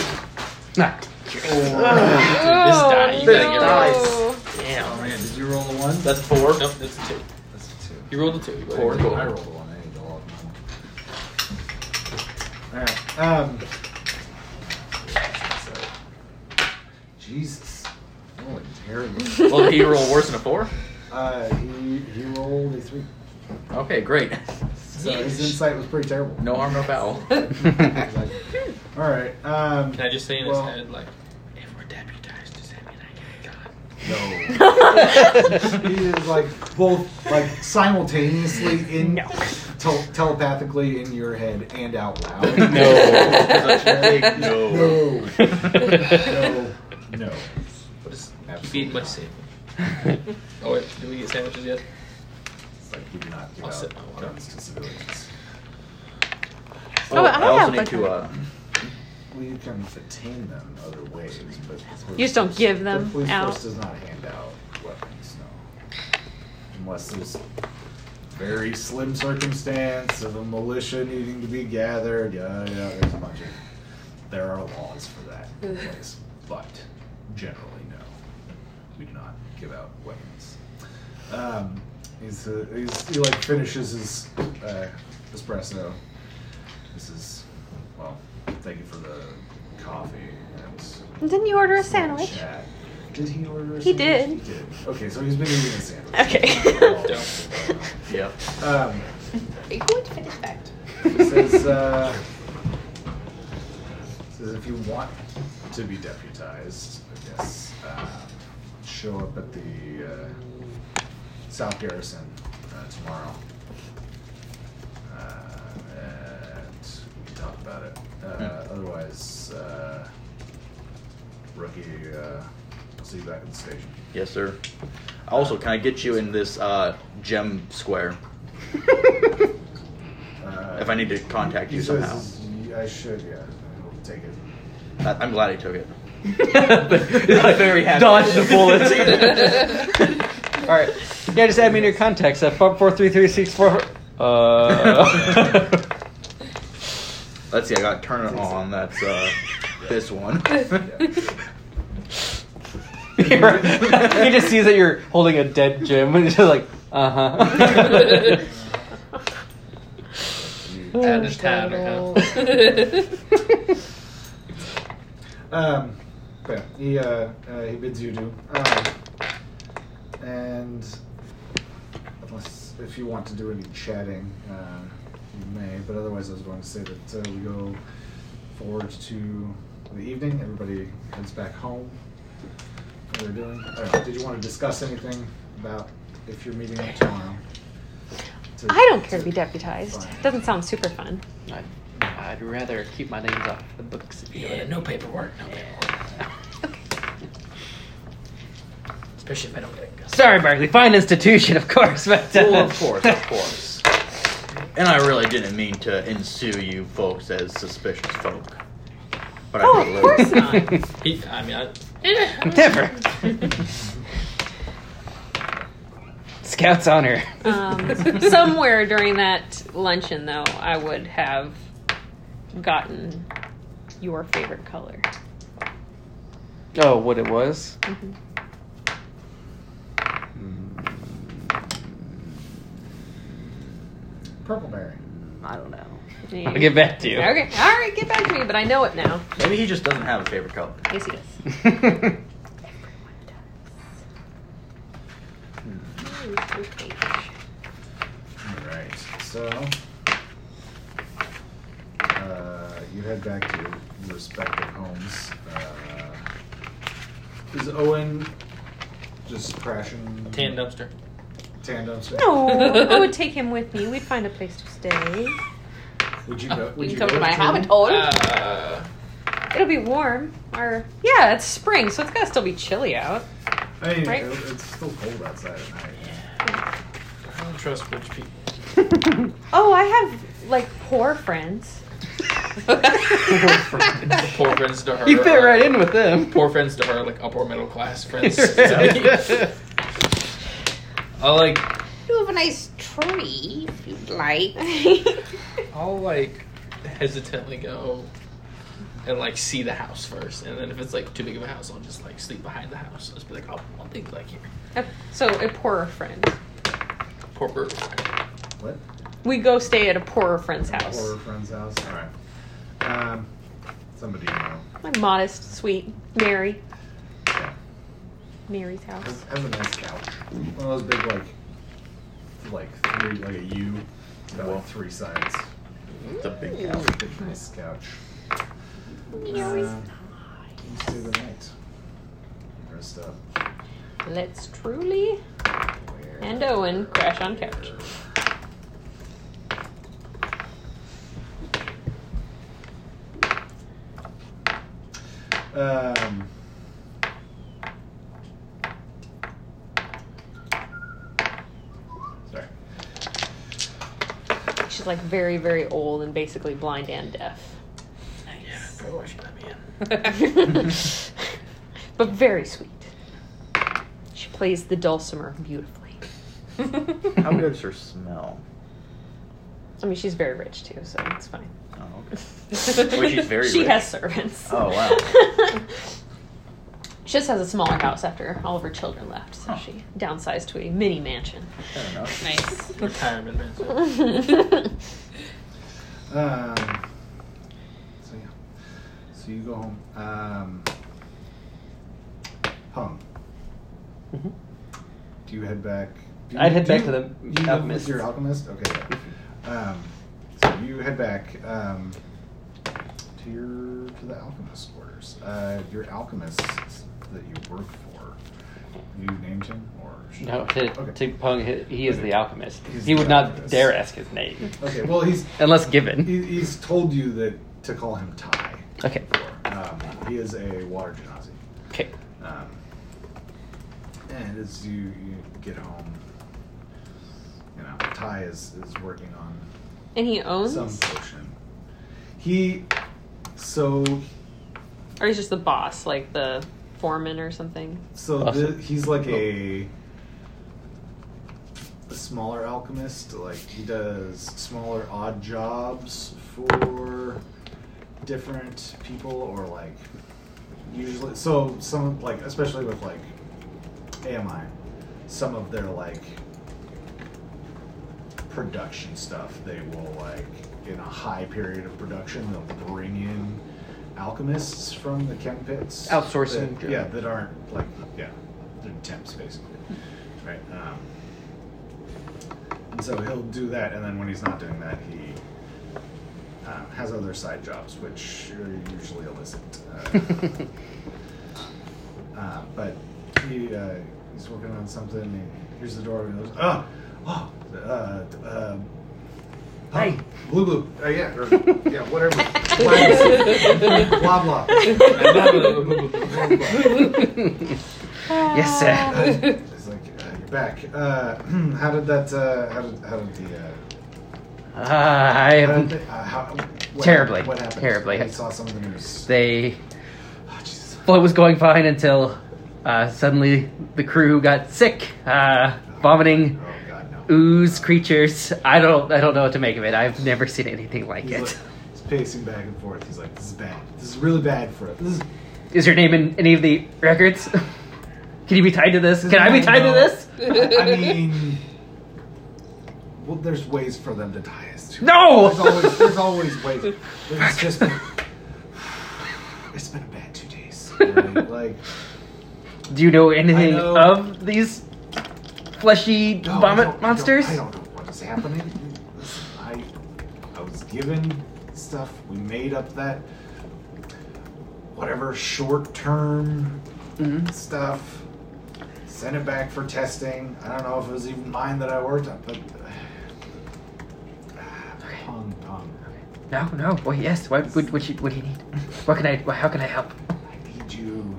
Nah. or, Oh, this die, This you gotta get die. rid Dice. oh man, did you roll a one? That's four. of it. Nope, that's a two. That's a two. You rolled a two. Four. I rolled a one. I need to log my one. Alright. Um, so- Jesus. Oh, (laughs) terrible. well, did he roll worse than a four? uh, he, he rolled a three. Okay, great. So his insight was pretty terrible. No harm, (laughs) no foul. (laughs) Alright. Um, Can I just say in his well, head, like, if we're deputized, does that mean I got God? No. (laughs) he is like both like simultaneously in tel- telepathically in your head and out loud. Such a big no. (laughs) No. (laughs) No. No. What is Absolutely feed my not. sandwich? Oh wait, do we get sandwiches yet? It's like you do not give I'll out sit my water. guns to civilians. Oh, I I have also a need to. Uh, Well, you can detain them other ways, but the police You just don't force- give them The police out? force does not hand out weapons, no. Unless there's very slim circumstance of a militia needing to be gathered. Yeah, yeah. There's a bunch of there are laws for that in place, but generally no. We do not give out weapons. Um, he's, uh, he's he like finishes his uh, espresso. This is well. Thank you for the coffee. And (laughs) Didn't you order a sandwich? Chat. Did he order? A He sandwich? did. He did. Okay, so he's been eating a sandwich. (laughs) Okay. yep. um, Are you going to finish that? it says uh, it says if you want to be deputized, I guess um, show up at the uh, South Garrison uh, tomorrow. Uh, and we can talk about it. Uh, Hmm. Otherwise, uh, rookie, uh, I'll see you back at the station. Yes, sir. Also, can I get you in this uh, gem square Uh, if I need to contact he you somehow? says, I should, yeah. I'll take it. I- I'm glad he took it. I'm very happy. Dodge the bullet. All right. Yeah, just add me in your contacts at four four three three six four. Uh. (laughs) Let's see. I got turn it on. That's uh, this (laughs) one. You're- he just sees that you're holding a dead Jim, and (laughs) he's just like, uh-huh. uh (laughs) huh. Add a (laughs) tab account. Um, but yeah, he uh, uh, he bids you do, um, and unless if you want to do any chatting, uh, you may. But otherwise, I was going to say that uh, we go forward to the evening. Everybody heads back home. What they're doing. I don't know, did you want to discuss anything about if you're meeting up tomorrow? To- (laughs) I don't care to be deputized. Fine. Doesn't sound super (laughs) fun. I'd, I'd rather keep my names off the books. If you know what I Yeah, mean. no paperwork, no paperwork. Especially if I don't get it. (laughs) Sorry, Barkley. Fine institution, of course, but. uh, well, of course, of (laughs) course. And I really didn't mean to ensue you folks as suspicious folk. But I Oh, of really- course not. He, I mean, I, Never. (laughs) Scout's honor. (laughs) Um, somewhere during that luncheon, though, I would have gotten your favorite color. Mm-hmm. Oh, what it was? Purpleberry. I don't know. I'll get back to you. Okay, all right, get back to me, but I know it now. Maybe he just doesn't have a favorite color. Yes, he does. Alright, so. Uh, you head back to your respective homes. Uh, is Owen just crashing? Tan dumpster. Tan dumpster? (laughs) No, I would take him with me. We'd find a place to stay. Would you go? Would You you come go to my him? habitol. Uh, It'll be warm. Or yeah, it's spring, so it's gotta still be chilly out. I mean, Right. it- it's still cold outside at night. I don't trust rich (laughs) people. Oh, I have like poor friends. Poor friends to her. (laughs) You fit are- right in with them. Poor friends to her, like upper middle (laughs) class friends. Right. I'll like, You have a nice tree if you'd like. I'll like hesitantly go and like see the house first, and then if it's like too big of a house, I'll just like sleep behind the house. I'll just be like, I'll, I'll think like here. A- (laughs) so a poorer friend. Poor bird. What? We go stay at a poorer friend's house. Or a friend's house? Alright. Um, somebody you know. Like modest, sweet Mary. Yeah. Mary's house. Has, has a nice couch. One of those big, like, like three, like a U. It's got like three sides. It's a big Yeah, couch. it's a big, nice couch. Uh, you stay the night. Rest up. Let's truly and Owen crash on couch. Um, sorry. She's like very, very old and basically blind and deaf. (laughs) Yeah, probably why she let me (laughs) in. but very sweet. She plays the dulcimer (laughs) beautifully. How good's her smell? I mean, she's very rich too, so it's fine. Oh, okay. Well, she's very she rich. has servants. Oh, wow. she just has a smaller house after all of her children left, so Huh. she downsized to a mini mansion. Fair enough. nice. Retirement man. (laughs) Um, so yeah. So you go home. Um, hung. Mhm. Do you head back? do you- I'd head do back you- to the you live alchemist. with Mm-hmm. Your alchemist. Okay. yeah. Um, so you head back um, to your to the alchemist quarters. Uh, your alchemist that you work for. You named him, or (laughs) should- No, to, Okay. to Pung, he, he is the alchemist. He's he the would not alchemist. dare ask his name Okay. Well, he's unless given. he, he's told you that to call him Ty. Okay, Um, he is a water genasi. okay. Um, and as you, you get home, you know, Ty is, is working on and he owns, some potion. He, so, or he's just the boss, like the foreman or (laughs) something. so Awesome. thi- he's like a, a smaller alchemist. Like, he does smaller odd jobs for different people or like usually so some like especially with like AMI some of their like production stuff they will like in a high period of production they'll bring in alchemists from the chem pits Outsourcing. that, yeah that aren't like yeah they're temps basically right um, and so he'll do that and then when he's not doing that he um, has other side jobs, which are usually illicit. Uh, uh, but he uh, he's working on something. He hears the door and he goes, "Oh, oh, uh, d- uh, oh, Hey. blue, blue, uh, yeah, or, yeah, whatever, Blah, blah, blah, (laughs) blah." (laughs) yes, sir. He's like, uh, "You're back. Uh, (clears throat) how did that? Uh, how did how did the?" Uh, Uh, I how did am. they- uh, how, what, Terribly. What happened? Terribly. I saw some of the news. They. Oh, Jesus. Well, it was going fine until uh, suddenly the crew got sick, uh, vomiting, Oh God, no. ooze, creatures. I don't. I don't know what to make of it. I've never seen anything like He's, it. like, he's pacing back and forth. He's like, "This is bad. This is really bad for us. This is, Is your name in any of the records? (laughs) (laughs) Can you be tied to this? Can I be tied to this? I mean, well, there's ways for them to tie us. to it. No! There's always, (laughs) there's always ways. But It's just (sighs) been, it's been a bad two (laughs) days. Right? Like Do you know anything I know- of these fleshy no, I vomit don't- I don't- monsters? I don't, know what is happening. I I was given stuff. We made up that whatever short term Mm-hmm. stuff. Sent it back for testing. I don't know if it was even mine that I worked on, but. uh, Pong, pong. No, no. Well, yes. What would what you what do you need? What can I? wh- How can I help? I need you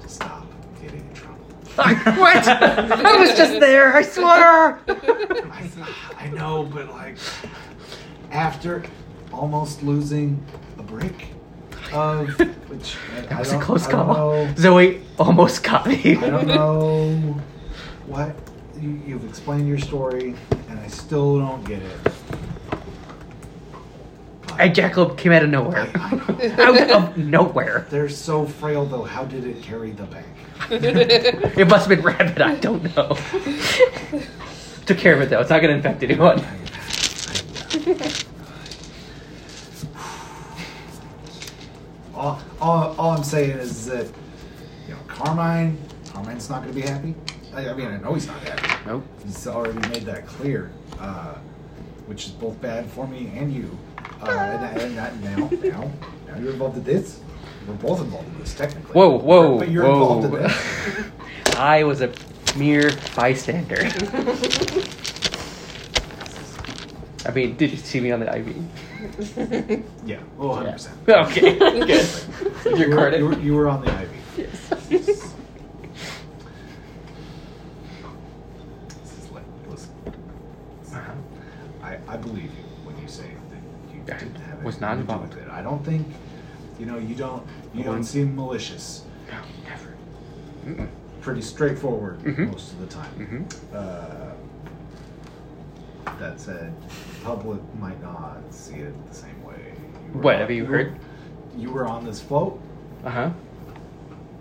to stop getting in trouble. Like, what? I was just there. I swear. (laughs) I, I know, but like, after almost losing a break (laughs) of which That I was a don't- close I (laughs) don't call. know- Zoe almost got me. I don't know what you, you've explained your story, and I still don't get it. A jackalope came out of nowhere. out of nowhere. They're so frail, though. How did it carry the bag? It must have been rabid. I don't (laughs) know. Took care of it though. It's not gonna infect anyone. All, all, all I'm saying is that you know Carmine, Carmine's not going to be happy. I, I mean, I know he's not happy. Nope. He's already made that clear, uh, which is both bad for me and you. Uh, and, and that now, now, now you're involved in this. We're both involved in this, technically. Whoa, whoa, But you're whoa. involved in this. (laughs) I was a mere (laughs) bystander. I mean, did you see me on the IV? Yeah, oh, 100%. (laughs) Okay, good. Your You were, you, credit. were, you were on the IV. Yes. This is like, listen. Uh-huh. I, I believe you when you say that you I didn't have was anything not to do involved. with it. I don't think, you know, you don't you No one- don't seem malicious. No, never. Pretty straightforward Mhm. most of the time. Mhm. Uh, that said, public might not see it the same way. were What, on- have you were- heard? you were on this float. Uh huh. Uh-huh.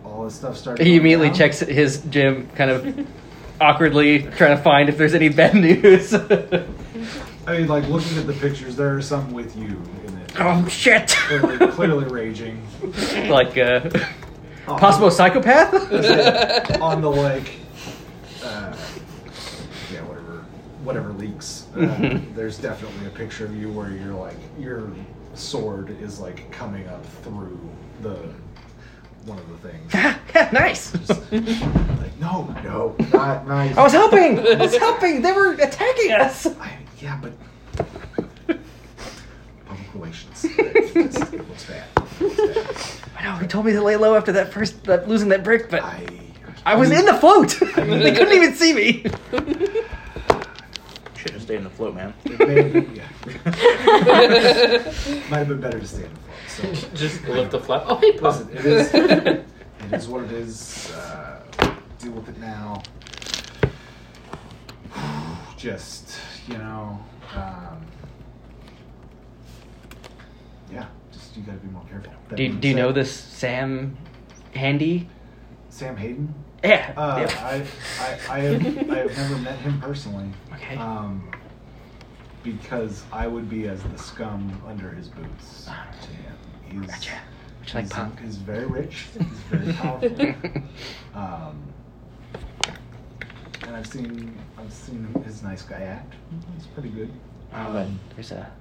All this stuff started. He going immediately down. checks his gym, kind of awkwardly trying to find if there's any bad news. (laughs) I mean, like looking at the pictures, there are some with you in it. oh shit! Clearly, clearly raging. (laughs) like uh, Oh. possible (laughs) psychopath. (laughs) on the like, uh, yeah, whatever, whatever leaks. Uh, Mhm. there's definitely a picture of you where you're like your sword is like coming up through the one of (laughs) the things. nice. Like, no, no, not nice. (laughs) I was helping. I was helping. They were attacking us. I, yeah, but public relations. It looks bad. It looks bad. I know. He told me to lay low after that first that, losing that brick, but I, I. was in the float. (laughs) they couldn't even see me. Should have stayed in the float, man. it may have been- yeah. (laughs) Might have been better to stay in the float. So (laughs) Just lift the flap. Oh, hey, Listen, Pop. it is, it is what it is. Uh, deal with it now. (sighs) Just, you know, um, yeah, just you gotta be more careful. (laughs) That Do, being do you know said, this Sam Handy? Sam Hayden? Yeah. Uh, yeah. I, I, I, have, I have never met him personally. Okay. Um, because I would be as the scum under his boots to him. He's, Ah, Gotcha. Which I like he's, punk. he's (laughs) very rich. He's very powerful. Um, and I've seen I've seen his nice guy act. He's pretty good. Um, Oh, but there's a.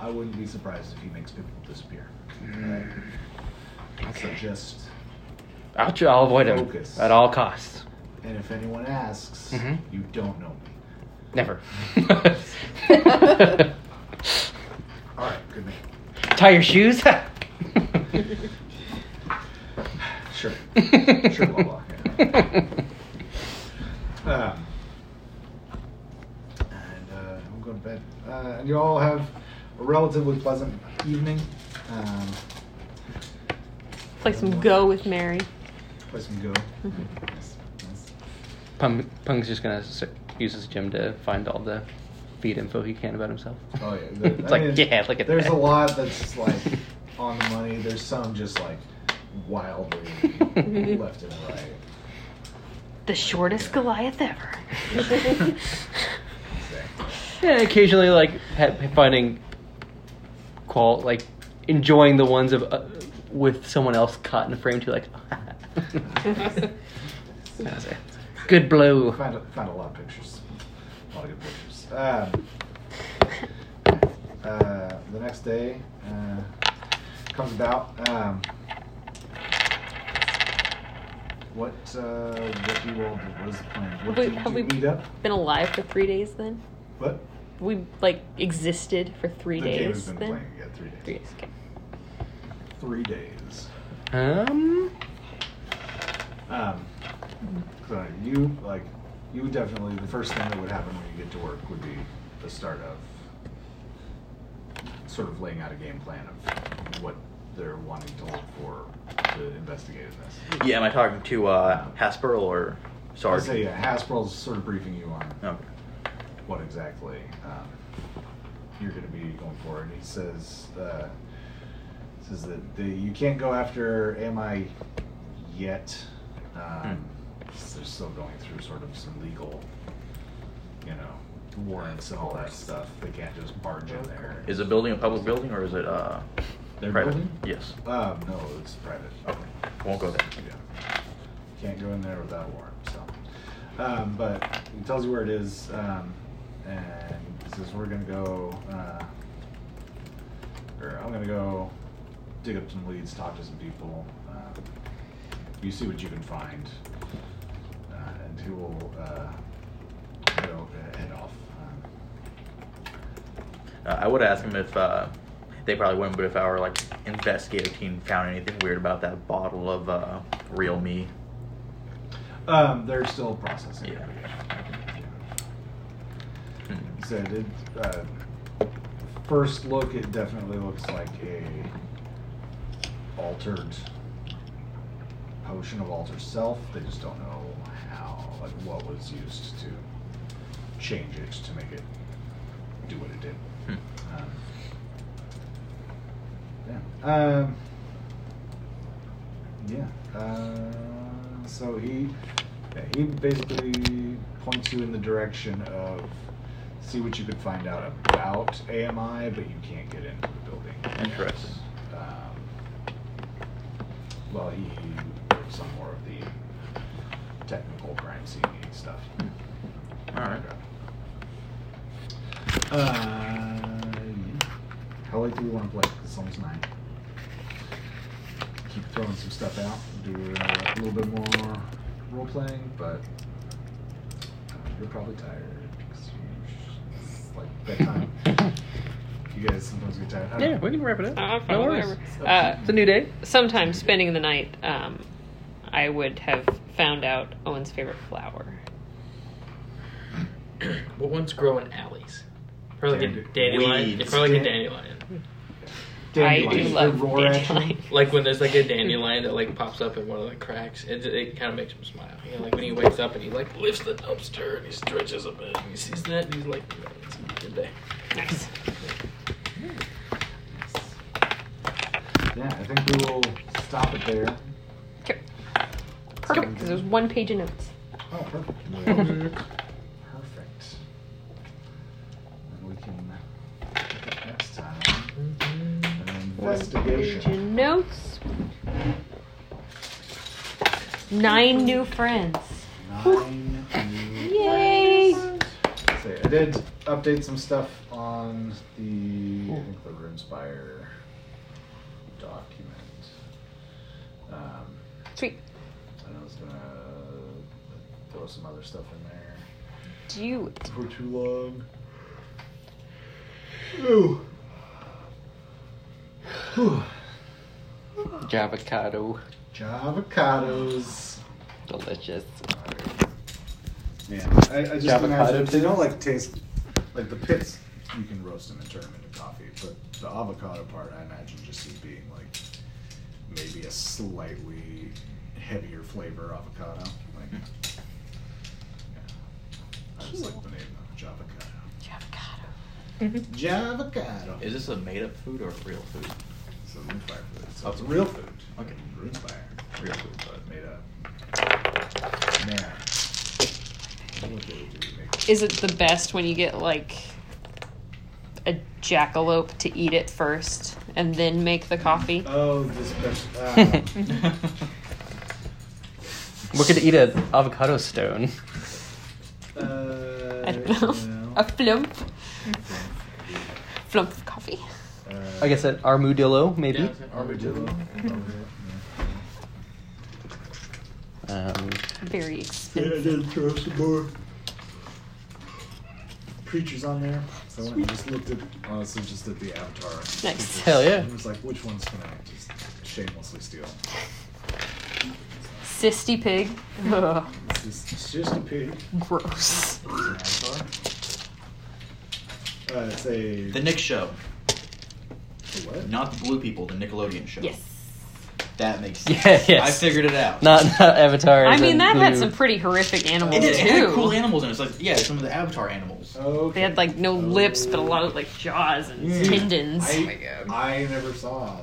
I wouldn't be surprised if he makes people disappear. Mm. Okay. So just I'll, tr- I'll avoid him Focus. at all costs. and if anyone asks, Mhm. you don't know me. (laughs) Never. All right, good man. Tie your (laughs) shoes. (laughs) Sure, sure, blah blah. Yeah. (laughs) Um, and uh, I'm going to bed. Uh, and you all have a relatively pleasant evening. Um, Play some Go with Mary. play some go. Mm-hmm. Nice, nice. Pung, Pung's just gonna s- use his gym to find all the feed info he can about himself. (laughs) Oh yeah, the- it's I like mean, yeah, look at There's that. a lot that's like on the money. (laughs) There's some just like wildly left and right. The shortest Goliath (laughs) ever. Yeah, occasionally like ha- finding qual like enjoying the ones of uh, with someone else caught in a frame too. Like, (laughs) that was a good blow. Found a, found a lot of pictures. A lot of good pictures. Um, (laughs) uh, the next day uh, comes about. Um, what, uh, what do you all do? What is the plan? What, Wait, do, have do we- you meet up? Been alive for three days then? What? We like existed for three the game has days been then? playing. Yeah, three days. Three days, okay. Three days. Um, Um, so you like you would definitely the first thing that would happen when you get to work would be the start of sort of laying out a game plan of what they're wanting to look for to investigate in this. Yeah, am I talking to uh, Hasperl or I Sarge? say yeah, Hasbro's sort of briefing you on Okay. what exactly um, you're going to be going for. And he says uh, says that the, you can't go after AMI yet. Hmm. Um, They're still going through sort of some legal, you know, warrants and all that stuff. They can't just barge in there. Is the building a public building or is it uh, Their private? building? Yes. Um, no, it's private. Okay. Won't go there. Yeah. Can't go in there without a warrant. So, um, but he tells you where it is, um, and he says we're gonna go, uh, or I'm gonna go dig up some leads, talk to some people. Um, you see what you can find, uh, and he will uh, head, o- uh, head off. Um, Uh, I would ask him if uh, they probably wouldn't, but if our like investigative team found anything weird about that bottle of uh, real me. Um, they're still processing. it. Yeah. He Hmm. said it. Uh, first look, it definitely looks like a altered potion of alter self. They just don't know how, like, what was used to change it to make it do what it did. Hmm. Um, yeah. Um, yeah. Uh, so he yeah, he basically points you in the direction of see what you could find out about AMI, but you can't get into the building. Interesting. Um, well, he works on more of the technical crime scene stuff. Hmm. All right. Uh, how late do we want to play? It's almost nine. Keep throwing some stuff out. Do uh, a little bit more role playing, but uh, you're probably tired because it's like bedtime. (laughs) you guys sometimes get tired. I don't yeah, we can wrap it up. I'm fine no with worries. whatever. Uh, It's a new day. sometime spending the night, um, I would have found out Owen's favorite flower. What ones grow in alleys? Probably like a Dandy- dandelion. weeds. It's probably like a Dan- dandelion. I do Dandelions, love the roar at you. dandelion. Like when there's like a dandelion that like pops up in one of the cracks, it, it kind of makes him smile. You know, like when he wakes up and he like lifts the dumpster and he stretches a bit and he sees that and he's like, "Yeah, it's a good day. Nice. Yeah, I think we will stop it there. Okay. Perfect, because there's one page of notes. Oh, (laughs) perfect. perfect. And we can pick up next time. An Page of investigation. notes. Nine new friends. Nine. Yay! Say, I did update some stuff on the I think the Runespire document. Um, Sweet. and I was gonna throw some other stuff in there. Do you for too long. Ooh. Whew. Javocado, Javocados. delicious. Man, I, I just Javocado imagine they don't like taste like the pits. You can roast them and turn them into coffee, but the avocado part, I imagine, just as being like maybe a slightly heavier flavor avocado. Like, yeah. I just like the name of Javocado. Mm-hmm. Javocado. Javocado. Is this a made up food or real food? It's a room fire food. So it's Oh, real food. Okay. Room fire. Real food. But made up. Man. is it the best when you get like a jackalope to eat it first and then make the coffee? Oh, this (laughs) special. Uh, We could eat an avocado stone. uh, I don't know. A flump. Flump of coffee. Uh, I guess an armadillo, maybe. armadillo. Um, Very Yeah, I expensive. did throw some more preachers on there. So I went and just looked at, honestly, just at the avatar. Nice. Hell yeah. And was like, which one's gonna just shamelessly steal? Sisty pig. Ugh, It's just, it's just a pig. gross. It's an avatar. Uh, it's a, The Nick Show, a what? not the Blue People, the Nickelodeon show. Yes. That makes (laughs) sense. yeah, yes. I figured it out. not, not Avatar. I as mean, in that had blue. some pretty horrific It animals did. It had cool too. animals in it. It's like, yeah, some of the Avatar animals. Okay. They had like no lips, but a lot of like jaws and Yeah. tendons. Oh I, my God. Mm. I never saw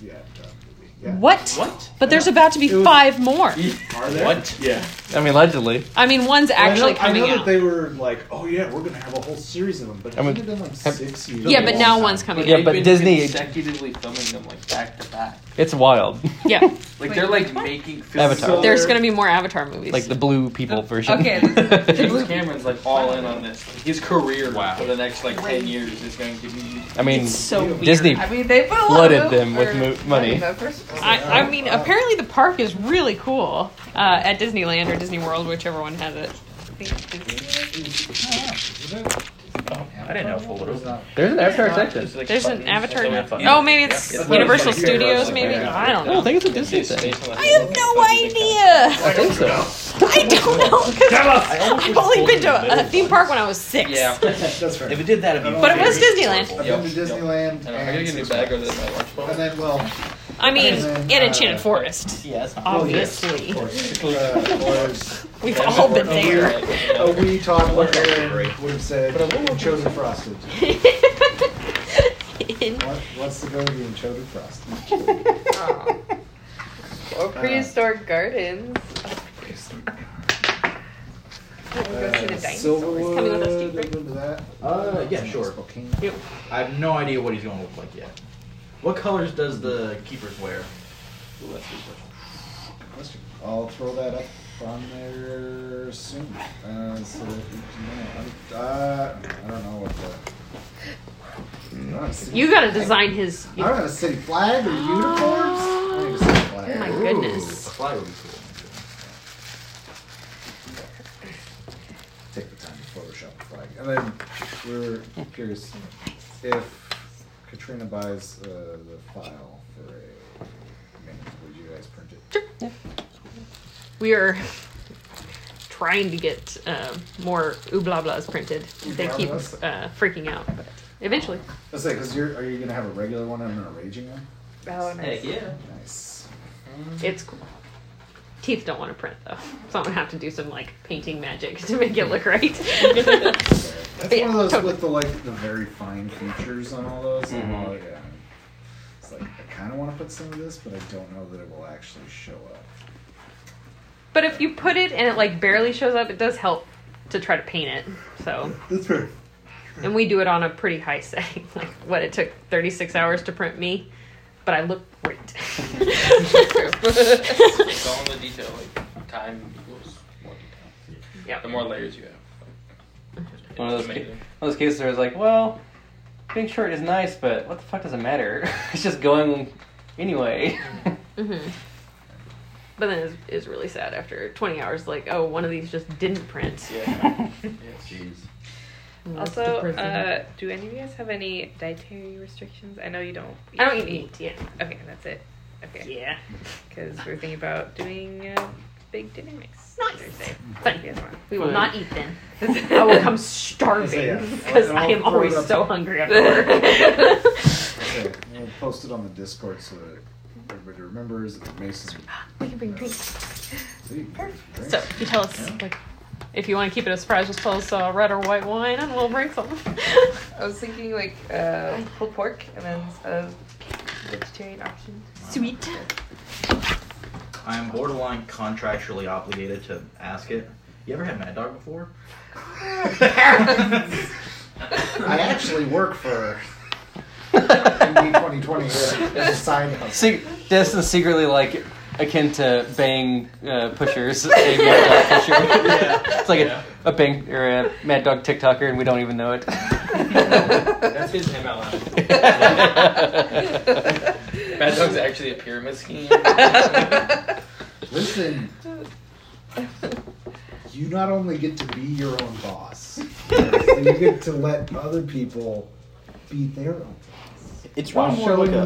the avatar movie. Yeah. What? What? But there's about to be five more. Are there? What? Yeah. I mean, allegedly. I mean, one's I know- actually I know, coming that out. they were like, oh yeah, we're gonna have a whole series of them, but I I mean, mean, been like have- six years. Yeah, but now Long one's time. coming Yeah, out. They've but been Disney- consecutively filming them like back to back. It's wild. Yeah, Like Wait, they're like what? making films. (laughs) Avatar. So- there's gonna be more Avatar movies. like the blue people version. Okay. (laughs) James Cameron's like all in on this. Like, his career for the next like ten years is going to be. I mean, it's so weird. Disney. I mean, they put a lot Flooded of them with or- mo- money. That first- I, I mean, apparently the park is really cool uh, at Disneyland or Disney World, whichever one has it. I didn't know full It's not- There's an Avatar section. It's, like, There's an fucking- Avatar. so much fun. Oh, maybe it's Yeah. Universal Yeah. Studios. Yeah. Maybe Yeah. I don't I don't know. think it's a Disney It's thing. based on that I have no (laughs) idea. I think so. I don't know because I've only been to a, a theme park when I was six. Yeah. (laughs) That's right. If it did that, it'd be But it was very Disneyland. horrible. I've Yep. been to Disneyland. I don't know, I gotta get a new and bag over there. My lunch And box. then, well, I mean, And then, in uh, Enchanted Forest, Yeah, that's not well, yes, obviously. of (laughs) course. Uh, whereas We've all been there. a wee toddler That would be great. would have said, "Chosen frosted." What, what's the go to Chosen frosted? Or prehistoric gardens. Uh, We'll go see the dinosaurs. Silverwood. Coming with us, Steve. remember that? Uh, yeah, sure. Spokane. I have no idea what he's gonna look like yet. What colors does the keepers wear? I'll throw that up on there soon. Uh, so that you can know. I, uh, I don't know what the. I don't have a city- You gotta design his. I don't have a city flag or uniforms. I need a city flag. Oh my goodness. A flag would be cool. Take the time to Photoshop the flag. And then we're curious if Katrina buys uh, the file for a. minute, Would you guys print it? We are trying to get uh, more ooblablas printed. They keep Ooblablas? uh, freaking out, but eventually. Let's say, cause you're, are you gonna have a regular one and an arranging one? Oh, nice. yeah. Nice. It's cool. Teeth don't want to print though, so I'm gonna have to do some like painting magic (laughs) to make it look right. That's Yeah, one of those totally. with the like the very fine features on all those. and all, yeah. It's like I kind of want to put some of this, but I don't know that it will actually show up. but if you put it and it like barely shows up, it does help to try to paint it. So That's right. and we do it on a pretty high setting. (laughs) Like what it took 36 hours to print me, but I look great. (laughs) It's all in the detail. Like time equals more detail. Yeah. The more layers you have. It's One of those amazing. One of those cases where it's like, well, being short is nice, but what the fuck does it matter? (laughs) it's just going anyway. (laughs) hmm But then it's, it's really sad after 20 hours. Like oh, one of these just didn't print. Yeah. Yes. Jeez. And that's (laughs) Also, Mm, depressing. uh, do any of you guys have any dietary restrictions? I know you don't. I don't even eat. Yeah. Okay, that's it. Okay, Yeah. because we're thinking about doing a big dinner mix. Nice. Thursday. Fun. You guys want? We will Fun. not eat (laughs) then. I will come starving because And I I'll am throw it always up- so hungry after (laughs) work. Okay, we'll post it on the Discord so that everybody remembers that Mason. we can bring drinks. See, drinks. So you tell us like if you want to keep it a surprise, just tell us uh, red or white wine, and we'll bring some. I was thinking like uh, pulled pork and then a vegetarian option. (laughs) Sweet. I am borderline contractually obligated to ask it, You ever had Mad Dog before? (laughs) (laughs) I actually work for MD 2020 as a side hustle. Se- Destin's secretly like akin to bang uh, pushers, (laughs) a mad dog pusher. It's like a, a bang or a mad dog TikToker, and we don't even know it. That's his MLM. (laughs) (laughs) Mad Dog's actually a pyramid (laughs) scheme. Listen, you not only get to be your own boss, but you get to let other people be their own. It's While really more like showing a